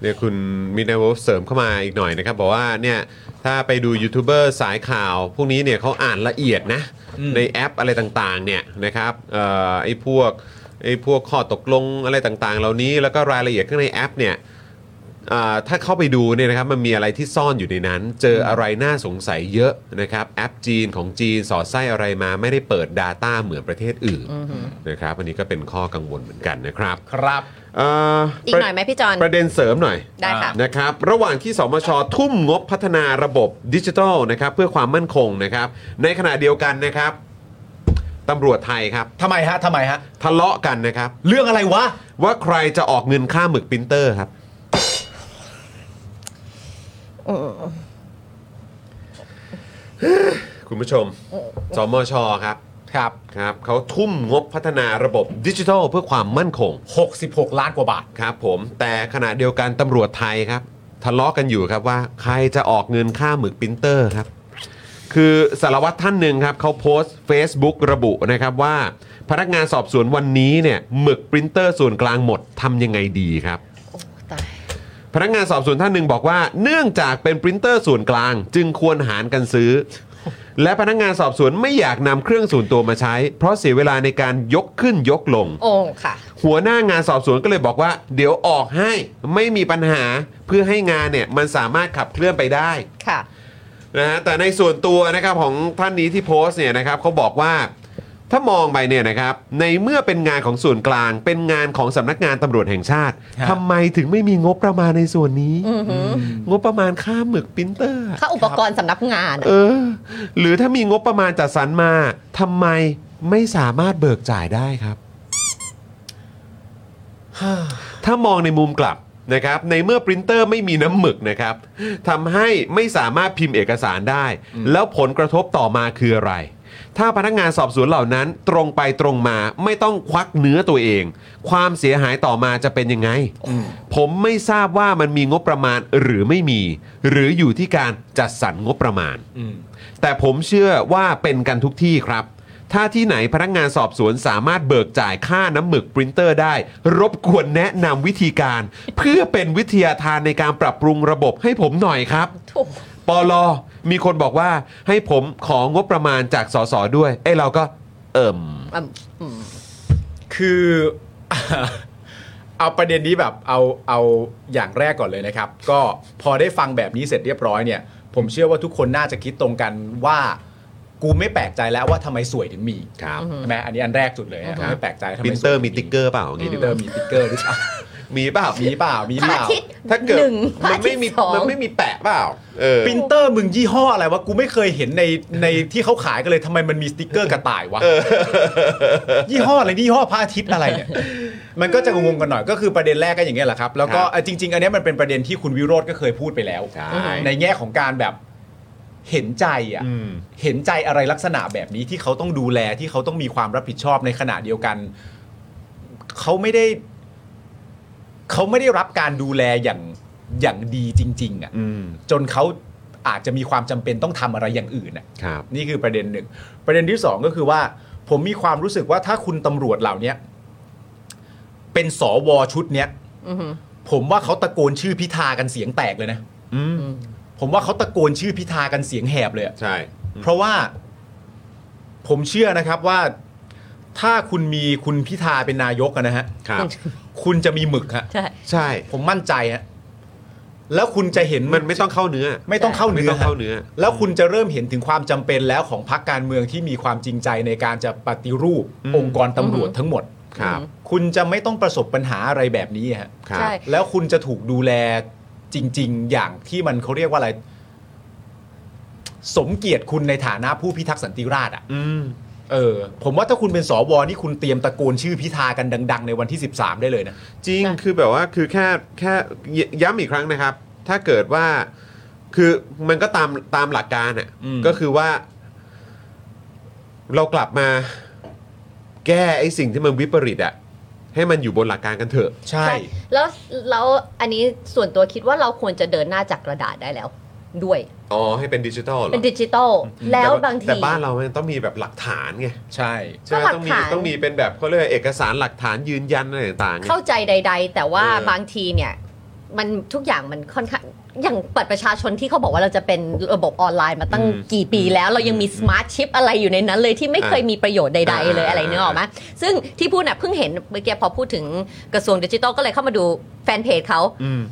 เนี่ยคุณมินเวลเสริมเข้ามาอีกหน่อยนะครับ บอกว่าเนี่ยถ้าไปดูยูทูบเบอร์สายข่าว พวกนี้เนี่ยเขาอ่านละเอียดนะ
อืม
ในแอปอะไรต่างๆเนี่ยนะครับเอ่อไอ้พวกไอ้พวกข้อตกลงอะไรต่างๆ เหล่านี้แล้วก็รายละเอียดข้างในแอปเนี่ยเอ่อถ้าเข้าไปดูเนี่ยนะครับมันมีอะไรที่ซ่อนอยู่ในนั้น เจออะไรน่าสงสัยเยอะนะครับแอปจีนของจีนสอดไส้อะไรมาไม่ได้เปิด Data เหมือนประเทศอื่น
อือหือ
นะครับอันนี้ก็เป็นข้อกังวลเหมือนกันนะครับ
ครับ
เอ่ออ
อีกหน่อยไหมพี่จอน
ประเด็นเสริมหน่อย
ได้ค่ะ
นะครับ ระหว่างที่สมชทุ่มงบพัฒนาระบบดิจิทัลนะครับเพื่อความมั่นคงนะครับ ในขณะเดียวกันนะครับตำรวจไทยครับ
ทำไมฮะทำไมฮะ
ทะเลาะกันนะครับ
เรื่องอะไรวะ
ว่าใครจะออกเงินค่าหมึกปรินเตอร์ครับ คุณผู้ชมสมชครับ
ครับ
ครับเขาทุ่มงบพัฒนาระบบดิจิทัลเพื่อความมั่นคง
66 ล้านกว่าบาท
ครับผมแต่ขณะเดียวกันตำรวจไทยครับ ทะเลาะกันอยู่ครับว่าใครจะออกเงินค่าหมึกปรินเตอร์ครับ คือสารวัตรท่านหนึ่งครับเขาโพสต์ Facebook ระบุนะครับว่า พนักงานสอบสวนวันนี้เนี่ยหมึกปรินเตอร์ส่วนกลางหมดทำยังไงดีครับ
ตาย
พนักงานสอบสวนท่านหนึ่งบอกว่า เนื่องจากเป็นปรินเตอร์ส่วนกลาง จึงควรหารกันซื้อ และพนักงานสอบสวนไม่อยากนำเครื่องส่วนตัวมาใช้ เพราะเสียเวลาในการยกขึ้นยกลง
โอ้ค่ะ
หัวหน้างานสอบสวนก็เลยบอกว่า เดี๋ยวออกให้ไม่มีปัญหาเพื่อให้งานเนี่ยมันสามารถขับเคลื่อนไปได้
ค่ะ
นะฮะแต่ในส่วนตัวนะครับของท่านนี้ที่โพสต์เนี่ยนะครับเขาบอกว่าถ้ามองไปเนี่ยนะครับในเมื่อเป็นงานของส่วนกลาง เป็นงานของสำนักงานตำรวจแห่งชาติ
ฮะ
ทำไมถึงไม่มีงบประมาณในส่วนนี้
อือหือง
บประมาณค่าหมึกปรินเตอร์อะ
ค่าอุปกรณ์สำนักงานอะ
เออ หรือถ้ามีงบประมาณจัดสรรมาทำไมไม่สามารถเบิกจ่ายได้ครับ ถ้ามองในมุมกลับนะครับ ในเมื่อปรินเตอร์ไม่มีน้ำหมึกนะครับทำให้ไม่สามารถพิมพ์เอกสารได้ แล้วผลกระทบต่อมาคืออะไร ถ้าพนักงานสอบสวนเหล่านั้น ตรงไปตรงมาไม่ต้องควักเนื้อตัวเอง ความเสียหายต่อมาจะเป็นยังไง ผมไม่ทราบว่ามันมีงบประมาณหรือไม่มี หรืออยู่ที่การจัดสรรงบประมาณ แต่ผมเชื่อว่าเป็นกันทุกที่ครับ ถ้าที่ไหนพนักงานสอบสวนสามารถเบิกจ่ายค่าน้ำหมึกปรินเตอร์ได้ รบกวนแนะนำวิธีการ เพื่อเป็นวิทยาทานในการปรับปรุงระบบให้ผมหน่อยครับ
ถูก
ปลอมีคนบอกว่าให้ผมของงบประมาณจากสสด้วย เอ้ยเราก็เอิ่ม
อืมอืม
คือ เอาประเด็นนี้แบบเอาเอาอย่างแรกก่อนเลยนะครับ ก็พอได้ฟังแบบนี้เสร็จเรียบร้อยเนี่ย ผมเชื่อว่าทุกคนน่าจะคิดตรงกันว่า กูไม่แปลกใจแล้วว่าทำไมสวยถึงมี
ครับ
ใช่ไหมอันนี้อันแรกสุดเลยนะผมไม่แปลกใจทำไม
ปรินเตอร์มี
สวยถึง
ติ๊กเกอร์เปล่าอย่าง
มี
งี้
ปริ
ดีก
น
ว่า
เตอร์มีติ๊กเกอร์หรือเปล่า
มีเปล่า
มีเปล่ามี
พ
เประ ล่า
อาทิตย์
ถ้าเกิด
หนึ่งพระ
มั
อาน ทิ
ไม่
ต
มี
ย์สอง
มันไม่มีแปะเปล่าเออ
ปรินเตอร์มึงยี่ห้ออะไรวะกูไม่เคยเห็นในในที่เขาขายกันเลยทำไมมันมีสติ๊กเกอร์กระต่ายวะ ยี่ห้ออะไรนี่ยี่ห้อพระอาทิตย์อะไรเนี่ย มันก็จะงงๆกันหน่อยก็คือประเด็นแรกก็อย่างเงี้ยแหละครับ แล้วก็
ครับ
เอ่อจริง ๆ อันเนี้ยมันเป็นประเด็นที่คุณวิโรธก็เคยพูดไปแล้ว
ใช่
ในแง่ของการแบบเห็นใจอ่ะ เห็นใจอะไรลักษณะแบบนี้ที่เขาต้องดูแลที่เขาต้องมีความรับผิดชอบในขณะเดียวกัน เขาไม่ได้ เขาไม่ได้รับการดูแลอย่างอย่างดีจริง ๆ อ่ะ
อืม
จนเขาอาจจะมีความจำเป็นต้องทำอะไรอย่างอื่นอ่ะ
ครับ
นี่คือประเด็นหนึ่ง ประเด็นที่สองก็คือว่า ผมมีความรู้สึกว่าถ้าคุณตำรวจเหล่าเนี้ยเป็นสวชุดเนี้ย
อือหือ
ผมว่าเขาตะโกนชื่อพิธากันเสียงแตกเลยนะผมว่าเขาตะโกนชื่อพิธากันเสียงแหบเลยอะ
ใช่
เพราะว่า ผมเชื่อนะครับว่า ถ้าคุณมีคุณพิธาเป็นนายกอะนะฮะ
ครับ
คุณจะมีหมึกฮะ
ใช่
ใช่
ผมมั่นใจฮะแล้วคุณจะเห็น
มันไม่ต้องเข้าเนื้อ
ไม่ต้องเข้าเนื้
ไม่
อ
ต้อง
ฮะ
เข้าเนื้อ
แล้วคุณจะเริ่มเห็นถึงความจำเป็นแล้วของพรรคการเมืองที่มีความจริงใจในการจะปฏิรูป
อืม
องค์กรตำรวจทั้งหมด
ครับ
คุณจะไม่ต้องประสบปัญหาอะไรแบบนี้ฮะ
ครับ
ใช่
แล้วคุณจะถูกดูแลจริง ๆ อย่างที่มันเขาเรียกว่าอะไร สมเกียรติคุณในฐานะผู้พิทักษ์สันติราษฎร์อ่ะ
อืม
เออผมว่าถ้าคุณเป็นสวนี่คุณเตรียมตะโกนชื่อพิธากันดัง ๆ ในวันที่ 13 ได้เลยนะ
จริง คือแบบว่าคือแค่แค่ยย้ำอีกครั้งนะครับ ถ้าเกิดว่าคือมันก็ตามตามหลักการอ่ะ
อืม
ก็คือว่า เรากลับมาแก้ไอ้สิ่งที่มันวิปริตอะให้มันอยู่บนหลักการกันเถอะ
ใช่
ใช่แล้วแล้วอันนี้ส่วนตัวคิดว่าเราควรจะเดินหน้าจากกระดาษได้แล้ว ด้วย
อ๋อ ให้เป็นดิจิทัลเหรอ
เป็นดิจิตอลแล้วบาง
แต่
ที
บ้านเรามันต้องมีแบบหลักฐานไง
ใช่
ใช่ไหม
ก็หลัก
ต้องมี
ฐาน
ต้องมีเป็นแบบเขาเรียกว่าเอกสารหลักฐานยืนยันอะไรต่างๆไง
เข้าใจใด ๆ แต่ว่า
เออ
บางทีเนี่ย มันทุกอย่างมันค่อนข้างอย่างบัตรประชาชนที่เขาบอกว่าเราจะเป็นระบบออนไลน์มาตั้งกี่ปีแล้ว เรายังมีสมาร์ทชิปอะไรอยู่ในนั้นเลยที่ไม่เคยมีประโยชน์ใด ๆ เลยอะไรเนื้อออกไหมซึ่งที่พูดน่ะเพิ่งเห็นเมื่อกี้พอพูดถึงกระทรวงดิจิทัลก็เลยเข้ามาดูแฟนเพจเขา
อืม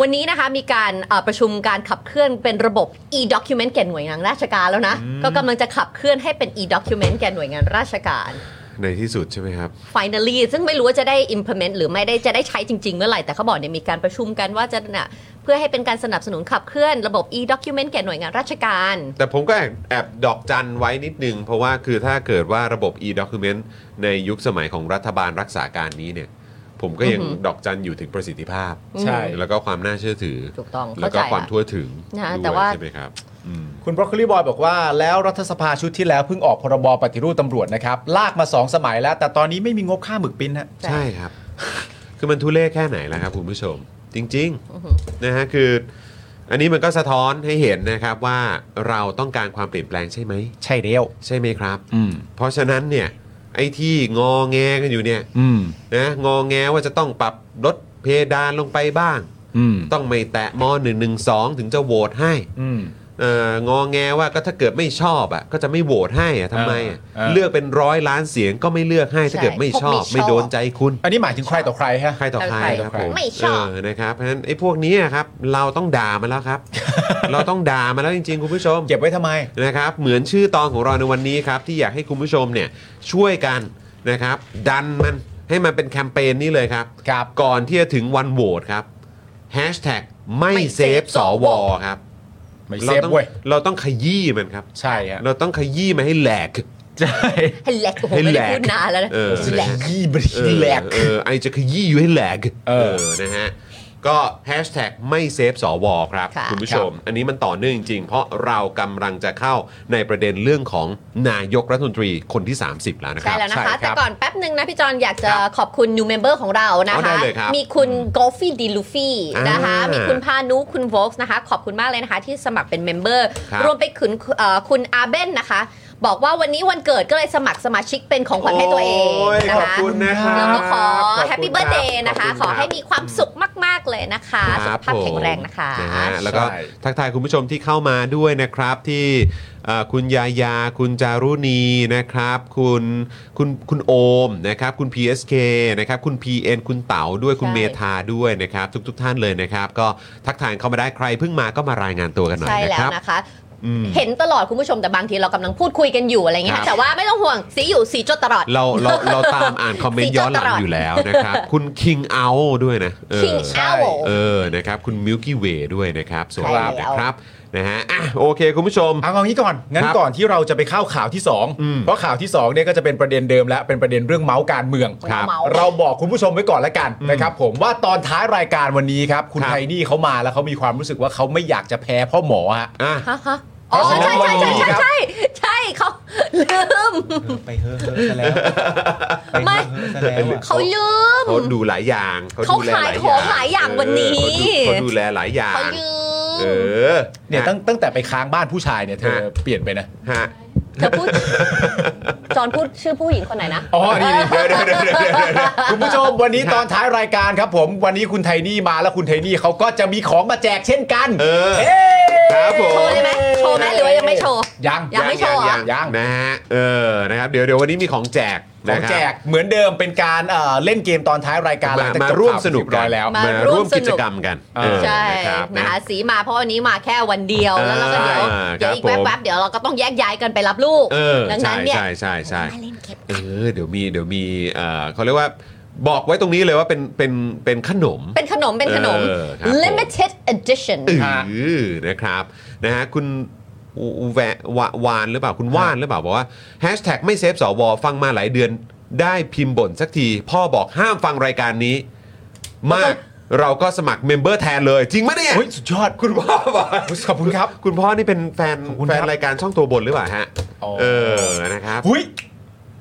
วันนี้นะคะมีการเอ่อประชุมการขับเคลื่อนเป็นระบบ e-document แก่หน่วยงานราชการแล้วนะ ก็กำลังจะขับเคลื่อนให้เป็น e-document แก่หน่วยงานราชการ
ในที่สุดใช่ไหมครับ
finally ซึ่งไม่รู้ว่าจะได้ implement หรือไม่ได้จะได้ใช้จริง ๆ เมื่อไหร่ แต่เขาบอกเนี่ยมีการประชุมกันว่าจะน่ะเพื่อให้เป็นการสนับสนุนขับเคลื่อนระบบ e-document แก่หน่วยงานราชการ
แต่ผมก็แอบแอบดอกจันไว้นิดนึง เพราะว่าคือถ้าเกิดว่าระบบ e-document ในยุคสมัยของรัฐบาลรักษาการนี้เนี่ย ผมก็ยัง
อือหือ
ดอกจันอยู่ถึงประสิทธิภาพ
ใช่
แล้วก็ความน่าเชื่อถือ
ถูกต้อง
แล้ว
เข้า
ก็
ใจ
ความ
ละ
ทั่วถึง
นะ
ด้วย
แต่ว่า
ใช่ไหมครับ
คุณบรอกโคลีบอยบอกว่าแล้วรัฐสภาชุดที่แล้วเพิ่งออกพรบปฏิรูปตำรวจนะครับ ลากมาสองสมัยแล้ว แต่ตอนนี้ไม่มีงบค่าหมึกปิ้นฮะ
ใช่ครับ คือมันทุเล่แค่ไหนแล้วครับคุณผู้ชม จริง
อือหือ
ๆนะฮะคืออันนี้มันก็สะท้อนให้เห็นนะครับว่าเราต้องการความเปลี่ยนแปลงใช่ไหม
ใช่เดียว
ใช่ไหมครับ
อืม
เพราะฉะนั้นเนี่ยไอ้ที่งอแงกันอยู่เนี่ย
อืม
นะงอแงว่าจะต้องปรับลดเพดานลงไปบ้าง
อืม
ต้องไม่แตะม .112 ถึงจะโหวตให้
อืม
เอ่องอแงว่าก็ถ้าเกิดไม่ชอบอ่ะก็จะไม่โหวตให้อ่ะทำไมอ่ะ
เออเออ
เลือกเป็นร้อยล้านเสียงก็ไม่เลือกให้ถ้าเกิดไม่ชอบ ไม่โดนใจคุณ
อันนี้หมายถึงใครต่อใครฮะ
ใครต่อใครครับผม
ไม่ชอบ
เนะครับเพราะฉะนั้นไอ้พวกนี้ครับ เราต้องด่ามันแล้ว ครับ เราต้องด่ามันแล้วจริงๆ คุณผู้ชม
เก็บไว้ทำไม
นะครับ เหมือนชื่อตอนของเราในวันนี้ครับ ที่อยากให้คุณผู้ชมเนี่ยช่วยกันนะครับ ดันมันให้มันเป็นแคมเปญนี้เลยครับ
ครับ
ก่อนที่จะถึงวันโหวตครับแฮชแท็กไม่
ไม่
เซฟ
save
ส
ส
ว
ว
ครับ
ไม่
เรา
เซฟ
ต้อง
เว้ย
เราต้องขยี้มันครับ
ใช่ฮะ
เราต้องขยี้มันให้แหลก
ใช่
ให้แหลกโอ้โหไม่ได้พูดนานแล้วนะ
เออ
แหลก
ยี่บริ
เออ
แหลก
เออไอจะขยี้อยู่ให้แหลก
เออ
นะฮะ ก็แฮชแท็กไม่เซฟสวครับ
ค่ะ
ณผู้ชม อันนี้มันต่อเนื่องจริงๆ เพราะเรากำลังจะเข้าในประเด็นเรื่องของนายกรัฐมนตรีคนที่ 30 แล้วนะค
ใช่
รับ
แล้วนะคะ
ใช่ครับ
แต่ก่อนแป๊บหนึ่งนะพี่จอนอยากจะ
ครับ
ขอบคุณ new member ของเรานะ
อ๋อได้
คะ
เลยครับ
มีคุณกอฟฟี่ดีลูฟี่นะคะ
อ่ามี
มีคุณพานุคุณโวกส์นะคะ ขอบคุณมากเลยนะคะ ที่สมัครเป็น member
ครับ
รวมไปถึงเอ่อคุณอาเบนนะคะ บอกว่าวันนี้วันเกิดก็เลยสมัครสมาชิกเป็นของขวัญให้ตัวเอง
โอ้ย
นะ
ขอบ
คะ
คุณนะครับ
แล้วก็ขอ
ขอบคุณ
Happy
ครับ
Birthday นะคะ
ขอบคุณครับ
ขอให้มีความสุขมาก ๆ เลยนะคะสุ
ค
ข
บ
ภาพแข็งแรง
ผม
นะคะ
ฮแล้วก็
ใช่
ทักทายคุณผู้ชมที่เข้ามาด้วยนะครับที่เอ่อคุณยายา คุณจารุณีนะครับ คุณคุณคุณโอมนะครับ คุณ PSK นะครับ คุณ PN คุณเต๋าด้วยคุณ
ใช่
เมธาด้วยนะครับ ทุกทท่านเลยนะครับ ก็ทักทายเข้ามาได้ใครเพิ่งมาก็มารายงานตัวกันหน่อย
ใช่
นะ
แล้ว
ครับ
นะคะ
อืม
เห็นตลอดคุณผู้ชมแต่บางทีเรากำลังพูดคุยกันอยู่อะไรเงี้ย
ครับ
แต่ว่าไม่ต้องห่วงสีอยู่สีจดตลอด
เราเราเราตามอ่านคอมเมนต์ย้อนหลังอยู่ แล้วนะครับ คุณ King Out ด้วยนะเออ
King
ใช่
Owl
เออนะครับคุณ Milky Way ด้วยนะครับสวัส
ใช่
ดี
แล้ว
นะครับนะฮะอ่ะโอเคคุณผู้ชม
เอาเอางี้ก่อน งั้
คน รับ
ก่อนที่เราจะไปเข้าข่าวที่
อืม
2 เพราะข่าวที่ 2 เนี่ยก็จะเป็นประเด็นเดิมและเป็นประเด็นเรื่องเมาส์การเมือง
ครับ
เมาส์
เราบอกคุณผู้ชมไว้ก่อนละกันนะครับผมว่าตอนท้ายรายการวันนี้ครับ คุณ
ครับ
ไทนี่เขามาแล้วเขามีความรู้สึกว่าเขาไม่อยากจะแพ้พ่อหมอฮะ
อ่ะ
ฮะฮะอ๋อ
เพราะฉะนั้
ใช่ใช่
นวันนี้
ใช่
ครับ
ใช่ใช่เขาลืม
ไปเฮ้อซะแล้ว
ไม่
ซะแล้ว
เขาลืม
เขาดูหลายอย่าง
เขา
ดูแล
ขายของหลายอย่างวันนี้
เออเขาดูเขาดูแลหลายอย่าง
เขาลื
เอ
ม
อ
เนี่ยตั้ง
ฮะ
ตั้งแต่ไปค้างบ้านผู้ชายเนี่ยเธอ
ฮะ
เปลี่ยนไปนะ
ฮะ
เธอพูดจอนพูดชื่อผู้หญิงคนไหนนะ
อ๋อนี่นี่
เดี๋ยวเดี๋ยวเดี๋ยวเดี๋ยวเดี๋ยวเดี๋ยว
คุณผู้ชมวันนี้ตอนท้ายรายการครับผม วันนี้คุณไทนี่มาแล้วคุณไทนี่เขาก็จะมีของมาแจกเช่นกัน
เออ
เฮ้
ครับผม
โชว์เลยไหมโชว์ไหมหรือว่ายังไม่โชว์
ยัง
ยังไม่โชว์เหรอ
ยังยังยังนะฮะเออนะครับเดี๋ยวเดี๋ยววันนี้มีของแจก
ขอ
นะ
ง
ครับ
แจกเหมือนเดิมเป็นการเอ่อเล่นเกมตอนท้ายรายการหลั
มาง
จ
มา
จบ
ร่วม
ข่
สนุก
เรียบร้อยแล้ว
มา
มา
ร่
ร่ว
ว
ม
ม
กิจ
สนุก
กรรมกัน
เออ
เออ
ใช่
นะครับนะ
นะคะสีมาเพราะวันนี้มาแค่วันเดียวแล้วเราก็เดี๋ยว
อ่า
เดี๋ยวอีก
ครับผม
แวบๆเดี๋ยวเราก็ต้องแยกย้ายกันไปรับลูก
เออ
ดังนั้
ใช่
นเนี่ย
ใช่ใช่ใช่
มาเล่นเก็บ
เออเดี๋ยวมีเดี๋ยวมีเออเขาเรียกว่าบอกไว้ตรงนี้เลยว่าเป็นเป็นเป็นขนม
เป็นขนมเป็นขนม
เออครับผม
limited edition
อื
ฮะ
อนะครับนะฮะคุณแหวะวะวานหรือเปล่าคุณว่านหรือเปล่าบอกว่าแฮชแท็กไม่เซฟสวฟังมา หลายเดือนได้พิมพ์บ่นสักที พ่อบอกห้ามฟังรายการนี้ มาก เราก็สมัครเมมเบอร์แทนเลย จริงไหมเนี่ย
เฮ้ยสุดยอด
คุณพ่อป่ะ
ขอบคุณครับ
คุณพ่อนี่เป็นแฟน
ขอบคุณค
แฟ
รับ
นรายการช่องตัวบนหรือเปล่าฮะ
อ๋อ
เออนะครับ
หุ้ย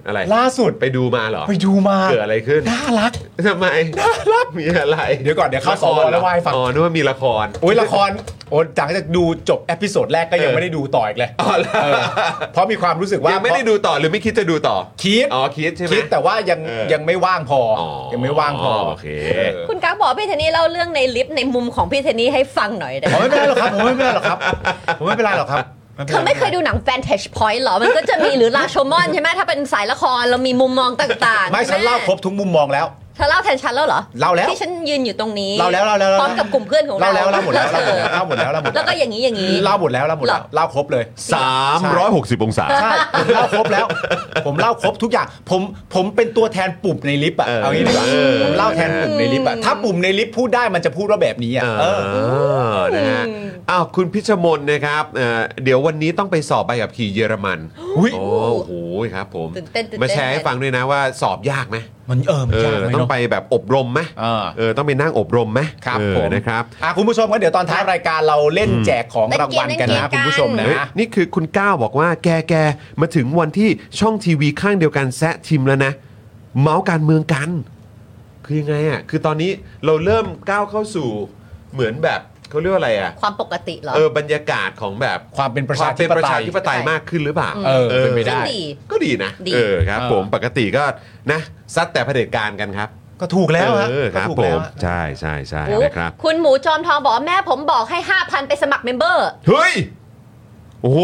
อะไร
ล่าสุด
ไปดูมาเหรอ
ไปดูมา
เกิดอะไร ขึ้น
น่ารัก
ทำไมน่ารักมีอะไร
เดี๋ยวก่อนเดี๋ยวเข้า
ะ
ส
ค
ว
ร
แล้ววายฟัง
อ๋อนึกว่ามีละคร
โอ้ยละครโอ้ยหลังจากดูจบเอพิโซดแรกก็ยัง
เออ
ไม่ได้ดูต่ออีกเลย
อ๋อเหรอ
เออเพราะมีความรู้สึกว่า
ยังไม่ได้ดูต่อหรือไม่คิดจะดูต่อ
คิด
อ๋อคิดใช่ไหม
คิดแต่ว่ายัง
เออ
ยังไม่ว่างพออ
อ๋อ
ยังไม่ว่างพอ
โอเค
เออ
คุณกั๊กบอกว่าพี่เทนนี่เล่าเรื่องในลิฟต์ในมุมของพี่เทนนี่ให้ฟังหน่อยได้ไหม
ผมไม่เป็นไรหรอกครับผมไม่เป็นไรหรอกครับผมไม่เป็นไรหรอกครับ
เธอไม่เคยดูหนัง Vantage Point เหรอ มันก็จะมีหรือ ราชมอนใช่ไหมถ้าเป็นสายละครเรามีมุมมองต่างๆ
ไม่ฉันเล่าครบทุกมุมมองแล้ว
เธอเล่าแทนฉันแล้วเหรอ
เล่าแล้ว
ที่ฉันยืนอยู่ตรงนี้
เล่าแล้วเล่าแล้วเล่า
พ
แล้ว
ร้อมกับกลุ่มเพื่อนของ
เล่า
เรา
แล้วเล่าหมดแล้วเล่าหมดแล้วเล่าหมด
แล้
แล้วเล่าหมดแล้ว ว
ก็อย่างนี้อย่างนี้
เล่าหมดแล้วเล่าหมดแล้วเล่าครบเลย
360 องศา
ใช่ผมเล่าครบแล้ว ผมเล่าครบทุกอย่าง ผมผมเป็นตัวแทนปุ่มในลิฟต์อ่ะ
เออ
เอางี้ดีกว่า
เออ
ผมเล่าแทนปุ่มในลิฟต์อ่ะถ้าปุ่มในลิฟต์พูดได้มันจะพูดว่าแบบนี้อ่ะ
เอ
เออ
อนะฮะอ้าวคุณพิชมนนะครับเอ่อเดี๋ยววันนี้ต้องไปสอบใบขับขี่เยอรมัน
อุ๊ย
โอ้โหครับผม
ตื่นเต้นตื่นเต้น
มาแชร์ให้ฟังด้วยนะว่าสอบยากไหม
มันเออมั
เอย
นาก
อ
ไหม
ต้อง
เนาะ
ไปแบบอบรมไหม
เออ
เออต้องไปนั่งอบรมไหม
ครับ
เออ
ผม
นะครับ
อ่ะคุณผู้ชมก็เดี๋ยวตอนท้ายรายการเราเล่นแจกของรางวัลกันนะ
เล่นเกม
คุณผู้ชมนะ
เฮ้ยนี่คือคุณก้าวบอกว่าแกแกมาถึงวันที่ช่องทีวีข้างเดียวกันแซะทีมแล้วนะ เมาส์การเมืองกัน คือยังไงอ่ะคือตอนนี้เราเริ่มก้าวเข้าสู่เหมือนแบบเขาเรียกว่าอะไรอ่ะ
ความปกติเหรอ
เออบรรยากาศของแบบ
ความเป็นประชาธิ
ควม
ป
เนประ
ไต
ชาย ธิปไตยมากขึ้นหรือเปล่า
เออเป็นไปได้
ซึ่งดี
ก็ดีนะ
ดี
เออครับ
เออ
ผมปกติก็นะซัดแต่เผด็จการกันครับ
ก็ถูกแล้วฮะ
เออค
ก็
รับ
ถูก
ผ
แล้
ม
วฮะ
ใช่ใช่ใช่
โอ้
นะครับ
คุณหมูจอมทองบอกว่าแม่ผมบอกให้ 5,000 ไปสมัครเมมเบอร์
เฮ้ยโอ้โห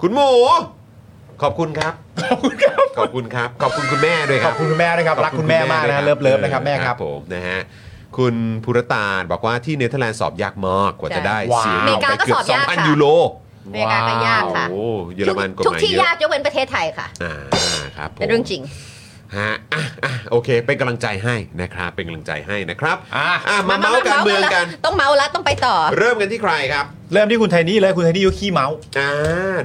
คุณหมูขอบคุณครับ ขอบคุณครับ ขอบคุณครับ ขอบคุณคุณแม่ด้วยค
ข
รั
อ
บบ
คุณคุณแม่นะครับรักคุณแม่มากนะเลิฟเลิฟนะครับแม่ครับ
ผมนะฮะคุณภูรตาลบอกว่าที่เนเธอร์แลนด์สอบยากมากกว่าจะได้
ว้าว
เสียง
อเมริกาก็
ไปเกือ
สอ
บบ สอง
ยาก
พัน
ค่ะ
ยูโร
อเมริกาก็ยากค่ะ
โอ้เยอรมันกฎ
ทุก
หมาย
ที่
เยอะ
ยากยกเว้นประเทศไทยค่ะ
อ่าครับผม
เป็นเรื่องจริง
ฮะอ่ะอ่ะโอเค เป็นกำลังใจให้นะครับ เป็นกำลังใจให้นะครับ
อ่ะ
ะมาเมาส์การเมืองกัน
ต้องเมาส์แล้วต้องไปต่อ
เริ่มกันที่ใครครับ
เริ่มที่คุณไทนี่เลยคุณไทนี่ยุคขี้เมาส์
อ่า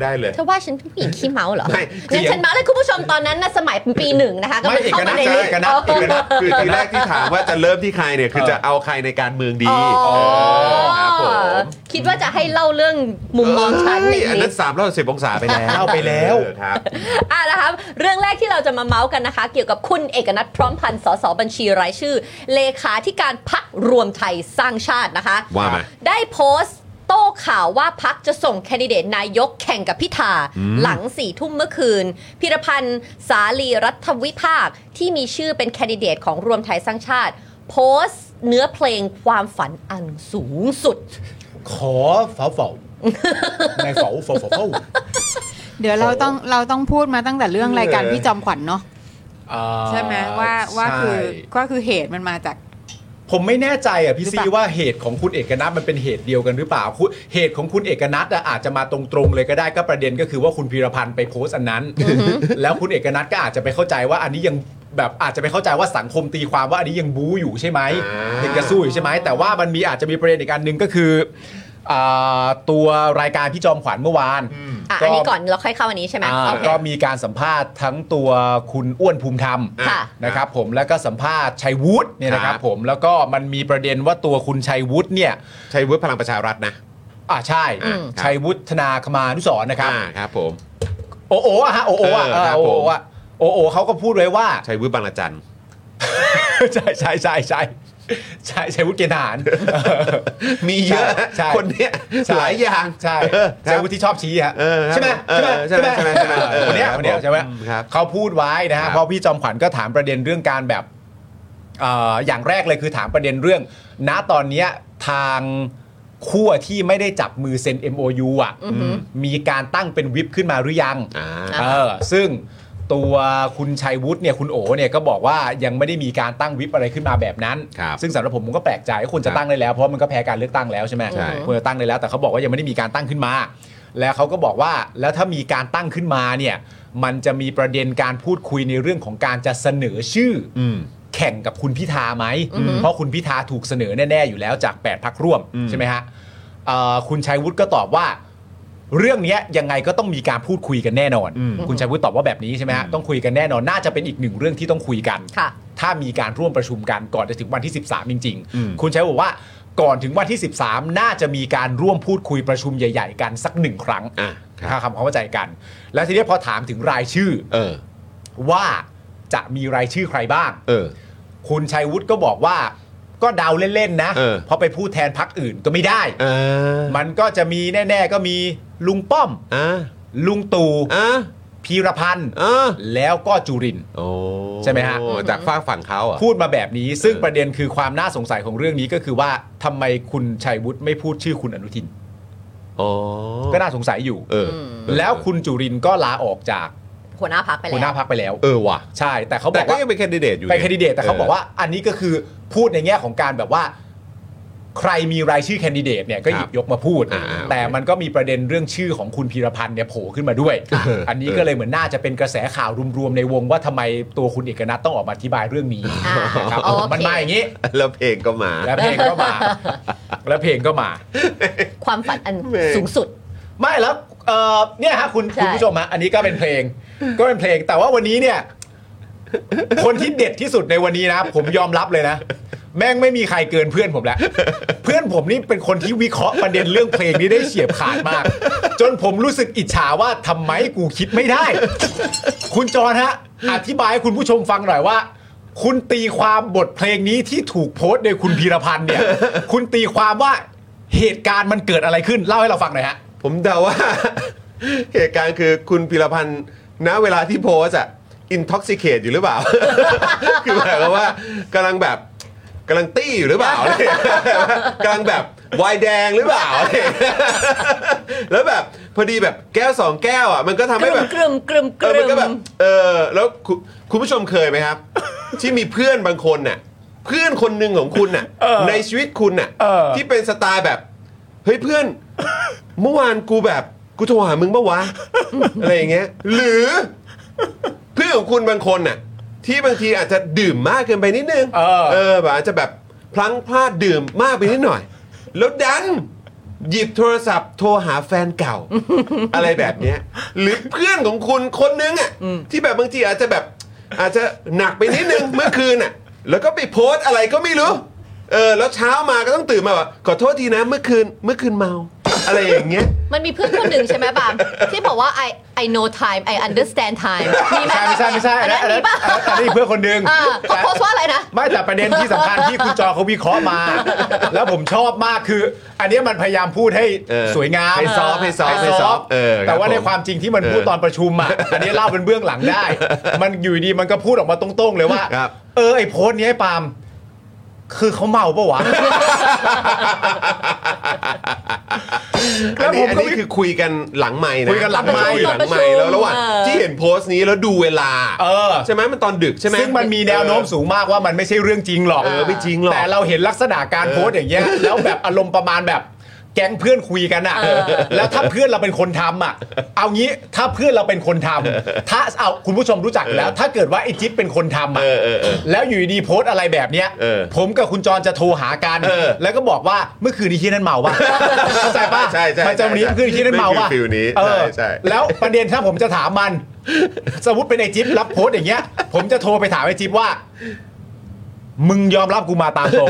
ได้เลย
เธอว่าฉันเป็นผู้หญิงขี้เมาเหรอ
ไม่คือ
งั้นฉันเมาส์เลยคุณผู้ชมตอนนั้นนะสมัยปีหนึ่งนะคะ ก็
ไม่
เป็นเข้ามาใน
เอ
ลิ
ก
ฟ
ก
ต์
นัท
อ๋อ
คือนะคือทีแรกที่ถามว่าจะเริ่มที่ใครเนี่ย คือจะเอาใครในการเมืองดี
อ๋อ
เออครับผม
คิดว่าจะให้เล่าเรื่องมุมมองฉันใน
เยอัน
ลิ
นั้
ฟ
น
ต์
สามร้อยสิบองศาไปแล้ว
เล่าไปแล้ว
เออครับ
อ่ะนะคะเรื่องแรกที่เราจะมาเมาส์กันนะคะ เกี่ยวกับคุณเอกนัทพร้อมพันธ์สสบัญชีรายชื่อ เลขาธิการพักรวมไทยสร้างชาตินะคะ
ว่ามา
ได้โพสต์โต้ข่าวว่าพักจะส่งแคนดิเดตนายกแข่งกับพิธาหลังสี่ทุ่มเมื่อคืน พิรพันธ์สาลีรัฐวิภาค ที่มีชื่อเป็นแคนดิเดตของรวมไทยสร้างชาติ โพสต์เนื้อเพลงความฝันอันสูงสุด
ขอเฝ้าเฝ้าในเฝ้าเฝ้าเฝ้าเฝ้า
เดี๋ยวเราต้องเราต้องพูดมาตั้งแต่เรื่องรายการพี่จอมขวัญเนาะ
อ่า
ใช่ไหมว่าว่าคือ
ใช่
ก็คือเหตุมันมาจาก
ผมไม่แน่ใจอ่ะพี่
หรือเป
ซี
ล่า
ว่าเหตุของคุณเอกนัทมันเป็นเหตุเดียวกันหรือเปล่าคุณเหตุของคุณเอกนัทอะอาจจะมาตรงๆเลยก็ได้ก็ประเด็นก็คือว่าคุณพีรพันธ์ไปโพสต์อันนั้น แล้วคุณเอกนัทก็อาจจะไปเข้าใจว่าอันนี้ยังแบบอาจจะไปเข้าใจว่าสังคมตีความว่าอันนี้ยังบู๊อยู่ใช่ไหม
อ่า
ยังจะสู้อยู่ใช่ไหมแต่ว่ามันมีอาจจะมีประเด็นอีกอันหนึ่งก็คืออ่าตัวรายการพี่จอมขวัญเมื่อวาน
อ่ะอันนี้ก่อนเราค่อยเข้าอันนี้ใช่ไหม
อ่า
โอเค
ก็มีการสัมภาษณ์ทั้งตัวคุณอ้วนภูมิธรรม
ค่ะ
นะครับผมแล้วก็สัมภาษณ์ชัยวุฒิเนี่ยนะค
ค
รั
รั
บบ ผมแล้วก็มันมีประเด็นว่าตัวคุณชัยวุฒิเนี่ย
ชัยวุฒิพลังประชารัฐนะ
อ่าใช่
อืม
ชัยวุฒิธนาคมานุสรณ์นะครับ
อ่าครับผม
โอโอ้อะฮะโอโอ้อะ
เออครับ
โอ
ผม
โอ้อะโอโอ้เขาก็พูดไว้ว่า
ชัยวุฒิบางระจัน
ใช่ใช่ใช่ใช่ใช่ชัยวุฒิเกณฑ์ทหาร
มีเยอะ
ใช่
คนเนี้ย
ใช่
หลายอย่าง
ใช่
เออค
ชั
รั
ย
บ
วุฒิที่ชอบชี้ฮะ
เออครับ
ใช่ไหม
เออ
ใช่ไหม
ใช่ไหมใช่ไหมเออ
คนเนี้ยคนเนี้ยใช่ไหม
อืมครับ
เขาพูดไว้นะ
ครั
ฮะ
บ
เพราะพี่จอมขวัญก็ถามประเด็นเรื่องการแบบเอ่ออย่างแรกเลยคือถามประเด็นเรื่อง ณตอนเนี้ยทางขั้วที่ไม่ได้จับมือเซ็น MOU อ่ะ
อือหือ
มีการตั้งเป็นวิปขึ้นมาหรือยัง
อ่า
เออซึ่งตัวคุณชัยวุฒิเนี่ยคุณโอเนี่ยก็บอกว่ายังไม่ได้มีการตั้งวิปอะไรขึ้นมาแบบนั้น
ครับ
ซึ่งสำหรับผมผมก็แปลกใจควรจะตั้งได้แล้วเพราะมันก็แพ้การเลือกตั้งแล้วใช่ไหม
ใช่
ควรจะตั้งได้แล้วแต่เขาบอกว่ายังไม่ได้มีการตั้งขึ้นมา แล้วเขาก็บอกว่าแล้วถ้ามีการตั้งขึ้นมาเนี่ยมันจะมีประเด็นการพูดคุยในเรื่องของการจะเสนอชื่ออ
อืม
แข่งกับคุณพิธาไหม
อือหือ
เพราะคุณพิธาถูกเสนอแน่ๆอยู่แล้วจาก 8พักร่วม
อืม
ใช่ไหมฮะเอ่อคุณชัยวุฒิก็ตอบว่า เรื่องเนี้ยยังไงก็ต้องมีการพูดคุยกันแน่นอน คุณชัยวุฒิตอบว่าแบบนี้ใช่ไหมฮะต้องคุยกันแน่นอนน่าจะเป็นอีกหนึ่งเรื่องที่ต้องคุยกัน
ค่ะ
ถ้ามีการร่วมประชุมกันก่อนจะถึงวันที่ 13 จริง ๆ คุณใช้บอกว่าก่อนถึงวันที่ 13 น่าจะมีการร่วมพูดคุยประชุมใหญ่ ๆ กันสักหนึ่งครั้ง
อ่ะครับ
ถ้าคำความเข้าใจกัน แล้วทีนี้พอถามถึงรายชื่อ
เออ
ว่าจะมีรายชื่อใครบ้าง
เออ
คุณชัยวุฒิก็บอกว่าก็เดาเล่น ๆ นะ
เออ
ราะไปพูดแทนพักอื่นก็ไม่ได้
อ่า
มันก็จะมีแน่ ๆ ก็มีลุงป้อม
อ่า
ลุงตู่
อ่า
พีรพันธ์
อ่า
แล้วก็จุรินทร์
โอ้
ใช่ไหมฮะ
จากฝากฝั่งเขาเหรอ่ะ
พูดมาแบบนี้ ซึ่ง
เออ
ประเด็นคือความน่าสงสัยของเรื่องนี้ก็คือว่าทำไมคุณชัยวุฒิไม่พูดชื่อคุณอนุทิน
อ๋อ
ก็น่าสงสัยอยู่
เออ
แล้วคุณจุรินทร์ก็ลาออกจาก
หัวหน้าพักไป
หัวห
แล้
น้าว พักไปแล้ว
เออว่ะ
ใช่ แต่เขาบ
แต่
อก
ก็
ว่า
ยังเป็นแคนดิเดตอยู่
เป็นแคนดิเดตแต่เขาบอกว่าอันนี้ก็คือพูดในแง่ของการแบบว่า ใครมีรายชื่อแคนดิเดตเนี่ยก็หยิบยกมาพูด
อ่าโอเค
แต่มันก็มีประเด็นเรื่องชื่อของคุณพีรพันธ์เนี่ยโผล่ขึ้นมาด้วย
เอออั
อันนี้ก็เลยเหมือนน่าจะเป็นกระแสข่าวรวมๆในวงว่าทำไมตัวคุณเอกนัทต้องออกมาอธิบายเรื่องนี้
อ่า
นะครับ
โอเค
มันมาอย่างนี้
แล้วเพลงก็มา
แล้วเพลงก็มา แล้วเพลงก็มา
ความฝันอัน
เบรก
สูงสุด
ไม่แล้วเอ่อเนี่ยฮะคุณ
ใช่
คุณผู้ชมฮะอันนี้ก็เป็นเพลง ก็เป็นเพลง แต่ว่าวันนี้เนี่ย คนที่เด็ดที่สุดในวันนี้นะ ผมยอมรับเลยนะ แม่งไม่มีใครเกินเพื่อนผมแล้ว เพื่อนผมนี่เป็นคนที่วิเคราะห์ประเด็นเรื่องเพลงนี้ได้เฉียบขาดมาก จนผมรู้สึกอิจฉาว่าทำไมกูคิดไม่ได้ คุณจรฮะ อธิบายให้คุณผู้ชมฟังหน่อยว่า คุณตีความบทเพลงนี้ที่ถูกโพสต์โดยคุณพีรพันธ์เนี่ย คุณตีความว่าเหตุการณ์มันเกิดอะไรขึ้นเล่าให้เราฟังหน่อยฮะ
ผมเดาว่า เหตุการณ์คือคุณพิรพันธ์ณเวลาที่โพสอะอินท็อกซิเคตอยู่หรือเปล่า คือหมายความว่ากำลังแบบกำลังตี้อยู่หรือเปล่า กำลังแบบวายแดงหรือเปล่า แล้วแบบพอดีแบบแก้วสองแก้วอ่ะมันก็ทำ
ก
ให้
รึ
แบ
ม
บ
กรึมกรึมก
เออ
รึ
มันก็แบบ
ม
เออแล้วคุณคุณผู้ชมเคยไหมครับ ที่มีเพื่อนบางคนน่ะเพื่อนคนหนึ่งของคุณน่ะในชีวิตคุณน่ะ
เออ
ที่เป็นสไตล์แบบเฮ้ยเพื่อน เมื่อวานกูแบบกูโทรหามึงปะวะ อะไรอย่างเงี้ย หรือ เพื่อนของคุณบางคนน่ะ ที่บางทีอาจจะดื่มมากเกินไปนิดนึง
เออ
แบบอาจจะแบบพลั้งพลาดดื่มมากไปนิดหน่อย แล้วดัน หยิบโทรศัพท์โทรหาแฟน เก่า อะไรแบบเนี้ย หรือเพื่อนของคุณคนนึงอ่ะที่แบบบางทีอาจจะแบบ อาจจะหนักไปนิดนึง เมื่อคืนอ่ะ แล้วก็ไปโพสต์อะไรก็ไม่รู้เออแล้วเช้ามาก็ต้องตื่นมาแบบขอโทษทีนะเมื่อคืนเมื่อคืนเมา อะไรอย่างเงี้ย
มันมีเพื่อนคนหนึ่งใช่ไหมบามที่บอกว่า I I know time I understand time มีไหม
ไม่ใช่ไม่ใช่
อั
ไม่
น
ใช่
นั้นมีป่ะ
อันนี้เพื่อนคนหนึ่ง
อ่าเขาโพสต์ว่าอะไรนะ
ไม่แต่ประเด็นที่สำคัญที่คุณจอเขาวิเคราะห์มา แล้วผมชอบมากคือ อันเนี้ยมันพยายามพูดให้
เออ
สวยงาม
ให้ซอฟต์ให้ซอฟต์ให้ซอฟต์เออครับ
แต่ว่าใน
ผม
ความจริงที่มันพูด
เออ
ตอนประชุมอ่ะอันนี้เล่าเป็นเบื้องหลังได้ มันอยู่ดีมันก็พูดออกมาตรงๆเลยว่า
ครับ
เออไอ้โพสต์เนี้ยไอ้ปาล์มคือเขาเมาปะวะ แล้
อัน
ว
นี้
ผม
อัน
ก็
นี้คือคุยกันหลังไม่นะ
คุยกันหลังไมค์
คุยหลังไม่แล้วระหว่าง
เออ
ที่เห็นโพสต์นี้แล้วดูเวลา
เออ
ใช่ไหมมันตอนดึกใช่ไหม
ซึ่งมันมีแนวโน้มสูงมากว่ามันไม่ใช่เรื่องจริงหรอก
เออไม่จริงหรอก
แต่เราเห็นลักษณะการโพสต์อย่างเงี้ยแล้วแบบอารมณ์ประมาณแบบแก๊งเพื่อนคุยกันอะ
เออ
แล้วถ้าเพื่อนเราเป็นคนทำอะเอางี้ถ้าเพื่อนเราเป็นคนทำถ้าเอาคุณผู้ชมรู้จักอยู่แล้ว ถ้าเกิดว่าไอ้จิ๊บเป็นคนทำอะ
เออเออเออ
แล้วอยู่ดีๆโพสต์อะไรแบบเนี้ย
เออ
ผมกับคุณจรจะโทรหากัน
เออ
แล้วก็บอกว่าเมื่อคืนนี้ที่นั่นเมา ว่ะเข้าใจป่ะ
ใช่ใช่
มันจะวันนี้เมื่อคืนนี้ที่นั่นเมาว่ะ
ไคือฟิลนี้
เอ
ใช่
อ
ใช่
แล้วประเด็นถ้าผมจะถามมัน สมมติเป็นไอจิ๊บรับโพสต์อย่างเงี้ย ผมจะโทรไปถามไอจิ๊บว่า มึงยอมรับกูมาตามตรง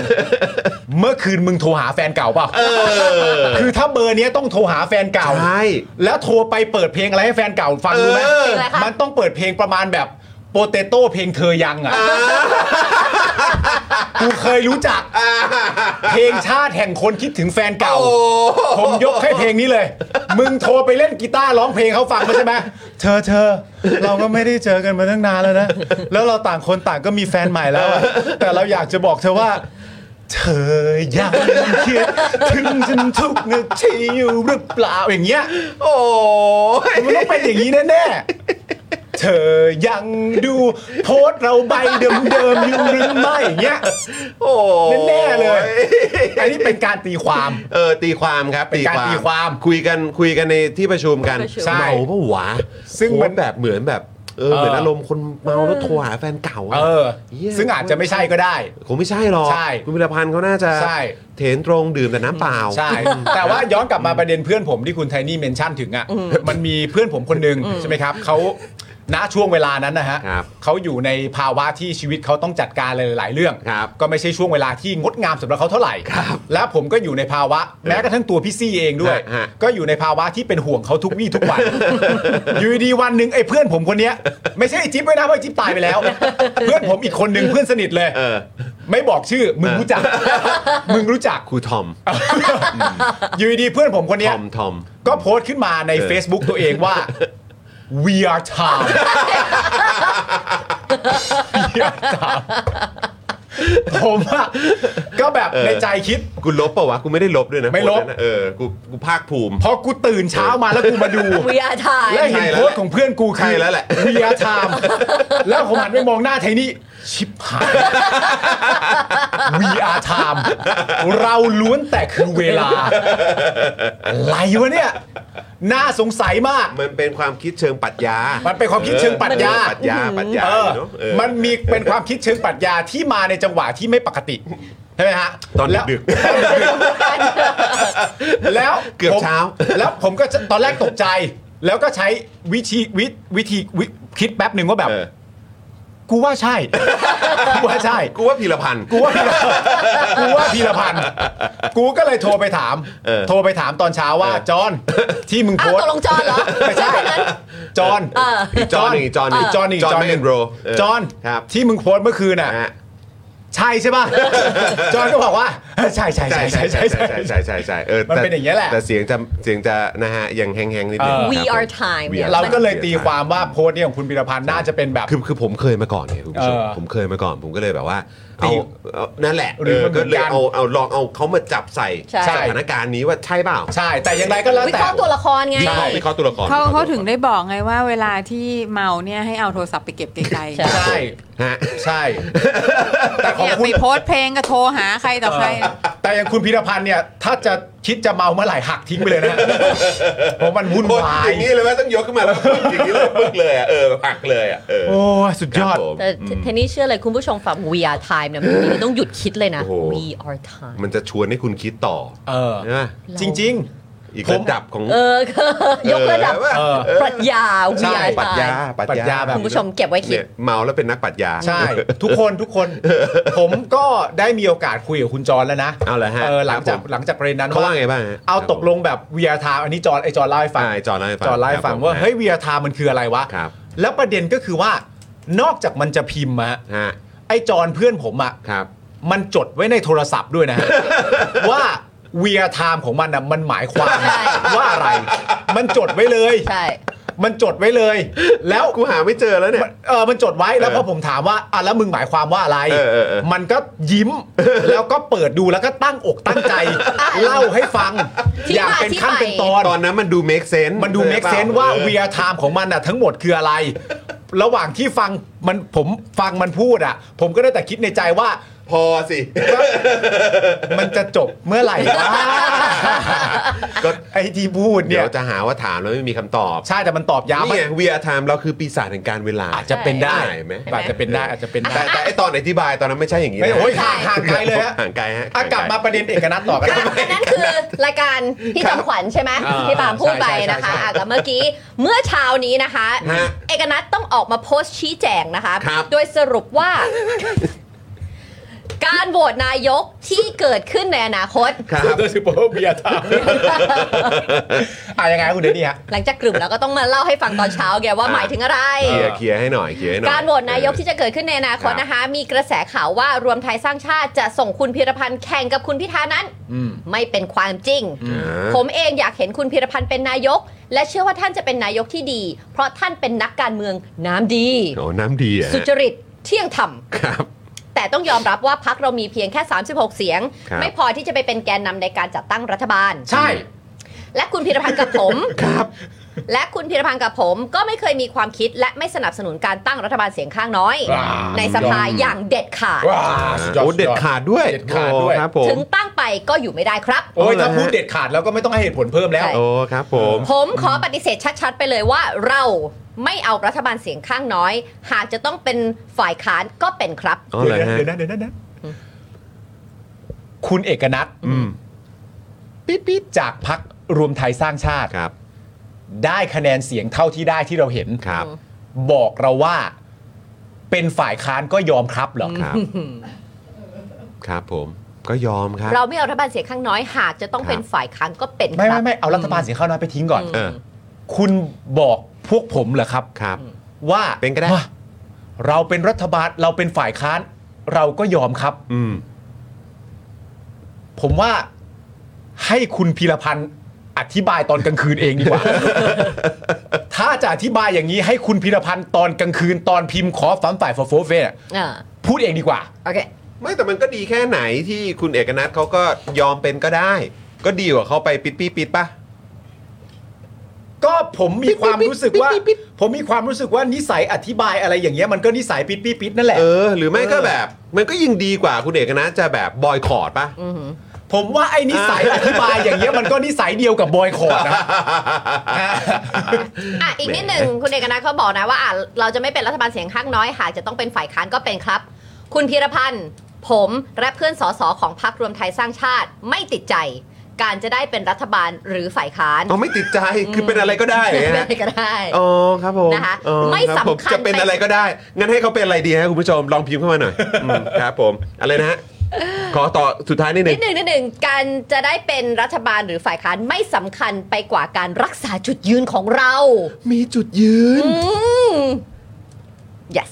เมื่อคืนมึงโทรหาแฟนเก่าเปล่าคือถ้าเบอร์เนี้ยต้องโทรหาแฟนเก่า
ใช่
แล้วโทรไปเปิดเพลงอะไรให้แฟนเก่าฟังรู้ไหม
เออ
เพลงอะไรคะ
มันต้องเปิดเพลงประมาณแบบโปเตโต้เพลงเธอยังอ่ะกูเคยรู้จัก เพลงชาติแห่งคนคิดถึงแฟนเก่า
โอ้
ผมยกให้เพลงนี้เลย มึงโทรไปเล่นกีตาร์ร้องเพลงเขาฟังมาใช่ไหม เธอเธอเราก็ไม่ได้เจอกันมาตั้งนานแล้วนะ แล้วเราต่างคนต่างก็มีแฟนใหม่แล้วอะแต่เราอยากจะบอกเธอว่า เธอยังคิดถึงฉันทุกนาทีอยู่หรือเปล่าอย่างเงี้ย
โอ้ย
มันต้องเป็นอย่างนี้แน่ๆ เธอยังดูโพสต์เราใบเดิมๆอยู่หรือไม่อย่างเงี้ย
โอ้
แน่ๆเลย อันนี้เป็นการตีความ
เออตีความครับ
เป็นการตีความ
คุยกันคุยกันในที่ประชุมกัน
ประชุม
ใช่
เมาปะหวา
ซึ่งมัน
โอ้แบบเหมือนแบบเออ
เออ
เหมือนอารมณ์คนเมาแล้วโทรหาแฟนเก่าะ
เออ
เหี้ย
ซึ่งอาจจะไม่ใช่ก็ได้
คงไม่ใช่หรอก
ใช่
คุณพิรพันธ์เขาน่าจะ
ใช่
เถนตรงดื่มแต่น้ำเปล่า
ใช่ แต่ว่าย้อนกลับมาประเด็นเพื่อนผมที่คุณไทนี่เมนชั่นถึงอ่ะ มันมีเพื่อนผมคนหนึ่งใช่ไหมครับ เขา ณช่วงเวลานั้นนะฮะ
ครับ
เขาอยู่ในภาวะที่ชีวิตเขาต้องจัดการอะไรหลาย ๆ เรื่อง
ครับ
ก็ไม่ใช่ช่วงเวลาที่งดงามสำหรับเขาเท่าไหร่ และผมก็อยู่ในภาวะ แม้กระทั่งตัวพี่ซี่เองด้วย
ฮะฮะ
ก็อยู่ในภาวะที่เป็นห่วงเขาทุกวี่ทุกวัน อยู่ดีๆวันหนึ่งไอ้เพื่อนผมคนเนี้ยไม่ใช่ไอ้จิ๊บด้วยนะเพราะไอ้จิ๊บตายไปแล้ว เพื่อนผมอีกคนหนึ่งเพื่อนสนิทเลย
เออ
ไม่บอกชื่อ มึงรู้จัก มึงรู้จัก
ครูทอม
อยู่ดีๆเพื่อนผมคน
ท
เนี้ย
อม ทอม
ก็โพสต์ขึ้นมาใน
เออ
Facebook ตัวเองว่า we are time We are time ผมอะก็แบบ
เออ
ในใจคิด
กูลบปะวะ กูไม่ได้ลบด้วยนะ
ไม่ลบ
โพสต์นั้นน่ะเออ กู กูภาคภูมิ
พอกูตื่นเช้ามาแล้วกูมาดู
วิอาทาย
และเห็นโพสต์ของเพื่อนกู
ใช่
คือ
แล้วแหละ
เวียไทม์ แล้วผมหันไปมองหน้าไทนี่ ชิบหายเวียไทม์เราล้วนแต่คือเวลา อะไรวะเนี่ย น่าสงสัยมาก
มันเป็นความคิดเชิงปรัชญา มัน
เป็นความคิดเชิงปรัชญา
ปรัชญา ปรัชญา
เออ
เนอะเออ
มันมีเป็นความคิดเชิงปรัชญาที่มาในจังหวะที่ไม่ปกติ ใช่ไหมฮะ
ตอน
แล้ว
ดึก
แล้ว
เกือบ
ผม
เช้า
แล้วผมก็จะตอนแรกตกใจ แล้วก็ใช้วิธีวิวิธีวิคิดแป๊บหนึ่งว่าแบบ
เออ
กูว่าใช่ กูว่าใช่
กูว่าพีรพันธ์
กูว่าพีรกูว่าพีรพันธ์กูก็เลยโทรไปถาม
เออ
โทรไปถามตอนเช้าว่า
เออ
จอนที่มึงโพ
อ้าว
ส
ต
ต์
กลงจอนเหรอ
ไม่ใช่
คนนั้น
จอน
เออ
อีกจอหนงอีกจอหนง
จอห์นอีก
จอห์น
จอห์น
แม
หนึ่
น
ง
โร
จอน
ครับ
ที่มึงโพสต์เมื่อคืนน่ะ
ฮะ
ใช่ใช่ ป่ะ จอนก็บอกว่าเออใช่ใช่ใช่
ใช่
ใช่
ใช่
ใช่
ใช่ใช่
ใช่
ใช่ใช่ใช่ใช่เออ
มัน
แต่
เป็นอย่างเงี้ยแหละ
แต่เสียงจะเสียงจะนะฮะยังแห้งๆนิดนึง
เออ
ครับ
We
ผม
are time
We are
เราก็เลย
ใช่
ตี
ใช่
ความว่าโพสต์เนี่ยของคุณพิรพันธ์น่าจะเป็นแบบ
คือคือผมเคยมาก่อนไงคุณผู้ชม
เออ
ผมเคยมาก่อน ผมก็เลยแบบว่า
ตี
เอาเอานั่นแหละ
หรือมัน
เออก็เลย
เหมือนกัน
เอาเอาลองเอาเขามาจับใส่
ใช่
สถานการณ์นี้ว่าใช่เปล่า
ใช่แต่อย่างไรก็แล้ว
วิ
แต่
เคราะห์ตัวละครไง
วิเคราะห์วิเคราะห์ตัวละคร
เขาเขาถึง
วิคระห์
ได้บอกไงว่าเวลาที่เมาเนี่ยให้เอาโทรศัพท์ไปเก็บไกล
ใช่
ๆ
ใช่
ฮะ
ใช่ แต่ของ
เนี่ย
คุ
ไป
ณ
โพสต์เพลงก็โทรหาใครต่อใคร
เออแต่อย่างคุณพิรพันธ์เนี่ยถ้าจะคิดจะเมาเมื่อไหร่หักทิ้งไปเลยนะ เพราะมันวุ่น
บท
วา
อย ย่างนี้เลยไหมต้องยกขึ้นมาแล้วปึ๊กอย่างนี้เลยปึ๊กเลยอ่ะเออปักเลยอ่ะเออ
โอ้ยสุดยอด
ครับผม
แต่เทนนี่เชื่อเลยคุณผู้ชมฟัง We are time เนี่ยมันต้องหยุดคิดเลยนะ
โอ้โห
We are time
มันจะชวนให้คุณคิดต่อ
เออ
ใช่ไหม
จริง
อีก
ผม
ระดับของ
เออ ยกระดับ
เออ
เออ
ปรัชญา
ใช่
We are
ปรัชญา
time
ปรัช
ปรัช
ญา
ญาแบบ
คุณผู้ชมเก็บไว้คิด
เนี่ยเมาแล้วเป็นนักปรัชญา
ใช่ ทุกคนทุกคน ผมก็ได้มีโอกาสคุยกับคุณจรแล้วนะ
เอาเหรอฮะ
หลังจาก
ครับผม
หลังจากประเด็นนั้น
เขาว่าไงบ้างฮะ
เอา
ครับผม
ตกลงแบบเวียทาอันนี้จอนไอจอนเล่าให้ฟัง
ใช่จอไล่าให้ฟัง
จอไล่าให้ฟัง
ครับผม
ว่าเฮ้ย
ฮะ
เวียทามันคืออะไรวะ
ครับ
แล้วประเด็นก็คือว่า นอกจากมันจะพิมพ์อะ
ฮะ
ไอจอนเพื่อนผมอะ
ครับ
มันจดไว้ในโทรศัพท์ด้วยนะฮะ ว่าเวียทามของมันอะมันหมายความ
ใช่
ว่าอะไร มันจดไว้เลย
ใช่
มันจดไว้เลย แล้ว
กูหาไม่เจอแล้วเนี่ย
มันเออมันจดไว้แล้ว
เออ
พอผมถามว่าอ่ะแล้วมึงหมายความว่าอะไร
เออเออเออ
มันก็ยิ้ ม แล้วก็เปิดดูแล้วก็ตั้งอกตั้งใจ เล่าให้ฟัง
ที่
อย่าง
มา
เป็น
ที่
ขั้น
ไป
เป็นตอน
ตอนนั้นมันดู make sense
มันดูเมคเซน
ออ
ว่าเวียไทม์ของมันน่ะทั้งหมดคืออะไร ระหว่างที่ฟังมันผมฟังมันพูดอ่ะ ผมก็ได้แต่คิดในใจว่า
พอสิ
มันจะจบเมื่อไหร่วะ
ก็
ไอ้ที่พูด
เดี๋
เนี่ย ยว
จะหาว่าถามแล้วไม่มีคำตอบ
ใช่แต่มันตอบยาว
นี่
มัน
ไงเวียไทม์เราคือปีศาจแห่งการเวลา
อาจจะเป็นได้
ใช่ไหม
อาจจะเป็นได้อาจจะเป็น
แต่
ได้
แต่ไอตอนอธิบายตอนนั้นไม่ใช่อย่างนี้นะ
ไม่โอ้ยห่างห่างไกลเลยฮะ
ห่างไกลฮะ
อ่ะกลับมาประเด็นเอกนัทต่อกัน
อันนั้นคือรายการพี่จอมขวัญใช่ไหม
อ่า
ที่ปาล์มพูดไป
ใช่ใช่
นะคะ
ใช่
อ่ะกับเมื่อกี้เมื่อเช้านี้นะคะ
ฮะ
เอกนัทต้องออกมาโพสต์ชี้แจงนะคะ
ครับ
โดยสรุปว่า การโหวตนายกที่เกิดขึ้นในอนาคต
ครับ
ับด้วยซูเปอร์เบียร์ทามอ่ะยังไงคุณเดนี่ฮะ
หลังจากกลุ่มแล้วก็ต้องมาเล่าให้ฟังตอนเช้าแกว่า
อ่า
หมายถึงอะไร
เคลียร์เคลียร์ให้หน่อยเคลียร์ให้หน่อย
การโหวตนายกที่จะเกิดขึ้นในอนาคต
ครับ
นะคะ มีกระแสข่าวว่ารวมไทยสร้างชาติจะส่งคุณพิรพันธ์แข่งกับคุณพิธานั้น ไม่เป็นความจริง
อ่า
ผมเองอยากเห็นคุณพิรพันธ์เป็นนายก และเชื่อว่าท่านจะเป็นนายกที่ดี เพราะท่านเป็นนักการเมืองน้ำดี
โอ้น้ำดีอ่ะ
สุจริตเที่ยงธรรม
ครับ
แต่ต้องยอมรับว่าพักเรามีเพียงแค่ 36 เสียง
ครับ
ไม่พอที่จะไปเป็นแกนนำในการจัดตั้งรัฐบาล
ใช่
และคุณพิรพันธ์กับผม และคุณพิรพันธ์กับผมก็ไม่เคยมีความคิดและไม่สนับสนุนการตั้งรัฐบาลเสียงข้างน้อย
ว้าว
ในสภาอย่างเด็ดขาด
ว้า
โอ้เด็ดขาดด้วย
เด็ดขาดด้วย
โอ้ครับผม
ถึงตั้งไปก็อยู่ไม่ได้ครับ
โอ้ยถ้าพูดเด็ดขาดแล้วก็ไม่ต้องให้เหตุผลเพิ่มแล้ว
ใช่
โอ้ครับผม
ผมขอปฏิเสธชัดๆ ไปเลยว่าเราไม่เอารัฐบาลเสียงข้างน้อย หากจะต้องเป็นฝ่ายค้านก็เป็นครับ
อ๋อ
เดี๋
เหรอ
ยวนะ
ฮะ
เดี๋ยวนะเดี๋ยวนะเดี๋ยวนะคุณเอกนัท
อืม
ปิ๊ดปิ๊ดจากพักรวมไทยสร้างชาติ
ครับ
ได้คะแนนเสียงเท่าที่ได้ที่เราเห็น
ครับ
บอกเราว่าเป็นฝ่ายค้านก็ยอมครับเหรอ
ครับ ครับผมก็ยอมครับ
เราไม่เอารัฐบาลเสียงข้างน้อยหากจะต้อ
ค
ง
รับ
เป็นฝ่ายค้านก็เป็น
ไม่
ครั
ไม่
บ
ไม่เอารัฐบาลเสียงข้างน้อยไปทิ้งก่อน
อืม
เออ
คุณบอกพวกผมเหรอครับ
ครับ
ว่า
เป็นก็ได้
ว่าเราเป็นรัฐบาลเราเป็นฝ่ายค้าน เราก็ยอมครับ
อืม
ผมว่าให้คุณพีรพันธ์อธิบายตอนกลางคืนเอง ดีกว่า ถ้าจะอธิบายอย่างนี้ให้คุณพีรพันธ์ตอนกลางคืนตอนพิมพ์ขอฝันฝ่ายฟอโฟเฟ่ย
อ่า
พูดเองดีกว่า
โอเค
ไม่แต่มันก็ดีแค่ไหนที่คุณเอกนัทเขาก็ยอมเป็นก็ได้ ก็ดีกว่าเขาไปปิดปี้ปิดปะ
ก็ผมมีความรู้สึกว่า ผมมีความรู้สึกว่านิสัยอธิบายอะไรอย่างเงี้ยมันก็นิสัยปิดปี้ปิดนั่นแหละ
เออ หรือไม่ก็แบบ มันก็ยิ่งดีกว่าคุณเอกนัทจะแบบบอยคอรดปะ
ผมว่าไอ้นิสัยอธิบายอย่างเงี้ยมันก็นิสัยเดียวกับบอยคอรดนะ
อ่ะอีกนิดหนึ่งคุณเอกนัทเขาบอกนะว่าอ่ะเราจะไม่เป็นรัฐบาลเสียงข้างน้อยหากจะต้องเป็นฝ่ายค้านก็เป็นครับ คุณพีรพันธ์ ผมและเพื่อนสสของพรรครวมไทยสร้างชาติไม่ติดใจ การจะได้เป็นรัฐบาลหรือฝ่ายค้าน
อ๋อไม่ติดใจคือเป็นอะไรก็ ได้เหรอ
เป็นอะ
ฮะ
ไรก็ได้
อ๋อครับผม
นะคะ
อ๋อ
ไม่
รับผม
สำคัญ
จะเป็นอะไรก็ได้ งั้นให้เขาเป็นอะไรดีฮะคุณผู้ชมลองพิมพ์เข้ามาห น่อยอืมครับผมอะไรนะฮะขอต่อสุดท้ายนิดหนึ
นิ
ง
ดหนึ่งนิดหนึ่งการจะได้เป็นรัฐบาลหรือฝ่ายค้านไม่สำคัญไปกว่าการรักษาจุดยืนของเรา
มีจุดยืน
อืม yes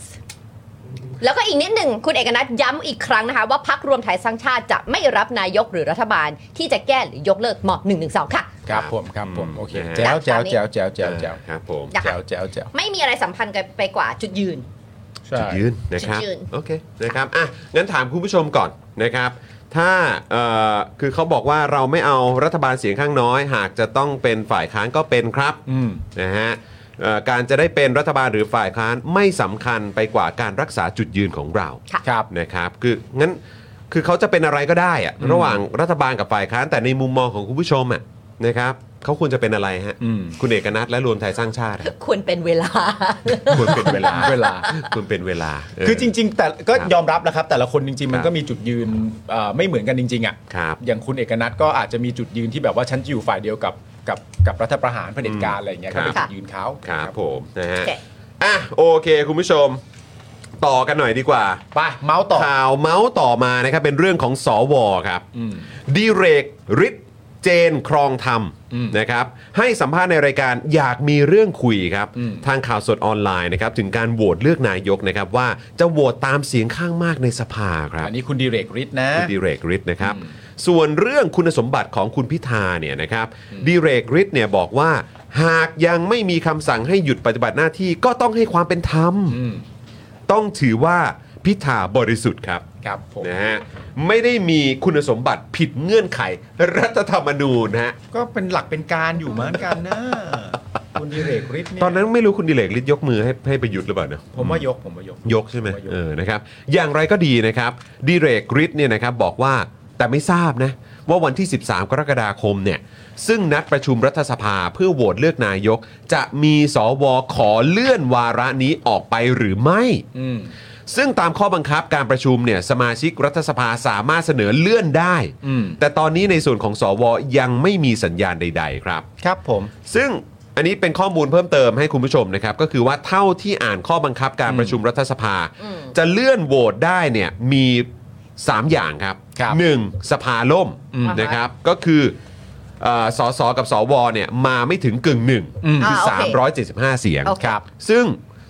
แล้วก็อีกนิดหนึ่งคุณเอกนัทย้ำอีกครั้งนะคะ ว่าพักรวมไทยสร้างชาติจะไม่รับนายกหรือรัฐบาลที่จะแก้หรือยกเลิกม .112 ค่ะ
ครับผมครับผมโอเค
นะฮะ
แจ๋วแจ๋วแจ๋วแจ๋วแจ๋วแจ๋ว
ครับผม
นะคะ
แจ๋วแจ๋วแจ๋ว
ไม่มีอะไรสำคัญกันไปกว่าจุดยืน
ใช่
จุดยืนนะครับ
จุดยืน
โอเคนะครับอ่ะงั้นถามคุณผู้ชมก่อนนะครับ ถ้าเอ่อคือเขาบอกว่าเราไม่เอารัฐบาลเสียงข้างน้อย หากจะต้องเป็นฝ่ายค้านก็เป็นครับ
อืม
นะฮะเอ่อการจะได้เป็นรัฐบาลหรือฝ่ายค้านไม่สำคัญไปกว่าการรักษาจุดยืนของเรา
ค่ะ
ครับ
นะครับคืองั้นคือเขาจะเป็นอะไรก็ได้อะ
อืม
ระหว่างรัฐบาลกับฝ่ายค้านแต่ในมุมมองของคุณผู้ชมอะนะครับเขาควรจะเป็นอะไรฮะ
อืม
คุณเอกนัทและรวมไทยสร้างชา ติอะ
ควรเป็นเวลา
ควรเป็นเวลา
เวลา
ควรเป็นเวลาเ
คือจริง ๆ แต่ก็
ครับ
ยอมรับนะครับ แต่ละคนจริง ๆ มั
คน รับ
ก็มีจุดยืนเอ่อไม่เหมือนกันจริง ๆ อ่ะ
ครับ
อย่างคุณเอกนัทก็อาจจะมีจุดยืนที่แบบว่าฉันจะอยู่ฝ่ายเดียวกับกับกับรัฐประหารเผด็จการอะไรอย่างเงี้ย
ครั
ก็
บ
เป็นจุดยืนเขา
ครับผมนะฮะ
โอเค
อ่ะโอเคคุณผู้ชม ต่อกันหน่อยดีกว่า
ไปเมาส์ต่อ
ข่าวเมาส์ต่อมานะครับเป็นเรื่องของสวครับ
อืม
ดีเรกฤทธิ์เจนครองธรรม
อืม
นะครับให้สัมภาษณ์ในรายการอยากมีเรื่องคุยครับ
อืม
ทางข่าวสดออนไลน์นะครับถึงการโหวตเลือกนายกนะครับว่าจะโหวตตามเสียงข้างมากในสภาครับ
อันนี้คุณดีเรกฤทธิ์นะ
คุณดิเรกฤทธิ์นะครับ
อืม
ส่วนเรื่องคุณสมบัติของคุณพิธาเนี่ยนะครับดิเรกฤทธิ์เนี่ยบอกว่า หากยังไม่มีคำสั่งให้หยุดปฏิบัติหน้าที่ก็ต้องให้ความเป็นธรรม
อืม
ต้องถือว่าพิธาบริสุทธิ์ครับ
ครับผม
นะฮะไม่ได้มีคุณสมบัติผิดเงื่อนไข รัฐธรรมนูญนะฮะ
ก็เป็นหลักเป็นการอยู่เหมือนกันนะ คุณดีเรกฤทธิ์เนี่ย
ตอนนั้นไม่รู้คุณดิเลกฤทธิ์ยกมือให้ให้ประยุทธ์หรือเปล่าเนอะ
ผมว่ายกผมว่ายก
ยกใช่ไหม
ผว่ายก
เออนะครับอย่างไรก็ดีนะครับดิเรกฤทธิ์เนี่ยนะครับบอกว่าแต่ไม่ทราบนะว่าวันที่ 13 กรกฎาคมเนี่ยซึ่งนัดประชุมรัฐสภาเพื่อโหวตเลือกนายก จะมีสวขอเลื่อนวาระนี้ออกไปหรือไม่
อืม
ซึ่งตามข้อบังคับการประชุมเนี่ยสมาชิกรัฐสภาสามารถเสนอเลื่อนได้
อืม
แต่ตอนนี้ในส่วนของสวยังไม่มีสัญญาณใด ๆ ครับ
ครับผม
ซึ่งอันนี้เป็นข้อมูลเพิ่มเติมให้คุณผู้ชมนะครับ ก็คือว่าเท่าที่อ่านข้อบังคับการประชุมรัฐสภา
อืม
จะเลื่อนโหวตได้เนี่ยมี 3 อย่างครับ
ครับ
1. สภาล่ม
อืม
นะครับ ก็คือเอ่อสสกับสวเนี่ยมาไม่ถึงกึ่งหนึ่ง
อืม
คือ
อ่าโอเค
375 เสียง
โอเค
ครับ
ซึ่ง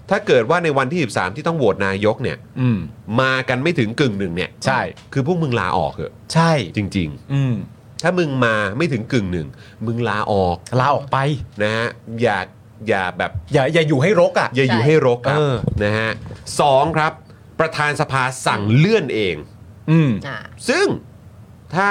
ถ้าเกิดว่าในวันที่ 13 ที่ต้องโหวตนายกเนี่ย
อืม
มากันไม่ถึงกึ่งหนึ่งเนี่ย
ใช่
คือพวกมึงลาออกเหอะ
ใช่
จริง ๆ
อืม
ถ้ามึงมาไม่ถึงกึ่งหนึ่ง มึงลาออก
ลาออกไป
นะฮะอย่าอย่าแบบ
อย่าอย่าอยู่ให้รกอ่ะ
อย่าอยู่
ใช่
ให้รกครับ
เออ
นะฮะสองครับ ประธานสภาสั่งเลื่อนเอง
อืม
อ่ะ
ซึ่งถ้า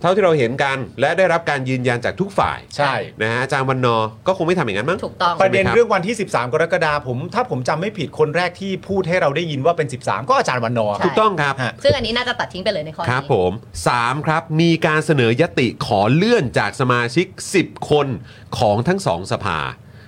เท่าที่เราเห็นกันและได้รับการยืนยันจากทุกฝ่าย
ใช่
นะฮะอาจารย์วันนอร์ก็คงไม่ทำอย่างนั้นมั้ง
ถูกต้อง
ประเด็น
ใช่ไหมครับ
เรื่องวันที่ 13 กรกฎาผม ถ้าผมจำไม่ผิดคนแรกที่พูดให้เราได้ยินว่าเป็น 13 ก็อาจารย์วันนอร์
ใช่
ถูกต้องครับ
ฮะ
ซึ่งอันนี้น่าจะตัดทิ้งไปเลยในข้อ
ครับ
นี้
ผม 3 ครับ มีการเสนอยติขอเลื่อนจากสมาชิก 10 คนของทั้งสองสภา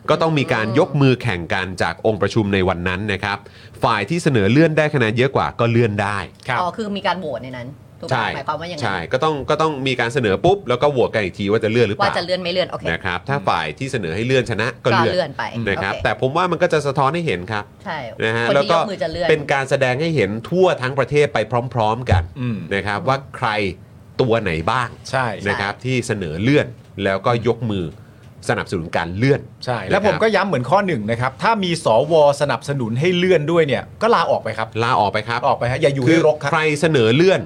ก็ต้องมีการยกมือแข่งกันจากองค์ประชุมในวันนั้นนะครับ ฝ่ายที่เสนอเลื่อนได้คะแนนเยอะกว่าก็เลื่อนได้
ครับ
อ๋อคือมีการโหวตในนั้น ถูกไหม
ใช่
หมายความว่ายังไง
ใช่ก็ต้องก็ต้องมีการเสนอปุ๊บ แล้วก็โหวตกันอีกทีว่าจะเลื่อนหรือเป
ว่า
ล่า
จะเลื่อนไม่เลื่อนโอเค
นะครับถ้าฝ่ายที่เสนอให้เลื่อนชนะก็
ก็
เลื่อน
เลื่อนไป
นะครับ
โอเ
แต่ผมว่ามันก็จะสะท้อนให้เห็นครับ
ใช่
นะฮะ
คน
แล้ว
ที่ย
ก็
กมือจะเลื่อน
เป็นการแสดงให้เห็นทั่วทั้งประเทศไปพร้อม ๆ กัน
อืม
นะครับว่าใครตัวไหนบ้าง
ใช่
นะครับที่เสนอเลื่อนแล้วก็ยกมือสนับสนุนการเลื่อน
ใช่ แล้วผมก็ย้ำเหมือนข้อหนึ่งนะครับ ถ้ามีสวสนับสนุนให้เลื่อนด้วยเนี่ย ก็ลาออกไปครับ
ลาออกไปครับ
ออกไปฮะอย่าอยู่
คื
ให้รกครับ
ใครเสนอเลื่อน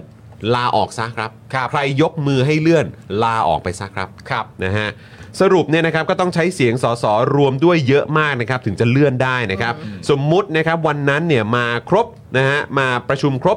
ลาออกซะครับ
ครับ
ใครยกมือให้เลื่อน ลาออกไปซะครับ
ครับ
นะฮะสรุปเนี่ยนะครับก็ต้องใช้เสียงสสรวมด้วยเยอะมากนะครับถึงจะเลื่อนได้นะครับ สมมุตินะครับวันนั้นเนี่ยมาครบนะฮะมาประชุมครบ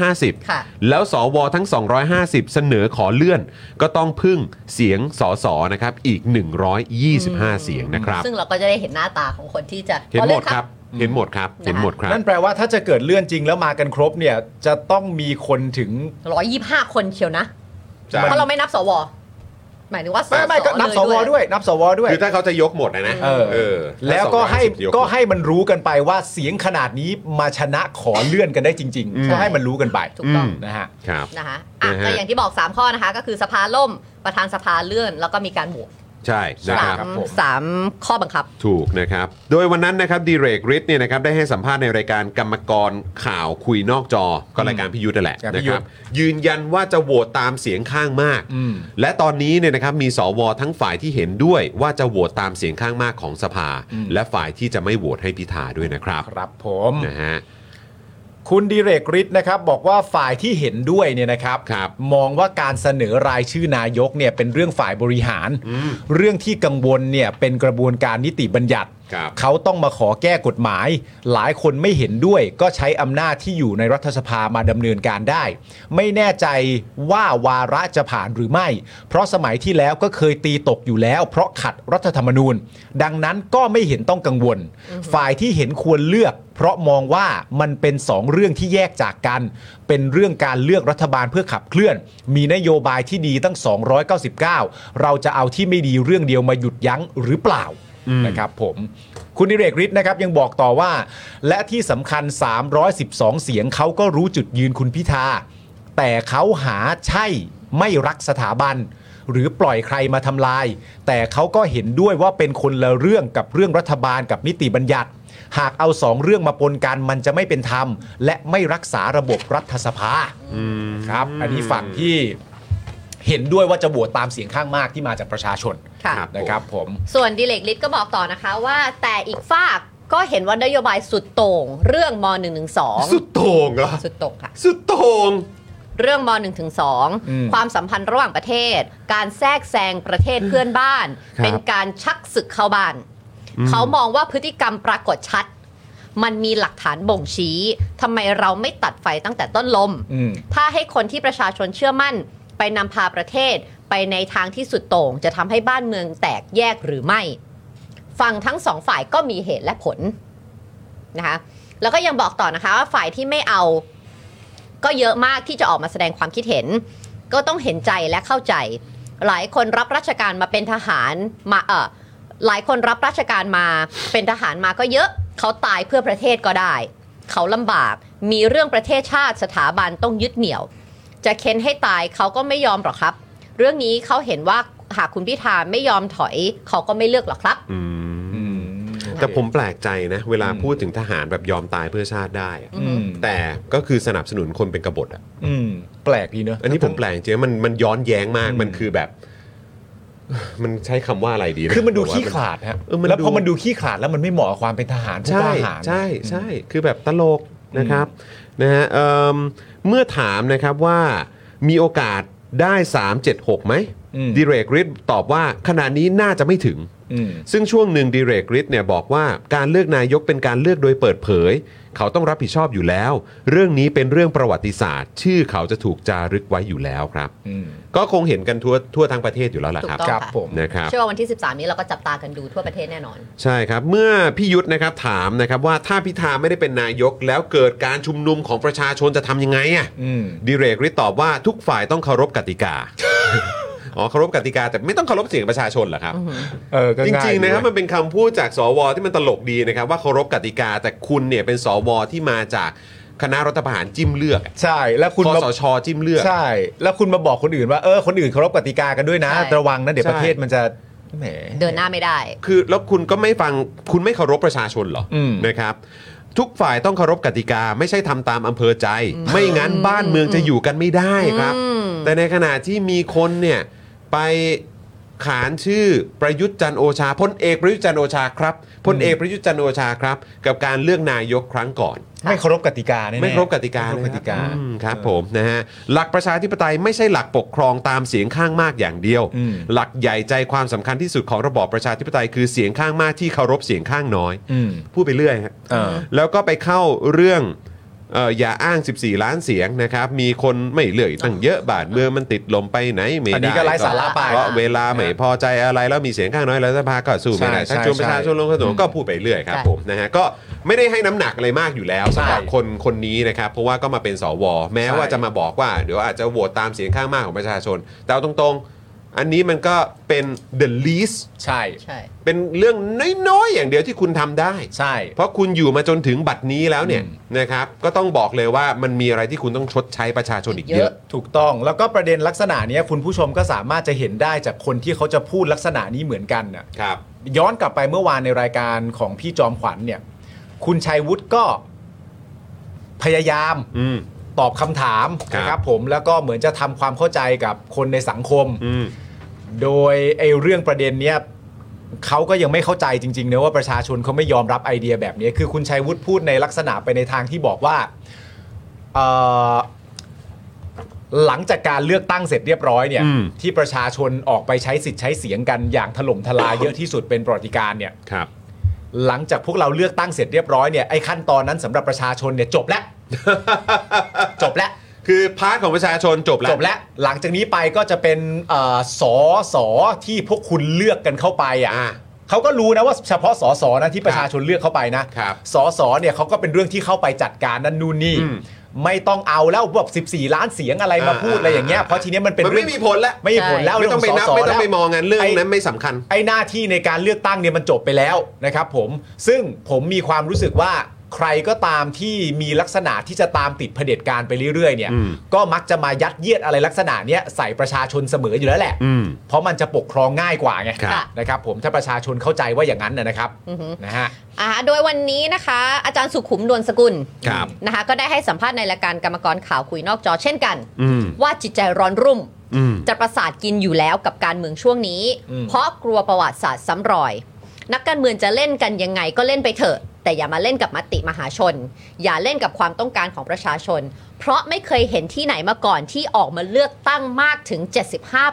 750
ค่ะ
แล้วสวทั้ง 250 เสนอขอเลื่อน ก็ต้องพึ่งเสียงสสนะครับอีก 125 เสียงนะครับ
ซึ่งเราก็จะได้เห็นหน้าตาของคนที่จะ
เห็น
อ๋อ
หม
ลื่อ
ดครับเห็นหมดครับเห็นหมดครับ
นั่นแปลว่าถ้าจะเกิดเลื่อนจริงแล้วมากันครบเนี่ย จะต้องมีคนถึง
ร้อยยี่ห้าคนเชียวนะ
ใช่
เพราะเราไม่นับสว หมายถึงว่าส
ไม่ไม่ก็นับ
เลย
สวด้วย นับสวด้วย
คือถ้าเขาจะยกหมดนะนะ
เออ
เออ
แล้วก็ให้
250ย
ก็
หมด
ให้มันรู้กันไปว่าเสียงขนาดนี้มาชนะขอเลื่อนกันได้จริง
อืม
ๆก็ให้มันรู้กันไป
ถูกต้อง
ม
นะฮะ
ครับ
นะคะอ่ะ
นะฮะ
แต่อย่างที่บอก 3 ข้อนะคะ ก็คือสภาล่มประธานสภาเลื่อน แล้วก็มีการโหวต
ใช่นะ
สา
ครั
ม
บ
ผม
สามข้อบังคับ
ถูกนะครับ โดยวันนั้นนะครับดีเรกฤทธิ์เนี่ยนะครับได้ให้สัมภาษณ์ในรายการกรรมกรข่าวคุยนอกจอ ก็รายการพิยุทธ์นั่นแหละ
ครับ
นะ
พี่
ค
ยุท
รั
ธ์
บ ยืนยันว่าจะโหวตตามเสียงข้างมาก
อืม
และตอนนี้เนี่ยนะครับมีสวทั้งฝ่ายที่เห็นด้วยว่าจะโหวตตามเสียงข้างมากของสภา
อืม
และฝ่ายที่จะไม่โหวตให้พิธาด้วยนะครับ
ครับผม
นะฮะ
คุณดิเรกฤทธิ์นะครับบอกว่าฝ่ายที่เห็นด้วยเนี่ยนะครับ
ครับ
มองว่าการเสนอรายชื่อนายกเนี่ยเป็นเรื่องฝ่ายบริหาร เรื่องที่กังวลเนี่ยเป็นกระบวนการนิติบัญญัติ
ครับ
เขาต้องมาขอแก้กฎหมาย หลายคนไม่เห็นด้วย ก็ใช้อำนาจที่อยู่ในรัฐสภามาดำเนินการได้ ไม่แน่ใจว่าวาระจะผ่านหรือไม่ เพราะสมัยที่แล้วก็เคยตีตกอยู่แล้ว เพราะขัดรัฐธรรมนูญ ดังนั้นก็ไม่เห็นต้องกังวล ฝ่ายที่เห็นควรเลือก เพราะมองว่ามันเป็นสองเรื่องที่แยกจากกัน เป็นเรื่องการเลือกรัฐบาลเพื่อขับเคลื่อน มีนโยบายที่ดีตั้ง 299 เราจะเอาที่ไม่ดีเรื่องเดียวมาหยุดยั้งหรือเปล่า นะครับผมคุณดิเรกฤทธิ์นะครับยังบอกต่อว่า และที่สำคัญ 312 เสียงเขาก็รู้จุดยืนคุณพิธา แต่เขาหาใช่ไม่รักสถาบัน หรือปล่อยใครมาทำลาย แต่เขาก็เห็นด้วยว่าเป็นคนละเรื่องกับเรื่องรัฐบาลกับนิติบัญญัติ หากเอาสองเรื่องมาปนกันมันจะไม่เป็นธรรม และไม่รักษาระบบรัฐสภาครับ อันนี้ฝั่งที่เห็นด้วยว่าจะโหวตตามเสียงข้างมากที่มาจากประชาชน
ค่ะ
นะครับผม
ส่วนดิเลกฤทธิ์ก็บอกต่อนะคะว่า แต่อีกฝากก็เห็นว่านโยบายสุดโต่งเรื่องม
สุ
.112
ดโต่งเหรอ
สุดโต่งค่ะ
สุดโต่ง
เรื่องม .1 ถึง
อืม
2ความสัมพันธ์ระหว่างประเทศ การแทรกแซงประเทศเพื่อนบ้าน
ครับ
เป็นการชักศึกเข้าบ้าน เขามองว่าพฤติกรรมปรากฏชัด มันมีหลักฐานบ่งชี้ทำไมเราไม่ตัดไฟตั้งแต่ต้นลม
อืม
ถ้าให้คนที่ประชาชนเชื่อมั่น ไปนำพาประเทศไปในทางที่สุดโต่ง จะทำให้บ้านเมืองแตกแยกหรือไม่ ฟังทั้งสองฝ่ายก็มีเหตุและผลนะคะแล้วก็ยังบอกต่อนะคะว่าฝ่ายที่ไม่เอา ก็เยอะมากที่จะออกมาแสดงความคิดเห็น ก็ต้องเห็นใจและเข้าใจ หลายคนรับราชการมาเป็นทหารมาเออหลายคนรับราชการมาเป็นทหารมาก็เยอะเขาตายเพื่อประเทศก็ได้ เขาลำบากมีเรื่องประเทศชาติสถาบันต้องยึดเหนี่ยว จะเค้นให้ตายเขาก็ไม่ยอมหรอกครับ เรื่องนี้เขาเห็นว่าหากคุณพิธาไม่ยอมถอย เขาก็ไม่เลือกหรอกครับ
แต่ผมแปลกใจนะ เวลา
อืม
พูดถึงทหารแบบยอมตายเพื่อชาติได้อะ
อืม
แต่ก็คือสนับสนุนคนเป็นกบฏอ่ะ
อืมแปลกดีเนอะ
อันนี้ผมแปลกจริงๆมันมันย้อนแย้งมาก
อืม
มันคือแบบ มันใช้คำว่าอะไรดีะ
คือมันดู
ผว่
ขี้ขลาดฮะ
เออมันดู
แล้วพอมันดูขี้ขลาดแล้วมันไม่เหมาะกับความเป็นทหารผู้ก
ใช่
ล้าหาญ
ใช่ใช่ คือแบบตลกนะครับนะฮะเอิ่มเมื่อถามนะครับว่ามีโอกาสได้ 376 ไหม
อืม
ดิเรกฤทธิ์ตอบว่าขณะนี้น่าจะไม่ถึง
อืม
ซึ่งช่วงหนึ่งดิเรกฤทธิ์เนี่ยบอกว่าการเลือกนายกเป็นการเลือกโดยเปิดเผย เขาต้องรับผิดชอบอยู่แล้ว เรื่องนี้เป็นเรื่องประวัติศาสตร์ ชื่อเขาจะถูกจารึกไว้อยู่แล้วครับ
อืม
ก็คงเห็นกันทั่วทั่วทั้งประเทศอยู่แล้วล่ะครับ
ถูกต้อง
ครับ
ค่ะ
ผม
นะครับ
เชื่อว่าวันที่ 13 นี้เราก็จับตากันดูทั่วประเทศแน่นอน
ใช่ครับ เมื่อพี่ยุทธนะครับถามนะครับว่าถ้าพิธาไม่ได้เป็นนายก แล้วเกิดการชุมนุมของประชาชนจะทำยังไงอ่ะ
อืม
ดิเรกฤทธิ์ตอบว่าทุกฝ่ายต้องเคารพกติ กา อ๋อเคารพกติกาแต่ไม่ต้องเคารพเสียงประชาชนเหรอครับ
เออก็
จ
ง่าย
ริงๆ
ดี
นะครับ
เว้ย
มันเป็นคำพูดจากสวที่มันตลกดีนะครับ ว่าเคารพกติกาแต่คุณเนี่ยเป็นสวที่มาจาก คณะรัฐประหารจิ้มเลือก
ใช่แล้วคุณ
คอ
มา
สชจิ้มเลือก
ใช่ แล้วคุณมาบอกคนอื่นว่าเออคนอื่นเคารพกติกากันด้วยนะ
ใช่
ระวังนะเดี๋ยว
ใช่
ประเทศมันจะแหม
เดินหน้าไม่ได้
คือแล้วคุณก็ไม่ฟังคุณไม่เคารพประชาชนเหรออ
ม
นะครับ ทุกฝ่ายต้องเคารพกติกาไม่ใช่ทำตามอำเภอใจ ไม่งั้นบ้านเมืองจะอยู่กันไม่ได้ครับ
อืม
แต่ในขณะที่มีคนเนี่ยไปขานชื่อประยุทธ์จันทร์โอชาพลเอกประยุทธ์จันทร์โอชาครับพลเอกประยุทธ์จันทร์โอชาครับ กับการเลือกนายกครั้งก่อน
ไม่เคารพกติกาแน่ๆ
ไม่ครบกติกา
ไม่
เลย
เคารพกติกา
ครับอืมครับผมนะฮะหลักประชาธิปไตยไม่ใช่หลักปกครองตามเสียงข้างมากอย่างเดียว
อืม
หลักใหญ่ใจความสำคัญที่สุดของระบอบประชาธิปไตยคือเสียงข้างมากที่เคารพเสียงข้างน้อย
อืม
พูดไปเรื่อยฮะ
อ่า
แล้วก็ไปเข้าเรื่องเอ่ออย่าอ้าง 14 ล้านเสียงนะครับ มีคนไม่เลือกอีกตั้งเยอะบาทเมืองมันติดลมไปไหนไม่
อัน
ได้
นี้ก็ไร้สาระไป
เพราะเวลาไม่พอใจอะไรแล้วมีเสียงข้างน้อยแล้วสภาก็สู้ไม่ได้
ใช่
ถ้าชวนประชาชนลงถนนก็พูดไปเรื่อยครับ
ใช่
ผมนะฮะก็ไม่ได้ให้น้ำหนักอะไรมากอยู่แล้ว
ใช่
สำหรับ คนคนนี้นะครับ เพราะว่าก็มาเป็นสว แม้ว่าจะมาบอกว่า เดี๋ยวอาจจะโหวตตามเสียงข้างมากของประชาชน แต่เอาตรงๆ อันนี้มันก็เป็น the least
ใช่
ใช่
เป็นเรื่องน้อยๆ อย่างเดียวที่คุณทำได้
ใช่
เพราะคุณอยู่มาจนถึงบัตรนี้แล้วเนี่ยนะครับ ก็ต้องบอกเลยว่ามันมีอะไรที่คุณต้องชดใช้ประชาชนอีกเยอะ
ถูกต้องแล้วก็ประเด็นลักษณะเนี้ยคุณผู้ชมก็สามารถจะเห็นได้จากคนที่เขาจะพูดลักษณะนี้เหมือนกันน่ะ
ครับ
ย้อนกลับไปเมื่อวานในรายการของพี่จอมขวัญเนี่ย คุณชัยวุฒิก็พยายาม
อืม
ตอบคำถาม
ครับ
นะครับผมแล้วก็เหมือนจะทำความเข้าใจกับคนในสังคม
อืม
โดยไอ้เรื่องประเด็นเนี้ยเขาก็ยังไม่เข้าใจจริงๆนะว่าประชาชนเขาไม่ยอมรับไอเดียแบบนี้ คือคุณชัยวุฒิพูดในลักษณะไปในทางที่บอกว่าเอ่อหลังจากการเลือกตั้งเสร็จเรียบร้อยเนี่ย
อืม
ที่ประชาชนออกไปใช้สิทธิ์ใช้เสียงกันอย่างถล่มทลาย เยอะที่สุดเป็นประวัติการณ์เนี่ย
ครับ
หลังจากพวกเราเลือกตั้งเสร็จเรียบร้อยเนี่ยไอ้ขั้นตอนนั้นสำหรับประชาชนเนี่ยจบ แล้ว จบแล้ว
คือพาร์ทของประชาชนจบแล้ว
จบแล้วหลังจากนี้ไปก็จะเป็นเอ่อสอสอที่พวกคุณเลือกกันเข้าไปอ่ะ
อ่า
เขาก็รู้นะว่าเฉพาะสอสอนะที่ประชาชนเลือกเข้าไปนะครับ สอสอเนี่ยเขาก็เป็นเรื่องที่เข้าไปจัดการนั่นนู่นนี่
อืม
ไม่ต้องเอาแล้วแบบ14 ล้านเสียงอะไรมา
อ่า
พูดอะไรอย่างเงี้ย
อ่า
เพราะทีเนี้ยมันเป็น
มัน
เรื่
ไม่
อง
มีผลแล้ว
ไม่มีผลแล้ว
ไม่ต้องไปนับ
เรื่
ไม่
ขสส
ต้องไปมองงานเรื่อง
ไ
นั้นไม่สำคัญ
ไอ้หน้าที่ในการเลือกตั้งเนี่ยมันจบไปแล้วนะครับผมซึ่งผมมีความรู้สึกว่าใครก็ตามที่มีลักษณะที่จะตามติดเผด็จการไปเรื่อยๆเนี่ย
อืม
ก็มักจะมายัดเยียดอะไรลักษณะเนี้ยใส่ประชาชนเสมออยู่แล้วแหละ
อืม
เพราะมันจะปกครองง่ายกว่าไง
ครับ
นะครับผมถ้าประชาชนเข้าใจว่าอย่างนั้นนะนะครับนะฮะ
อ่าโดยวันนี้นะคะ อาจารย์สุขุมนวลสกุล
ครับ
นะคะ ก็ได้ให้สัมภาษณ์ในรายการกรรมกรข่าวคุยนอกจอเช่นกัน
อืม
ว่าจิตใจร้อนรุ่ม
อืม
จะประสาทกินอยู่แล้วกับการเมืองช่วงนี้
อืม
เพราะกลัวประวัติศาสตร์ซ้ำรอย นักการเมืองจะเล่นกันยังไงก็เล่นไปเถอะ แต่อย่ามาเล่นกับมติมหาชน อย่าเล่นกับความต้องการของประชาชน เพราะไม่เคยเห็นที่ไหนมาก่อนที่ออกมาเลือกตั้งมากถึง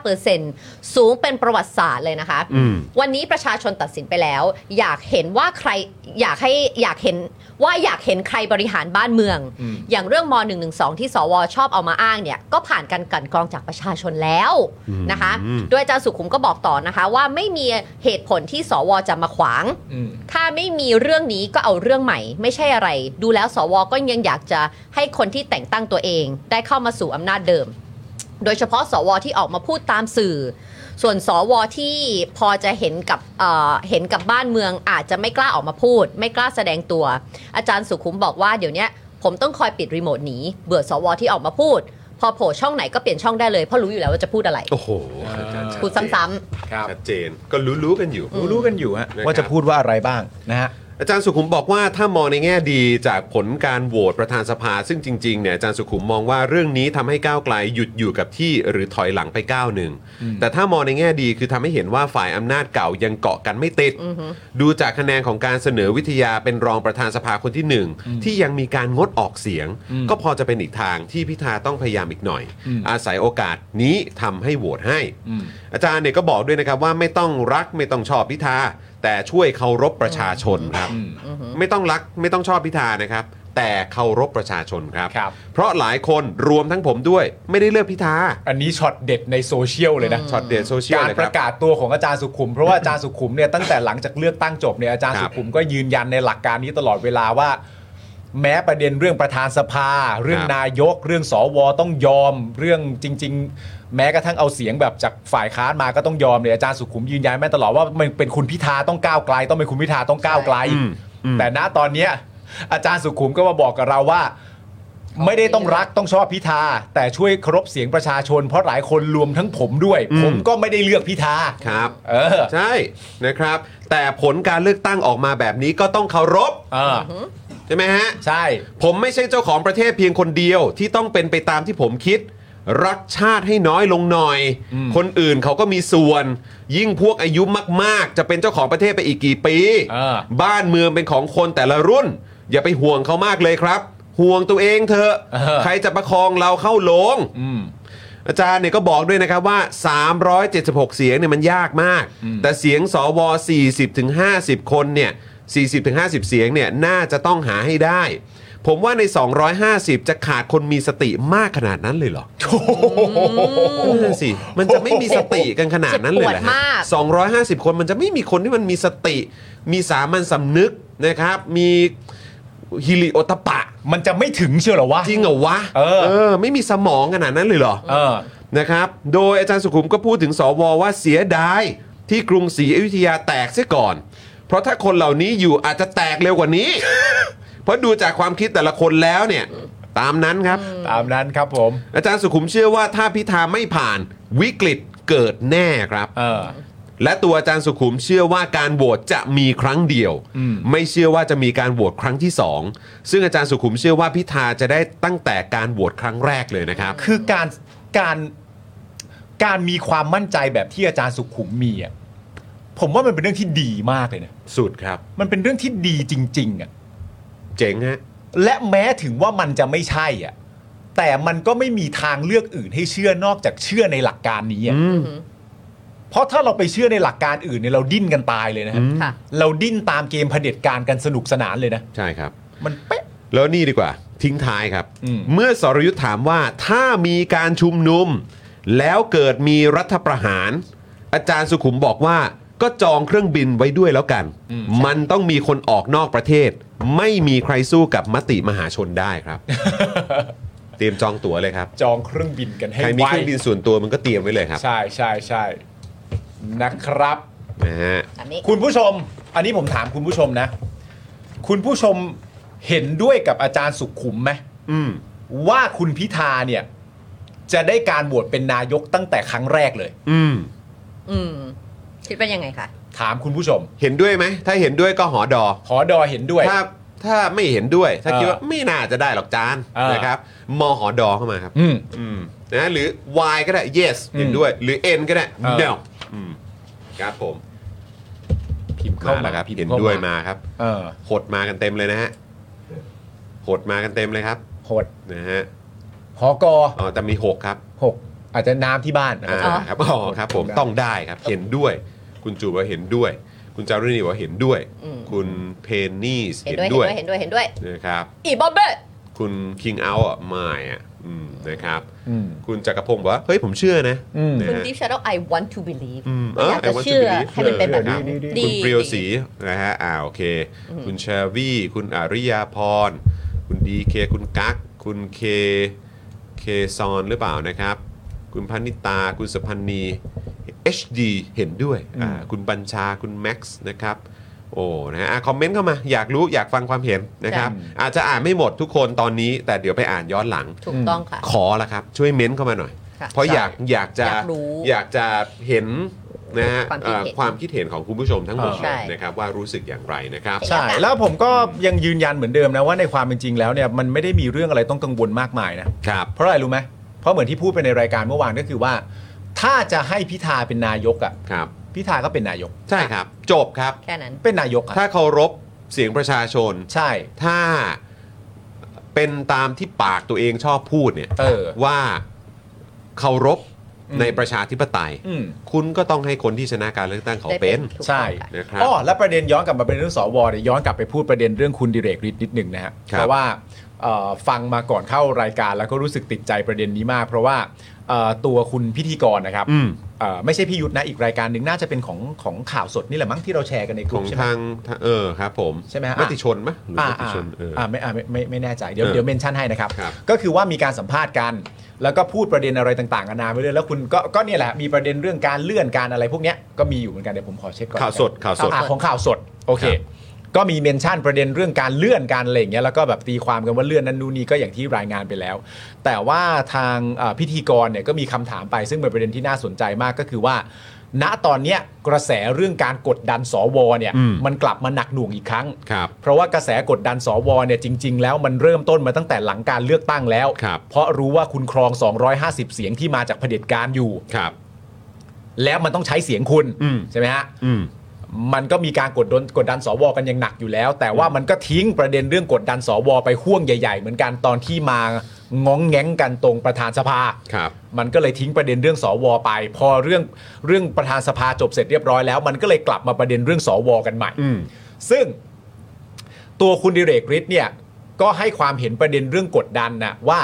75%สูงเป็นประวัติศาสตร์เลยนะคะ
อืม
วันนี้ประชาชนตัดสินไปแล้ว อยากเห็นว่าใครอยากให้อยากเห็นว่าอยากเห็นใครบริหารบ้านเมือง
อืม
อย่างเรื่องม .112 ที่สวชอบเอามาอ้างเนี่ย ก็ผ่านการกลั่นกรองจากประชาชนแล้วนะคะ โดยอาจารย์สุขุมก็บอกต่อนะคะว่าไม่มีเหตุผลที่สวจะมาขวาง
อืม
ถ้าไม่มีเรื่องนี้ก็เอาเรื่องใหม่ ไม่ใช่อะไร ดูแล้วสวก็ยังอยากจะให้คนที่แต่งตั้งตัวเอง ได้เข้ามาสู่อำนาจเดิม โดยเฉพาะสวที่ออกมาพูดตามสื่อ ส่วนสวที่พอจะเห็นกับเอ่อเห็นกับบ้านเมืองอาจจะไม่กล้าออกมาพูด ไม่กล้าแสดงตัว อาจารย์สุขุมบอกว่าเดี๋ยวเนี้ยผมต้องคอยปิดรีโมทหนีเบื่อสวที่ออกมาพูด พอโผล่ช่องไหนก็เปลี่ยนช่องได้เลยเพราะรู้อยู่แล้วว่าจะพูดอะไร
โอ้โห
อ่า
พูดซ้ำๆ
ครับ
ชัดเจนก็รู้ๆกันอยู่
รู้รู้กันอยู่ฮะ
นะครับ
ว่าจะพูดว่าอะไรบ้างนะฮะ
อาจารย์สุขุมบอกว่าถ้ามองในแง่ดีจากผลการโหวตประธานสภา ซึ่งจริงๆเนี่ยอาจารย์สุขุมมองว่าเรื่องนี้ทำให้ก้าวไกลหยุดอยู่กับที่หรือถอยหลังไปก้าวหนึ่งแต่ถ้ามองในแง่ดีคือทำให้เห็นว่าฝ่ายอำนาจเก่ายังเกาะกันไม่ติด ดูจากคะแนนของการเสนอวิทยาเป็นรองประธานสภาคนที่หนึ่งที่ยังมีการงดออกเสียง ก็พอจะเป็นอีกทางที่พิธาต้องพยายามอีกหน่อย
อืม
อาศัยโอกาสนี้ทำให้โหวตให้
อืม
อาจารย์เนี่ยก็บอกด้วยนะครับว่าไม่ต้องรักไม่ต้องชอบพิธาแต่ช่วยเคารพประชาชนครับ
อืม
ไม่ต้องรักไม่ต้องชอบพิธานะครับ แต่เคารพประชาชนครับ
ครับ
เพราะหลายคนรวมทั้งผมด้วย ไม่ได้เลือกพิธา
อันนี้ช็อตเด็ดในโซเชียลเลยนะ
ช็อตเด็ดโซเชียล
การ
เลย
ป
ค
ระ
รับ
กาศตัวของอาจารย์สุขุม เพราะว่าอาจารย์สุขุมเนี่ยตั้งแต่หลังจากเลือกตั้งจบเนี่ยอาจารย์
ครั
สุ
บ
ขุมก็ยืนยันในหลักการนี้ตลอดเวลาว่า แม้ประเด็นเรื่องประธานสภา เรื่อง
ครับ
นายก เรื่องสวต้องยอม เรื่องจริง ๆ แม้กระทั่งเอาเสียงแบบจากฝ่ายค้านมาก็ต้องยอมเนี่ยอาจารย์สุขุมยืนยันแม่ตลอดว่ามันเป็นคุณพิธาต้องก้าวไกล ต้องเป็นคุณพิธาต้องก้าวไกล
ใช่อืมอืม
แต่ณตอนเนี้ยอาจารย์สุขุมก็มาบอกกับเราว่า
ของ
ไม่ได้ต้องรักต้องชอบพิธา แต่ช่วยเคารพเสียงประชาชน เพราะหลายคนรวมทั้งผมด้วย
อืม
ผมก็ไม่ได้เลือกพิธา
ครับ
เออ
ใช่นะครับ แต่ผลการเลือกตั้งออกมาแบบนี้ก็ต้องเคารพ
เออ
ใช่ไหมฮะ
ใช่
ผมไม่ใช่เจ้าของประเทศเพียงคนเดียวที่ต้องเป็นไปตามที่ผมคิด รักชาติให้น้อยลงหน่อย
อืม
คนอื่นเขาก็มีส่วน ยิ่งพวกอายุมาก ๆ จะเป็นเจ้าของประเทศไปอีกกี่ปี
เออ
บ้านเมืองเป็นของคนแต่ละรุ่น อย่าไปห่วงเขามากเลยครับ ห่วงตัวเองเถอะใครจะประคองเราเข้าโลง
อืม
อาจารย์เนี่ยก็บอกด้วยนะครับว่า 376 เสียงเนี่ยมันยากมาก แต่เสียงสว 40-50 คนเนี่ย 40-50 เสียงเนี่ยน่าจะต้องหาให้ได้ ผมว่าใน 250 จะขาดคนมีสติมากขนาดนั้นเลยเหรอนั่นสิ มันจะไม่มีสติกันขนาดนั้นเลยเหรอ
เจ็บป
ฮะ
วดมาก
250 คนมันจะไม่มีคนที่มันมีสติ มีสามัญสำนึกนะครับ มีฮิริโอตปปะ
มันจะไม่ถึงเชียวเหรอวะ
จริงเหรอวะ
เออ
ไม่มีสมองขนาดนั้นเลยเหรอ
เออ
นะครับ โดยอาจารย์สุขุมก็พูดถึงสวว่าเสียดายที่กรุงศรีอยุธยาแตกเสียก่อน เพราะถ้าคนเหล่านี้อยู่อาจจะแตกเร็วกว่านี้ เพราะดูจากความคิดแต่ละคนแล้วเนี่ย ตามนั้นครับ
ตามนั้นครับผม
อาจารย์สุขุมเชื่อว่าถ้าพิธาไม่ผ่านวิกฤตเกิดแน่ครับ
เออ
และตัวอาจารย์สุขุมเชื่อว่าการโหวตจะมีครั้งเดียว
อืม
ไม่เชื่อว่าจะมีการโหวตครั้งที่สองซึ่งอาจารย์สุขุมเชื่อว่าพิธาจะได้ตั้งแต่การโหวตครั้งแรกเลยนะครับ
คือการการการมีความมั่นใจแบบที่อาจารย์สุขุมมีอ่ะผมว่ามันเป็นเรื่องที่ดีมากเลยนะ
สุดครับ
มันเป็นเรื่องที่ดีจริง ๆอ่ะ
เจ๋งฮะ
และแม้ถึงว่ามันจะไม่ใช่อ่ะแต่มันก็ไม่มีทางเลือกอื่นให้เชื่อนอกจากเชื่อในหลักการนี้อ่ะเพราะถ้าเราไปเชื่อในหลักการอื่นเนี่ยเราดิ้นกันตายเลยนะฮะ
ค่ะ
เราดิ้นตามเกมเผด็จการกันสนุกสนานเลยนะ
ใช่ครับ
มันเป๊ะ
แล้วนี่ดีกว่าทิ้งท้ายครับ
อืม
เมื่อสรยุทธ์ถามว่าถ้ามีการชุมนุม แล้วเกิดมีรัฐประหาร อาจารย์สุขุมบอกว่าก็จองเครื่องบินไว้ด้วยแล้วกัน มันต้องมีคนออกนอกประเทศ ไม่มีใครสู้กับมติมหาชนได้ครับ เตรียมจองตั๋วเลยครับ
จองเครื่องบินกันให้
ใครมี
ไว
เครื่องบินส่วนตัวมันก็เตรียมไว้เลยครับ
ใช่ใช่ใช่นะครับ
นะฮะ
แบบนี้
คุณผู้ชม อันนี้ผมถามคุณผู้ชมนะ คุณผู้ชมเห็นด้วยกับอาจารย์สุขุมไหม
อืม
ว่าคุณพิธาเนี่ย จะได้การโหวตเป็นนายกตั้งแต่ครั้งแรกเลย
อืม
อืมคิดเป็นยังไงคะ
ถามคุณผู้ชม
เห็นด้วยไหมถ้าเห็นด้วยก็หอดอ
หอดอเห็นด้วย
ถ้าถ้าไม่เห็นด้วยถ้า
เออ
คิดว่าไม่น่าจะได้หรอกจาน
เออ
นะครับมหอดอเข้ามาครับ
อืม
อืมนะหรือ Y ก็ได้ yes
อืม
เห็นด้วย หรือ N ก็ได้
เออ
no อืมครับผม
พิมพ์เข้า
มา
มา
แล้วครับ
พิมพ์
เห็น
ข้า
ด้วยมาครับ
เออ
หดมากันเต็มเลยนะฮะหดมากันเต็มเลยครับ
หด
นะฮะ
หอกอ
อ๋อแต่มีหกครับ
หกอาจจะน้ำที่บ้าน
อ่า
อ๋อ
ครับอ๋อครับผมต้องได้ครับ เห็นด้วย คุณจูบอกว่าเห็นด้วย คุณจารุณีบอกว่าเห็นด้วย คุณเพนนี่
เห็นด้วยเห็นด้วยเห็นด้วย
นะครับ
อีบอบเบ้
คุณคิงเอาอ่ะไม่อ่ะอืมนะครับ
อืม
คุณจักรพงศ์บอกว่า เฮ้ย ผมเชื่อนะ
อืม
นะ
คุณ
ฮะ
Deep Shadow I want to believe
อืม
ไม่อยากจะเชื่อให้มันเป็นแบบนั้น
เออ
ดี
คุณเปรียว
ดี
สีนะฮะอ่าโอเค คุณเชาวี่ คุณอริยาพร คุณดีเค คุณกั๊กคุณเคเคซอนหรือเปล่านะครับ คุณพนิตา คุณสพันนี HD เห็นด้วยอ่าคุณบัญชา คุณแม็กซ์นะครับ โอ้นะฮะอ่ะคอมเมนต์เข้ามา อยากรู้อยากฟังความเห็นนะครับ อาจจะอ่านไม่หมดทุกคนตอนนี้ แต่เดี๋ยวไปอ่านย้อนหลัง
ถูกต้องค่ะ
ขอละครับ ช่วยเม้นต์เข้ามาหน่อย
ค่ะ
เพราะอยากอยากจะ
อยากรู้
อยากจะเห็นนะฮะ
ความคิด
เอ่
เห็น
อความคิดเห็นของคุณผู้ชมทั้งหมด
เออ
ใช่
นะครับว่ารู้สึกอย่างไรนะครับ
ใช่ แล้วผมก็ยังยืนยันเหมือนเดิมนะว่าในความเป็นจริงแล้วเนี่ยมันไม่ได้มีเรื่องอะไรต้องกังวลมากมายนะ
ครับ
เพราะอะไรรู้ไหม เพราะเหมือนที่พูดไปในรายการเมื่อวานก็คือว่า ถ้าจะให้พิธาเป็นนายกอ่ะ
ครับ
พิธาก็เป็นนายก
ใช่ครับ จบครับ
แค่นั้น
เป็นนายกอ่ะ
ถ้าเคารพเสียงประชาชน
ใช่
ถ้าเป็นตามที่ปากตัวเองชอบพูดเนี่ย
เออ
ว่าเคารพ
อืม
ในประชาธิปไตย
อืม
คุณก็ต้องให้คนที่ชนะการเลือกตั้งเขา
ได้
เป็น
ถูก
ใช่
ต้องค่ะ
นะครับ
อ๋อและประเด็นย้อนกลับมาเป็นเรื่องสวเนี่ยย้อนกลับไปพูดประเด็นเรื่องคุณดิเรกฤทธิ์นิดหนึ่งนะฮะ
ครับ
เพราะว่าเอ่อฟังมาก่อนเข้ารายการแล้วก็รู้สึกติดใจประเด็นนี้มาก เพราะว่าเอ่อตัวคุณพิธีกรนะครับ
อืม
เอ่อไม่ใช่พี่ยุทธนะอีกรายการหนึ่งน่าจะเป็นของของข่าวสดนี่แหละมั้งที่เราแชร์กันในก
ข
ลุ่
อ
ม
ง
ใช่ไหม
ทางเออครับผม
ใช่ไหมฮะ
มติชนไหมหรือ
อ่าม
ติ
อ่า
ชนเออ
อ่าไม่อ่าไม่ไม่ไม่แน่ใจเดี๋ยว
เออ
เดี๋ยวเมนชั่นให้นะครับ
ครับ
ก็คือว่ามีการสัมภาษณ์กัน แล้วก็พูดประเด็นอะไรต่างๆนานาไปเรื่อยแล้วคุณก็ก็เนี่ยแหละมีประเด็นเรื่องการเลื่อนการอะไรพวกเนี้ยก็มีอยู่เหมือนกันเดี๋ยวผมขอเช็คก่อน
ข่าวสดข่าวสด
อ่ะของข่าวสดโอเค ก็มีเมนชั่นประเด็นเรื่องการเลื่อนการอะไรอย่างเงี้ยแล้วก็แบบตีความกันว่าเลื่อนนั้นนู่นนี่ก็อย่างที่รายงานไปแล้ว แต่ว่าทางเอ่อพิธีกรเนี่ยก็มีคำถามไปซึ่งเป็นประเด็นที่น่าสนใจมากก็คือว่า ณตอนเนี้ยกระแสเรื่องการกดดันสวเนี่ย
อืม
มันกลับมาหนักหน่วงอีกครั้ง
ครับ
เพราะว่ากระแสกดดันสวเนี่ยจริง ๆ แล้วมันเริ่มต้นมาตั้งแต่หลังการเลือกตั้งแล้ว
ครับ
เพราะรู้ว่าคุณครอง 250 เสียงที่มาจากเผด็จการอยู่
ครับ
แล้วมันต้องใช้เสียงคุณ
อืม
ใช่ไหมฮะ
อืม
มันก็มีการกดดันกดดันสวกันอย่างหนักอยู่แล้ว แต่ว่ามันก็ทิ้งประเด็นเรื่องกดดันสวไปห่วงใหญ่ ๆ เหมือนกันตอนที่มางองแง้งกันตรงประธานสภา
ครับ
มันก็เลยทิ้งประเด็นเรื่องสวไป พอเรื่องเรื่องประธานสภาจบเสร็จเรียบร้อยแล้วมันก็เลยกลับมาประเด็นเรื่องสวกันใหม่
อืม
ซึ่งตัวคุณดิเรกฤทธิ์เนี่ยก็ให้ความเห็นประเด็นเรื่องกดดันนะว่า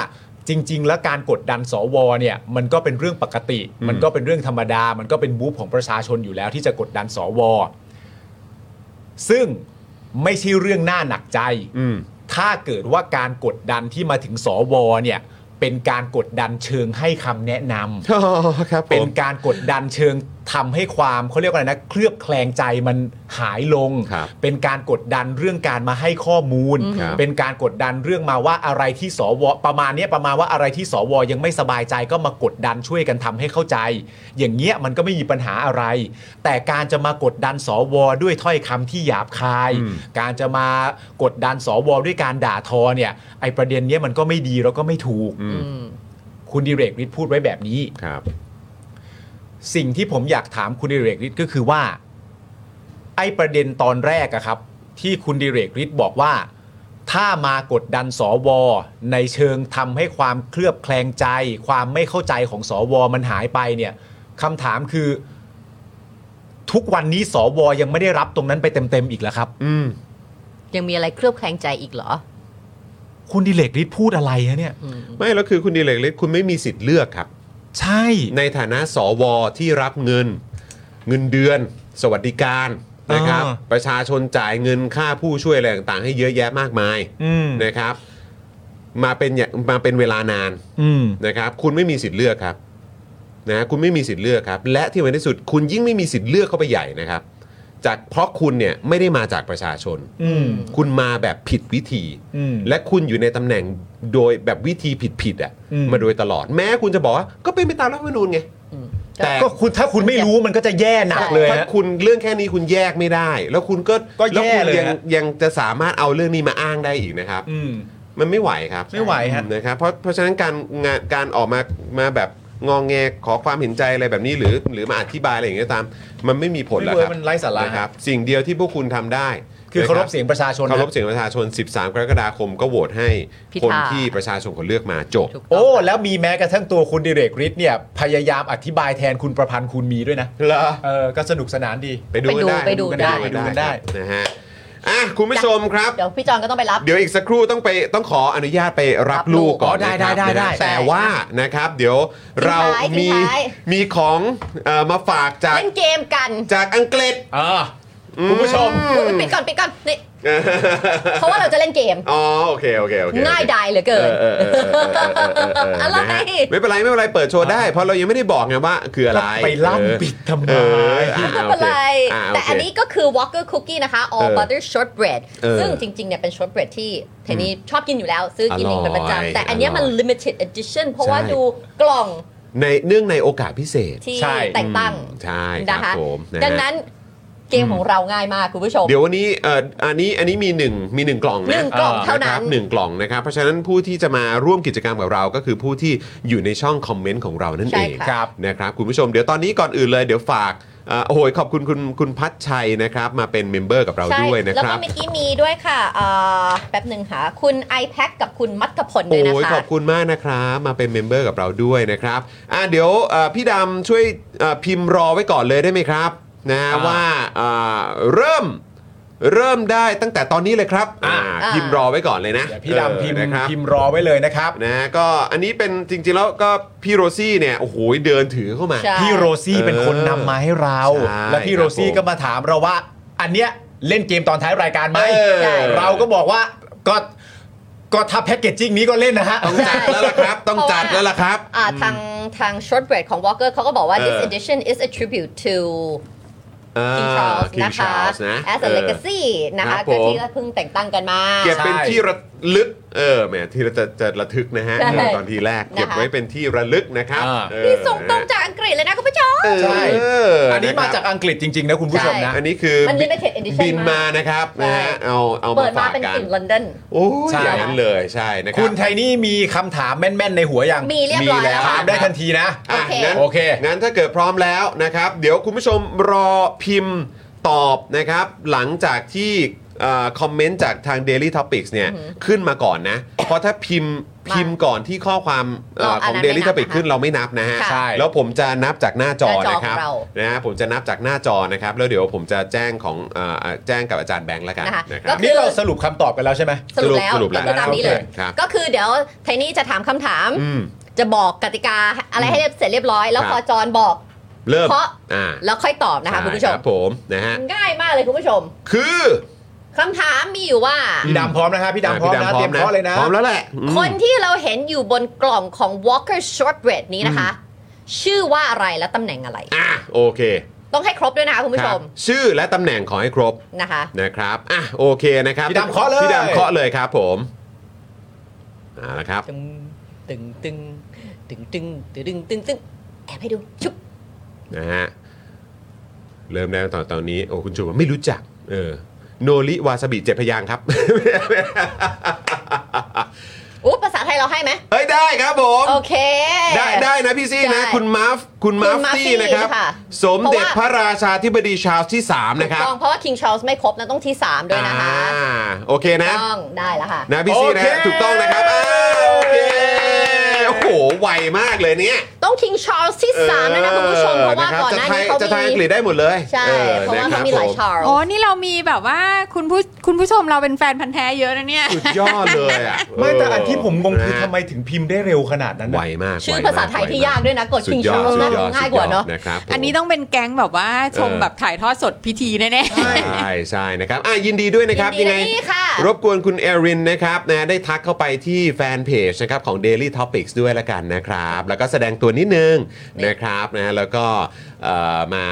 จริง ๆ แล้วการกดดันสวเนี่ยมันก็เป็นเรื่องปกติ
อืม
มันก็เป็นเรื่องธรรมดา มันก็เป็นบูฟของประชาชนอยู่แล้วที่จะกดดันสว ซึ่งไม่ใช่เรื่องน่าหนักใจ
อืม
ถ้าเกิดว่าการกดดันที่มาถึงสวเนี่ยเป็นการกดดันเชิงให้คำแนะนำ
อ๋อครับผ
เป็น
ม
การกดดันเชิงทำให้ความเขาเรียกว่าอะไรนะเคลือบแคลงใจมันหายลง
ครับ
เป็นการกดดันเรื่องการมาให้ข้อมูล
ครับ
เป็นการกดดันเรื่องมาว่าอะไรที่สวประมาณเนี้ยประมาณว่าอะไรที่สวยังไม่สบายใจก็มากดดันช่วยกันทำให้เข้าใจ อย่างเงี้ยมันก็ไม่มีปัญหาอะไร แต่การจะมากดดันสวด้วยถ้อยคำที่หยาบคาย การจะมากดดันสวด้วยการด่าทอเนี่ยไอประเด็นเนี้ยมันก็ไม่ดีแล้วก็ไม่ถูก
อืม
คุณดิเรกฤทธิ์พูดไว้แบบนี้
ครับ
สิ่งที่ผมอยากถามคุณดิเรกฤทธิ์ก็คือว่า ไอ้ประเด็นตอนแรกอะครับ ที่คุณดิเรกฤทธิ์บอกว่า ถ้ามากดดันสวในเชิงทำให้ความเคลือบแคลงใจ ความไม่เข้าใจของสวมันหายไปเนี่ยคำถามคือ ทุกวันนี้สวยังไม่ได้รับตรงนั้นไปเต็มๆอีกแล้วครับ
อืม
ยังมีอะไรเคลือบแคลงใจอีกเหรอ
คุณดิเรกฤทธิ์พูดอะไรฮะเนี่ย
ไม่แล้วคือคุณดีเลกฤทธิ์คุณไม่มีสิทธิ์เลือกครับ
ใช่
ในฐานะสวที่รับเงิน เงินเดือน สวัสดิการนะครับ
อ่า
ประชาชนจ่ายเงินค่าผู้ช่วยอะไรต่างๆ ให้เยอะแยะมากมาย
อืม
นะครับ มาเป็นอย่ามาเป็นเวลานาน
อืม
นะครับ คุณไม่มีสิทธิ์เลือกครับนะคุณไม่มีสิทธิ์เลือกครับ และที่สำคัญที่สุดคุณยิ่งไม่มีสิทธิ์เลือกเข้าไปใหญ่นะครับ จากเพราะคุณเนี่ยไม่ได้มาจากประชาชน
อืม
คุณมาแบบผิดวิธี
อืม
และคุณอยู่ในตำแหน่งโดยแบบวิธีผิดๆอ่ะ
อืม
มาโดยตลอด แม้คุณจะบอกว่าก็เป็นไปตามรัฐธรรมนูญไง แต่
ก็คุณถ้าคุณไม่รู้มันก็จะแย่หนักเลย
ถ้า
ฮะ
คุณเรื่องแค่นี้คุณแยกไม่ได้ แล้วคุณก็
ก็แย่
วคุณ
เลย
ยัง
ฮะ
ยังจะสามารถเอาเรื่องนี้มาอ้างได้อีกนะครับ
อืม
มันไม่ไหวครับ
ไม่ไหวฮะ
นะครับเพราะเพราะฉะนั้นการงานการออกมามาแบบงองแงขอความเห็นใจอะไรแบบนี้หรือ หรือมาอธิบายอะไรอย่างเงี้ยตาม มันไม่มีผล
ไม่
แล้วค
เวิร์
รั
ก
บ
มันไร้สาระ
นะครับ สิ่งเดียวที่พวกคุณทำได้
คือเคารพเสียงประชาชน
เคารพ
นะ
เสียงประชาชน 13 กรกฎาคมก็โหวตให้
พิ
คน
ธา
ที่ประชาชนคนเลือกมาจบ
ถูกต้ง
โอ้ แล้วมีแม้กระทั่งตัวคุณดิเรกฤทธิ์เนี่ย พยายามอธิบายแทนคุณประพันธ์คุณมีด้วยนะ
เหรอ
เออ ก็สนุกสนานดี
ไปดูกันได้
ไปดู
กั
ได้
ไป
ไปดู
ดู
กั
กัน
นได้
ได้นะฮะอ่ะคุณผู้ชมครับ
เดี๋ยวพี่จอนก็ต้องไปรับ
เดี๋ยวอีกสักครู่ต้องไปต้องขออนุญาตไปรับ
รับลู
ลูก
ก
ก่อน
อ๋อได้
นะครับ
ได้ได้ได้
นะแต่ว่านะครับเดี๋ยวเรามี
ทิ้งท้ายทิ้งท้าย
มีของเอ่อมาฝากจาก
เล่นเกมกัน
จากอังกฤษ
เออคุณผู้ชม
อุ๊ยปิดก่อนปิดก่อนนี่เพราะว่าเราจะเล่นเกม
อ๋อโอเคโอเคโอเค
ง่ายดายเหลือเกิ
เอน อเออเออเออเออเออเออ
อะไร
นะฮะไม่เป็นไรไม่เป็นไรเปิดโชว์ได้ เพราะเรายังไม่ได้บอกไงว่าคืออะไร
ไปล่ำ
เออ
ปิดทำไม
เอออ่ะ
ไม่
โอ
เป็น
ค
ไร
ะโเค
แต่อันนี้ก็คือ Walker Cookie นะคะ All
เออ
Butter Shortbread
เออ
ซึ่งจริงๆเนี่ยเป็น shortbread ที่เทนนี่ชอบกินอยู่แล้ว ซื้อกินเองเป็นประ
อร่อย
จำแต่อันเนี้ยมัน
อร่อย
limited edition เพราะว่า
ใช่
ดูกล่อง
ในเนื่องในโอกาสพิเศษ
ที่
ใช่
แต่งตั้ง
อืมใช่ค
นะ
รับ
คะ
ผมะฮะ
ดังนั้นเกมของเราง่ายมากคุณผู้ชม
เดี๋ยววันนี้เอ่ออันนี้อันนี้มีหนึ่งมีหนึ่งกล่องนะ
หนึ่งกล่องเท่า
ะคน
นั้
รับหนึ่งกล่องนะครับ เพราะฉะนั้นผู้ที่จะมาร่วมกิจกรรมกับเราก็คือผู้ที่อยู่ในช่องคอมเมนต์ของเรานั่น
ใช่
เอง
ค่ะ
ครับ
นะครับคุณผู้ชมเดี๋ยวตอนนี้ก่อนอื่นเลยเดี๋ยวฝากเอ่อโอ้โหขอบคุณคุณคุณพัชชัยนะครับมาเป็นเมมเบอร์กับเรา
ใช่
ด้วยนะ
แล้ว
ครั
ก็
บ
เมื่อกี้มีด้วยค่ะเอ่อแป๊บหนึ่งค่ะ คุณ iPad กับคุณมัทพลด้วยนะ
โอ้ย
คะ
ขอบคุณมากนะครับมาเป็นเมมเบอร์กับเราด้วยนะครับอ่ะเดี๋ยวเอ่อพี่ดำช่วยเอ่อพิมพ์รอไว้ก่อนเลยได้ไหมครับนะ
อ่า
ว่าเอ่อเริ่มเริ่มได้ตั้งแต่ตอนนี้เลยครับอ่า
อ่า
พิมพ์รอไว้ก่อนเลยนะ
เดี๋ยวพี่ดำพิมพ์
เออนะครับ
พิมพ์รอไว้เลยนะครับ
นะฮะก็อันนี้เป็นจริงๆแล้วก็พี่โรซี่เนี่ยโอ้โหเดินถือเข้ามา
ใช่
พี่โรซี่
เออ
เป็นคนนำมาให้เรา
ใช่
แล้วพี่โรซี่
ครับผม
ก็มาถามเราว่า อันเนี้ยเล่นเกมตอนท้ายรายการไหม
เออ
ใช่
เราก็บอกว่าก็ก็ถ้าแพ็กเกจจิ้งนี้ก็เล่นนะฮะ
ต้องจัดแล้วล่ะครับ ต้องจัดแล้วล่ะครับ
อ่าทางทาง shortbread ของ Walker เขาก็บอกว่า this
เออ
edition is a tribute to
อ่า
King Charles
King
นะคะ
Charles นะ
as
เอ
a
อ
legacy นะ
ครั
คะ
บผม
ก็ที่เพิ่งแต่งตั้งกันมา
เก็บเป็นที่ระลึก เออแหมที่เราจะจะระทึกนะฮะ
ใช่
เออตอนทีแรก เก็บ
นะคะ
ไว้เป็นที่ระลึกนะครับ
อ่า
เออ
ที่ส่งตรงจากอังกฤษเลยนะคุณผู้ชม
เออ
ใช่ อั
อั
นนี้มาจากอังกฤษจริง ๆ นะคุณผู้ชมนะ
อันนี้คือ
มัน limited edition
บินมานะครับนะฮะ
ใช่
เอาเอา
เปิ
มา
ดมา
ฝาก
เป็น
กั
ก
น
ลิ่นลอนดอน
โอ้ย
ใช่
อย่างนั้นเลยใช่นะครั
คุณไทนี่มีคำถามแม่น ๆ ในหัวยัง
มีเรียบร้อยแล้ว
ถามได้ทันทีนะ
อ่ะ
โอเค
งั้น
โอเค
งั้นถ้าเกิดพร้อมแล้วนะครับ เดี๋ยวคุณผู้ชมรอพิมพ์ตอบนะครับ หลังจากที่คอมเมนต์จากทาง Daily Topics เนี่ยขึ้นมาก่อนนะ เพราะถ้าพิมพ์พิมพ์ก่อนที่ข้อความเอ่อ
เรา
ข
อั
อน ง
นั้น
Daily
ไม่นับ
Topics
นะคะ
ขึ้นเราไม่นับนะฮะ
ค่ะ
ใช่
แล้วผมจะนับจากหน้าจอ
หน้าจอ
นะครับ
ของเรา
นะฮะผมจะนับจากหน้าจอนะครับ แล้วเดี๋ยวผมจะแจ้งของเอ่ออ่ะแจ้งกับอาจารย์แบงค์แล้วกัน
นะคะ
นะครับ
นี่เราสรุปคำตอบกันแล้วใช่ไหม
สรุปแล้ว
สรุปแล้ว
ก็คือตามนี้เลย
ครับ
ก็คือเดี๋ยวไทนี่จะถามคำถาม
อืม
จะบอกกติกาอะไรให้เรียบเสร็จเรียบร้อย แล้ว
ครับ
พอจอนบอก
เริ่ม
เพราะ
อ่า
แล้วค่อยตอบนะคะคุณผู้ช
ใรั
ม
บผมนะฮะ
ง่ายมากเลยคุณผู้ชม
คือ
คำถามมีอยู่ว่า
พี่ดำพร้อมนะฮะพี่ดำพร้อมนะ เตรียมเคาะเลยนะ
พร้อมแล้วแหละอืม
คนที่เราเห็นอยู่บนกล่องของ Walker Shortbread นี้นะคะ ชื่อว่าอะไรและตำแหน่งอะไร
อ่ะโอเค
ต้องให้ครบด้วยนะคะคุณผู้ช
ครั
ม
บชื่อและตำแหน่งขอให้ครบ
นะคะ
นะครับอ่ะโอเคนะครับ
พี่ดำเคาะเลย
พี่ดำเคาะเลยครับผมเอ่าละครับ
ตึงตึงตึงตึงตึงตึงตึงตึงตึงแอบให้ดูชุบ
นะฮะเริ่มได้ตอนตอนนี้ โอ้คุณจูว่าไม่รู้จัก เออ โนริวาซาบิเจ็ดพยางค์ครับ
โอ้ภาษาไทยเราให้ไหม
เฮ้ย ได้ครับผม
โอเค
ได้ได้นะพี่ซี่นะ
ได้
คุณมาฟคุณมาฟ
คุณมาร์ฟตี้
ตี้นะครับ
ค่ะ
สมเด็จ
เพ
พ
ราะว่า
ระราชาธิบดีชาร์ลส์ที่ 3 นะครับ
ต้องเพราะว่า King Charles ไม่ครบนะต้องที่ 3 ด้วยนะคะ
อ่าโอเคนะ
ต้องได้แล้วค่ะ
นะพี่ซี่นะ
โอเค
ถูกต้องนะครับอ่าโอเค โอ้โห ไวมากเลยเนี่ย
ต้อง King Charles ที่3ด้วยนะคุณผู้ชม เพราะว่าก่อนหน้านี้เขา
จะไทยจะไทย
มี
อังกฤษได้หมดเลย
ใช่
ออ
เพราะว่า
ค
เขา
บ
มีหลาย
ผ
Charles
โอ้นี่เรามีแบบว่าคุณผู้คุณผู้ชมเราเป็นแฟนพันธ์แท้เยอะนะเนี่ย
สุดยอดเลยอ่ะ
ไม่แต่อัน
เ
ที่ผมงงคือ
นะ
ทำไมถึงพิมพ์ได้เร็วขนาดนั้น
ไว
น่ะ
มาก
ชื่อ
ไวมก
ภาษาไทยที่ยากด้วยนะกด
สุ
King
ยอด
Charles
สุด
น่า
อ
จะ
ด
ง่ายกว่าเนาะ
สุดยอดนะครับผม
อันนี้ต้องเป็นแก๊งแบบว่าชมแบบถ่ายทอดสดพิธีแน่ๆ
ใช่ใช่นะครับอ่ะยินดีด้วยนะครับ
ยิ
ยัง
นดี
ไง
นะนี่ค่ะ
รบกวนคุณเอรินนะครับนะได้ทักเข้าไปที่แฟนเพจนะครับของ Daily Topics ด้วยละกันนะครับ แล้วก็แสดงตัวนิดนึงนะครับนะแล้วก็เอ่อมา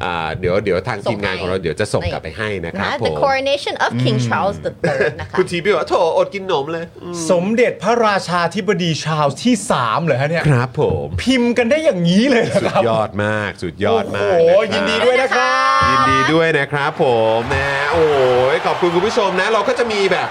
เอ่อเดี๋ยวเดี๋ยวทาง
ส่
ที
ง
มงาน
ให้
ของเราเดี๋ยวจะส่งกลับไปให้นะค
นะ
รับ
คะ
ผ
The
ม
Coronation of King Charles III นะคะ
คุณทีพี่บอกว่าโถอดกินหนมเลยอืม
สมเด็จพระราชาธิบดีชาร์ลส์ที่ 3 เหรอฮะเนี่ย
ครับผม
พิมพ์กันได้อย่างนี้เลยเหรอ
สุด
ครับ
ยอดมากสุดยอดมาก
โอ้โห
นะครับ
ยินดีด้วยนะครับ
ยินดีด้วยนะครับผมนะโอ้ยขอบคุณคุณผู้ชมนะ เราก็จะมีแบบ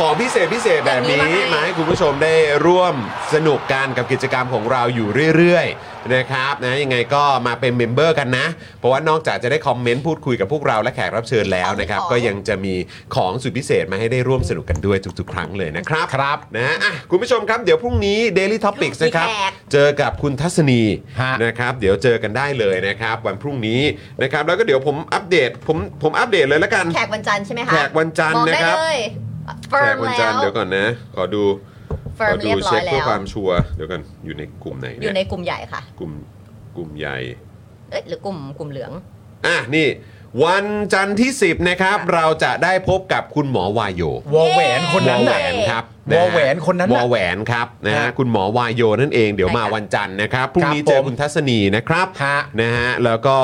ของพิเศษพิเศษแบบนี้มาให้คุณผู้ชมได้ร่วมสนุกกันกับกิจกรรมของเราอยู่เรื่อยๆนะครับนะยังไงก็มาเป็นเมมเบอร์กันนะ เพราะว่านอกจากจะได้คอมเมนต์พูดคุยกับพวกเราและแขกรับเชิญแล้วนะครับ ก็ยังจะมีของสุดพิเศษมาให้ได้ร่วมสนุกกันด้วยทุก ๆ ครั้งเลยนะครับครับนะอ่ะคุณผู้ชมครับเดี๋ยวพรุ่งนี้ Daily Topics นะครับ เจอกับคุณทัศนี
ฮะ
นะครับ เดี๋ยวเจอกันได้เลยนะครับ วันพรุ่งนี้นะครับ แล้วก็เดี๋ยวผมอัปเดตผมผมอัปเดตเลยละกัน
แขกวันจันทร์ใช่ไหมคะ
แขกวันจันทร์
มองได้
นะครับ
เลย firm
กวั
แล้
จันทร์
ว
เดี๋ยวก่อนนะ ขอดูข
firm
อดู
เรียบร้อ
เช็
ย
ค
แล้
เพื่อ
ว
ความชัวร์เดี๋ยวกันอยู่ในกลุ่มไหน
อ
เนี่
ยู่ใน
ย
กลุ่มใหญ่ค่ะ
กลุ่มกลุ่มใหญ่
เอ้ยหรือกลุ่มกลุ่มเหลือง
อ่ะนี่ วันจันทร์ที่ 10 นะครับ เราจะได้พบกับคุณหมอวายโยว
อแหวนคนนั้น
วอแหว
น่ะ
นครับ
วอแหวนคนนั้น
ว
น่ะ
อแหวนครับนะฮะ
ฮะ
คุณหมอวายโยนั่นเองเดี๋ยวมา
ใช่ค่ะ
วันจันทร์นะครับพรุ่งนี้
ครับผ
เจอ
ม
คุณทัศนีนะครับ
ฮะ
นะฮะแล้วก็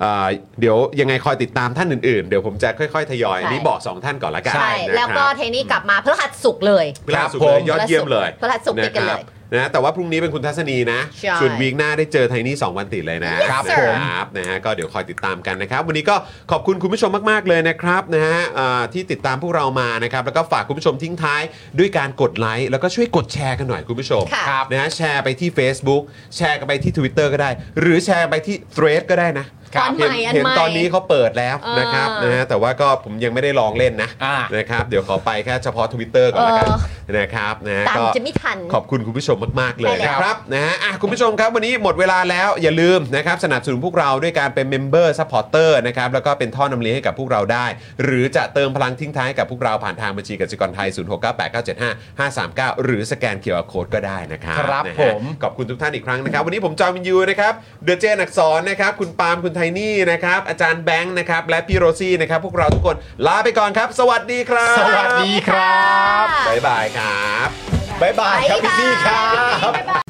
เอ่อเดี๋ยวยังไงคอยติดตามท่านอื่นๆ เดี๋ยวผมจะค่อยๆ ทยอย
ใช่
อันนี้บอก 2 ท่านก่อนละกัน
ใช่
นะครับ
แล้วก็เทนี่กลับมาพฤหัสศุกร์เลย
พลาดสุด
ครั
เล
บผ
ย
ม
ยอดเยี่ยมเลย
พฤหัสศุกร์ติดกัน
ะค
เลย
รับนะแต่ว่าพรุ่งนี้เป็นคุณทัศนีนะ
ใช่
ส่วนวีคหน้าได้เจอไทนี่ 2 วันติดเลยนะ
Yes,
ครับ
sir
ครับนะฮะก็เดี๋ยวคอยติดตามกันนะครับ วันนี้ก็ขอบคุณคุณผู้ชมมากๆเลยนะครับนะฮะเอ่อที่ติดตามพวกเรามานะครับแล้วก็ฝากคุณผู้ชมทิ้งท้ายด้วยการกดไลค์แล้วก็ช่วยกดแชร์กันหน่อยคุณผู้ชม
ค่ะ
ครับนะฮะแชร์ไปที่ Facebook แชร์กันไปที่ Twitter ก็ได้ หรือแชร์ไปที่ Thread ก็ได้นะ
ตอนใหม่
เห็น
อัน
เห็น
ใหม่
ตอนนี้เขาเปิดแล้ว
เออ
นะครับนะฮะแต่ว่าก็ผมยังไม่ได้ลองเล่นนะ
อ่า
นะครับเดี๋ยวขอไปแค่เฉพาะ Twitter ก่อนละกัน
เอ
นะครับนะฮะ
ตาม
ก็
จะไม่ทัน
ขอบคุณคุณผู้ชมมาก ๆ เลย
ใช่แล้ว
นะครับนะฮะอ่ะคุณผู้ชมครับ วันนี้หมดเวลาแล้วอย่าลืมนะครับสนับสนุนพวกเราด้วยการเป็นเมมเบอร์ซัพพอร์เตอร์นะครับแล้วก็เป็นท่อนำเลี้ยงให้กับพวกเราได้ หรือจะเติมพลังทิ้งท้ายให้กับพวกเราผ่านทางบัญชีกสิกรไทย 0698975539 หรือสแกนเคอร์โคดก็ได้นะครับ
ครับ
นะฮะ
ผม
ขอบคุณทุกท่านอีกครั้งนะครับ วันนี้ผมจอห์นวินยูนะครับเดอะเจนอักษรนะครับคุณปาล์มคุณไทนี่นะครับอาจารย์แบงค์นะครับและพี่โรซี่นะครับพวกเราทุกคนลาไปก่อนครับ สวัสดีครับ
สวัสดีครับ
ะ
บ๊ายบายครับ
บ๊ายบายครับพี่ซี่ครับ
บ๊ายบาย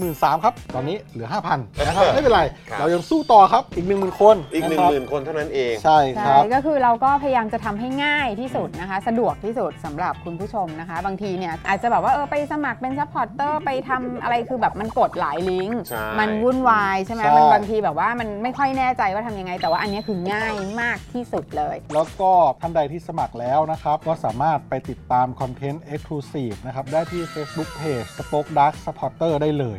1 3ื่นครับ ตอนนี้เหลือ 5,000นะครับไม่เป็นไร
ครับ
เรายังสู้ต่อครับอีก 10,000 คน
อีก1
ะครับ
0,000 คนเท่านั้นเอง
ใช่ค
ใช่
รับ
ก็คือเราก็พยายามจะทำให้ง่ายที่สุดนะคะ สะดวกที่สุดสำหรับคุณผู้ชมนะคะ บางทีเนี่ยอาจจะแบบว่าเออไปสมัครเป็นซัพพอร์ตเตอร์ไปทำอะไรคือแบบมันกดหลายลิงก์
ใช่
มันวุ่นวายใช่ไหม
ใช่
มันบางทีแบบว่ามันไม่ค่อยแน่ใจว่าทำยังไง แต่ว่าอันเนี้ยคือง่ายมากที่สุดเลย
แล้วก็ท่านใดที่สมัครแล้วนะครับ ก็สามารถไปติดตามคอนเทนต์ Exclusive นะครับ ได้ที่ Facebook Page Spoke Dark Supporter ได้เลย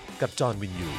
กับจอห์นวินยู